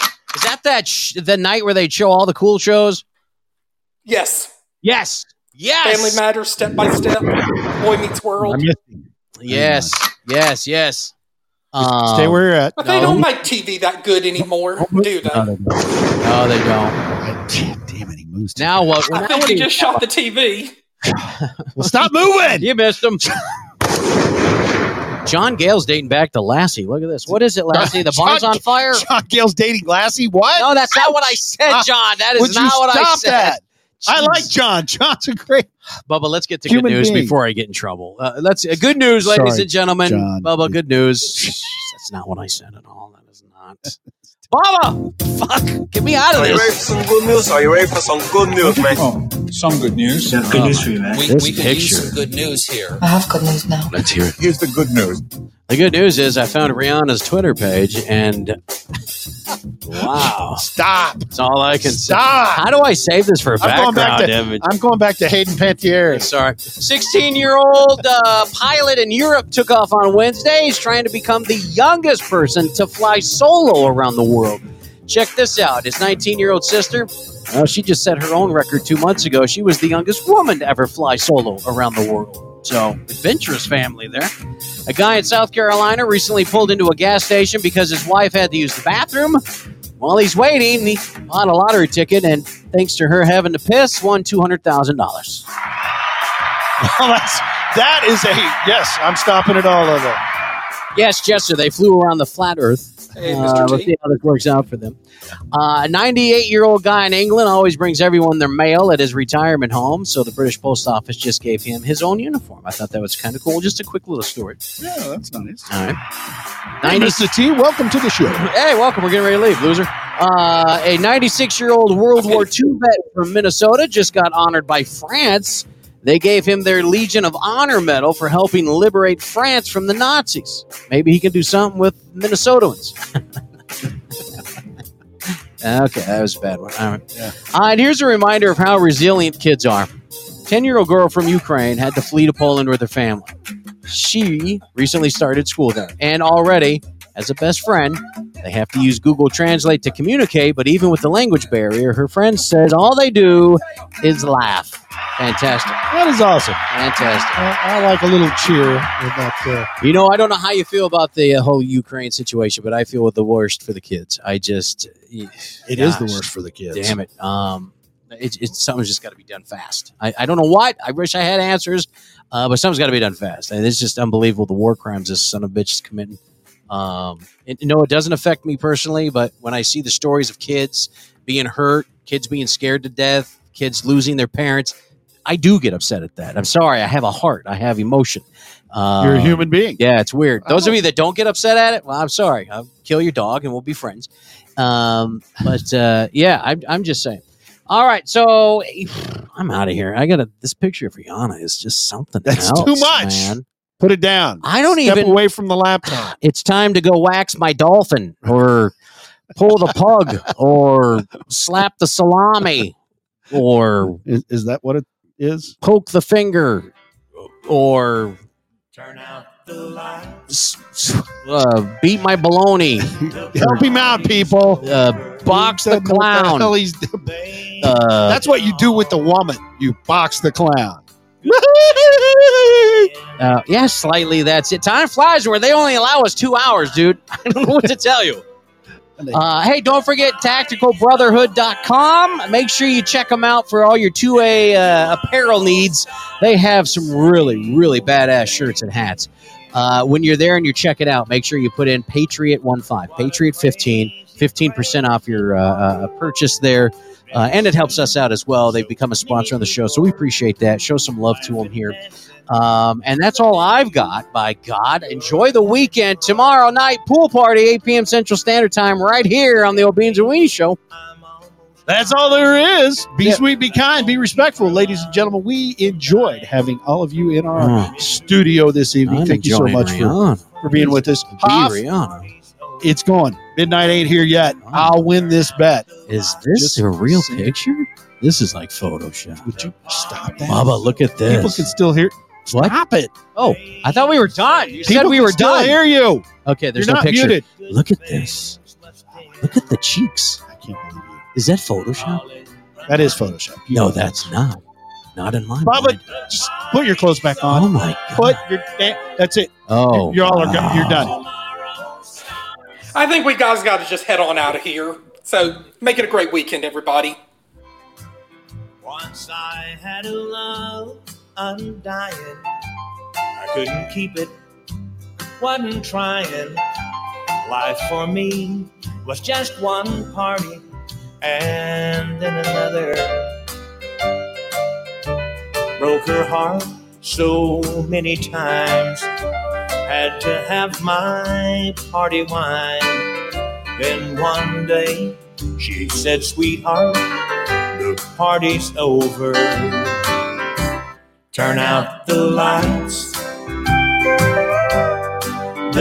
S12: is that that sh- the night where they show all the cool shows?
S6: Yes,
S12: Yes, yes.
S6: Family Matters, Step by Step, Boy Meets World.
S12: Yes, yes, yes. Um,
S8: Stay where you're at.
S6: But they don't make TV that good anymore, do they?
S12: No, they don't.
S8: Damn it, he moves.
S12: Now what?
S6: I think he just shot the TV.
S8: Well,
S12: <laughs>
S8: stop <laughs> moving.
S12: you missed him. John Gale's dating back to Lassie. Look at this. What is it, Lassie? The barn's
S8: John-
S12: on fire.
S8: John Gale's dating Lassie. What?
S12: No, that's not what I said, John. That is
S8: Would you
S12: not what I
S8: stop
S12: said.
S8: that? I
S12: Jeez.
S8: like John. John's a great.
S12: Bubba, let's get to
S8: Human
S12: good news
S8: being.
S12: before I get in trouble. Uh, let's uh, good news, ladies
S8: Sorry,
S12: and gentlemen.
S8: John.
S12: Bubba, good
S8: <laughs>
S12: news. that's not what I said at all. That is not. Bubba, fuck, get me out of
S19: Are you ready for
S12: this.
S19: some good news? Are you ready for some good news, man? some good news. Some
S12: good news for you, man.
S13: We,
S12: This
S13: we could
S12: picture.
S13: use some good news here.
S12: I have good news now. Let's hear it. Here's the good news. The good news is I found Rihanna's Twitter page and <laughs> wow.
S8: Stop.
S12: That's all I can
S8: Stop.
S12: say. How do I save this for a
S8: I'm going
S12: background
S8: back to.
S12: image?
S8: I'm going back to Hayden
S12: <laughs>
S8: Pantier.
S12: Sorry. 16 year old uh, pilot in Europe took off on Wednesday. He's trying to become the youngest person to fly solo around the world. Check this out his 19 year old sister. Well, she just set her own record two months ago. She was the youngest woman to ever fly solo around the world. So, adventurous family there. A guy in South Carolina recently pulled into a gas station because his wife had to use the bathroom. While he's waiting, he bought a lottery ticket and, thanks to her having to piss, won $200,000.
S8: Well, that's that is a yes. I'm stopping it all over.
S12: Yes, Jester, they flew around the flat Earth.
S8: Hey,
S12: Uh,
S8: Mr. T.
S12: let's see how this works out for them. Uh, a 98 year old guy in England always brings everyone their mail at his retirement home, so the British Post Office just gave him his own uniform. I thought that was kind of cool. Just a quick little story.
S8: Yeah, that's nice.
S12: All right.
S8: Hey, Mr. T, welcome to the show.
S12: Hey, welcome. We're getting ready to leave, loser. Uh, a 96 year old World War II vet from Minnesota just got honored by France. They gave him their Legion of Honor medal for helping liberate France from the Nazis. Maybe he can do something with Minnesotans. <laughs> okay, that was a bad one. All right. Uh, and here's a reminder of how resilient kids are. 10 year old girl from Ukraine had to flee to Poland with her family. She recently started school there and already, as a best friend, They have to use Google Translate to communicate, but even with the language barrier, her friend said all they do is laugh. Fantastic.
S8: That is awesome.
S12: Fantastic.
S8: I, I like a little cheer with that. Uh,
S12: You know, I don't know how you feel about the uh, whole Ukraine situation, but I feel the worst for the kids. I just it
S8: It is the worst for the kids.
S12: Damn it! Um, it, it something's just got to be done fast. I, I don't know what. I wish I had answers, uh, but something's got to be done fast. And it's just unbelievable the war crimes this son of a bitch is committing. Um, and, no, it doesn't affect me personally, but when I see the stories of kids being hurt, kids being scared to death, kids losing their parents, I do get upset at that. I'm sorry. I have a heart. I have emotion. Um,
S8: You're a human being.
S12: Yeah, it's weird. Those of you that don't get upset at it, well, I'm sorry. I'll kill your dog and we'll be friends. Um, but uh, yeah, I'm, I'm just saying. All right, so I'm out of here. I got to this picture of Rihanna is just something.
S8: That's
S12: else,
S8: too much.
S12: man.
S8: Put it down.
S12: I don't
S8: Step
S12: even-
S8: away from the laptop.
S12: It's time to go wax my dolphin or pull the pug or slap the salami or
S8: is, is that what it is?
S12: Poke the finger or turn out the lights. Uh, beat my baloney.
S8: <laughs> Help him out, people.
S12: Uh, box the clown.
S8: hell he's-
S12: Uh,
S8: That's what you do with the woman. You box
S12: <laughs>
S8: the clown.
S12: Uh, yeah, slightly. That's it. Time flies where they only allow us two hours, dude. <laughs> I don't know what to tell you. Uh, hey, don't forget tacticalbrotherhood.com. Make sure you check them out for all your 2A uh, apparel needs. They have some really, really badass shirts and hats. Uh, when you're there and you check it out, make sure you put in Patriot15, Patriot15, 15% off your uh, uh, purchase there. Uh, and it helps us out as well. They've become a sponsor on the show, so we appreciate that. Show some love to them here. Um, and that's all I've got. By God, enjoy the weekend. Tomorrow night, pool party, 8 p.m. Central Standard Time, right here on the O'Beans and Weenie Show.
S8: That's all there is. Be sweet, be kind, be respectful. Ladies and gentlemen, we enjoyed having all of you in our studio this evening.
S12: I'm
S8: Thank you so
S12: enjoying
S8: much for,
S12: Rihanna.
S8: for being with us. Hoff,
S12: Rihanna.
S8: it's gone. Midnight ain't here yet. I'll win this bet.
S12: Is this a real picture? This is like Photoshop.
S8: Would you stop that?
S12: Baba, look at this.
S8: People can still hear.
S12: What?
S8: Stop it.
S12: Oh, I thought we were done. You said
S8: People
S12: we
S8: can
S12: were
S8: still
S12: done.
S8: hear you.
S12: Okay, there's
S8: You're
S12: no
S8: not
S12: picture.
S8: muted.
S12: Look at this. Look at the cheeks.
S8: I can't believe you.
S12: Is that Photoshop?
S8: That is Photoshop. You
S12: No,
S8: know that.
S12: that's not. Not in my
S8: Baba,
S12: mind.
S8: just put your clothes back on.
S12: Oh my god.
S8: Put your. da- That's it.
S12: Oh,
S8: You're all are go- you're done.
S6: I think we guys got to just head on out of here. So make it a great weekend, everybody.
S13: Once I had a love undying. I couldn't keep it, wasn't trying. Life for me was just one party and then another. Broke her heart so many times. Had to have my party wine. Then one day she said, Sweetheart, the party's over. Turn out the lights.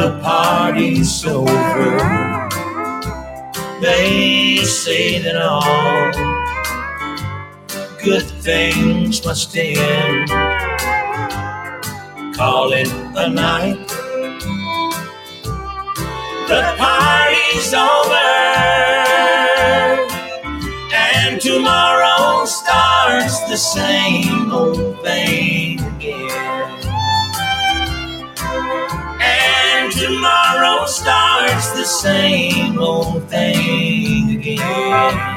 S13: The party's over. They say that all good things must end. Call it a night. The party's over. And tomorrow starts the same old thing again. And tomorrow starts the same old thing again.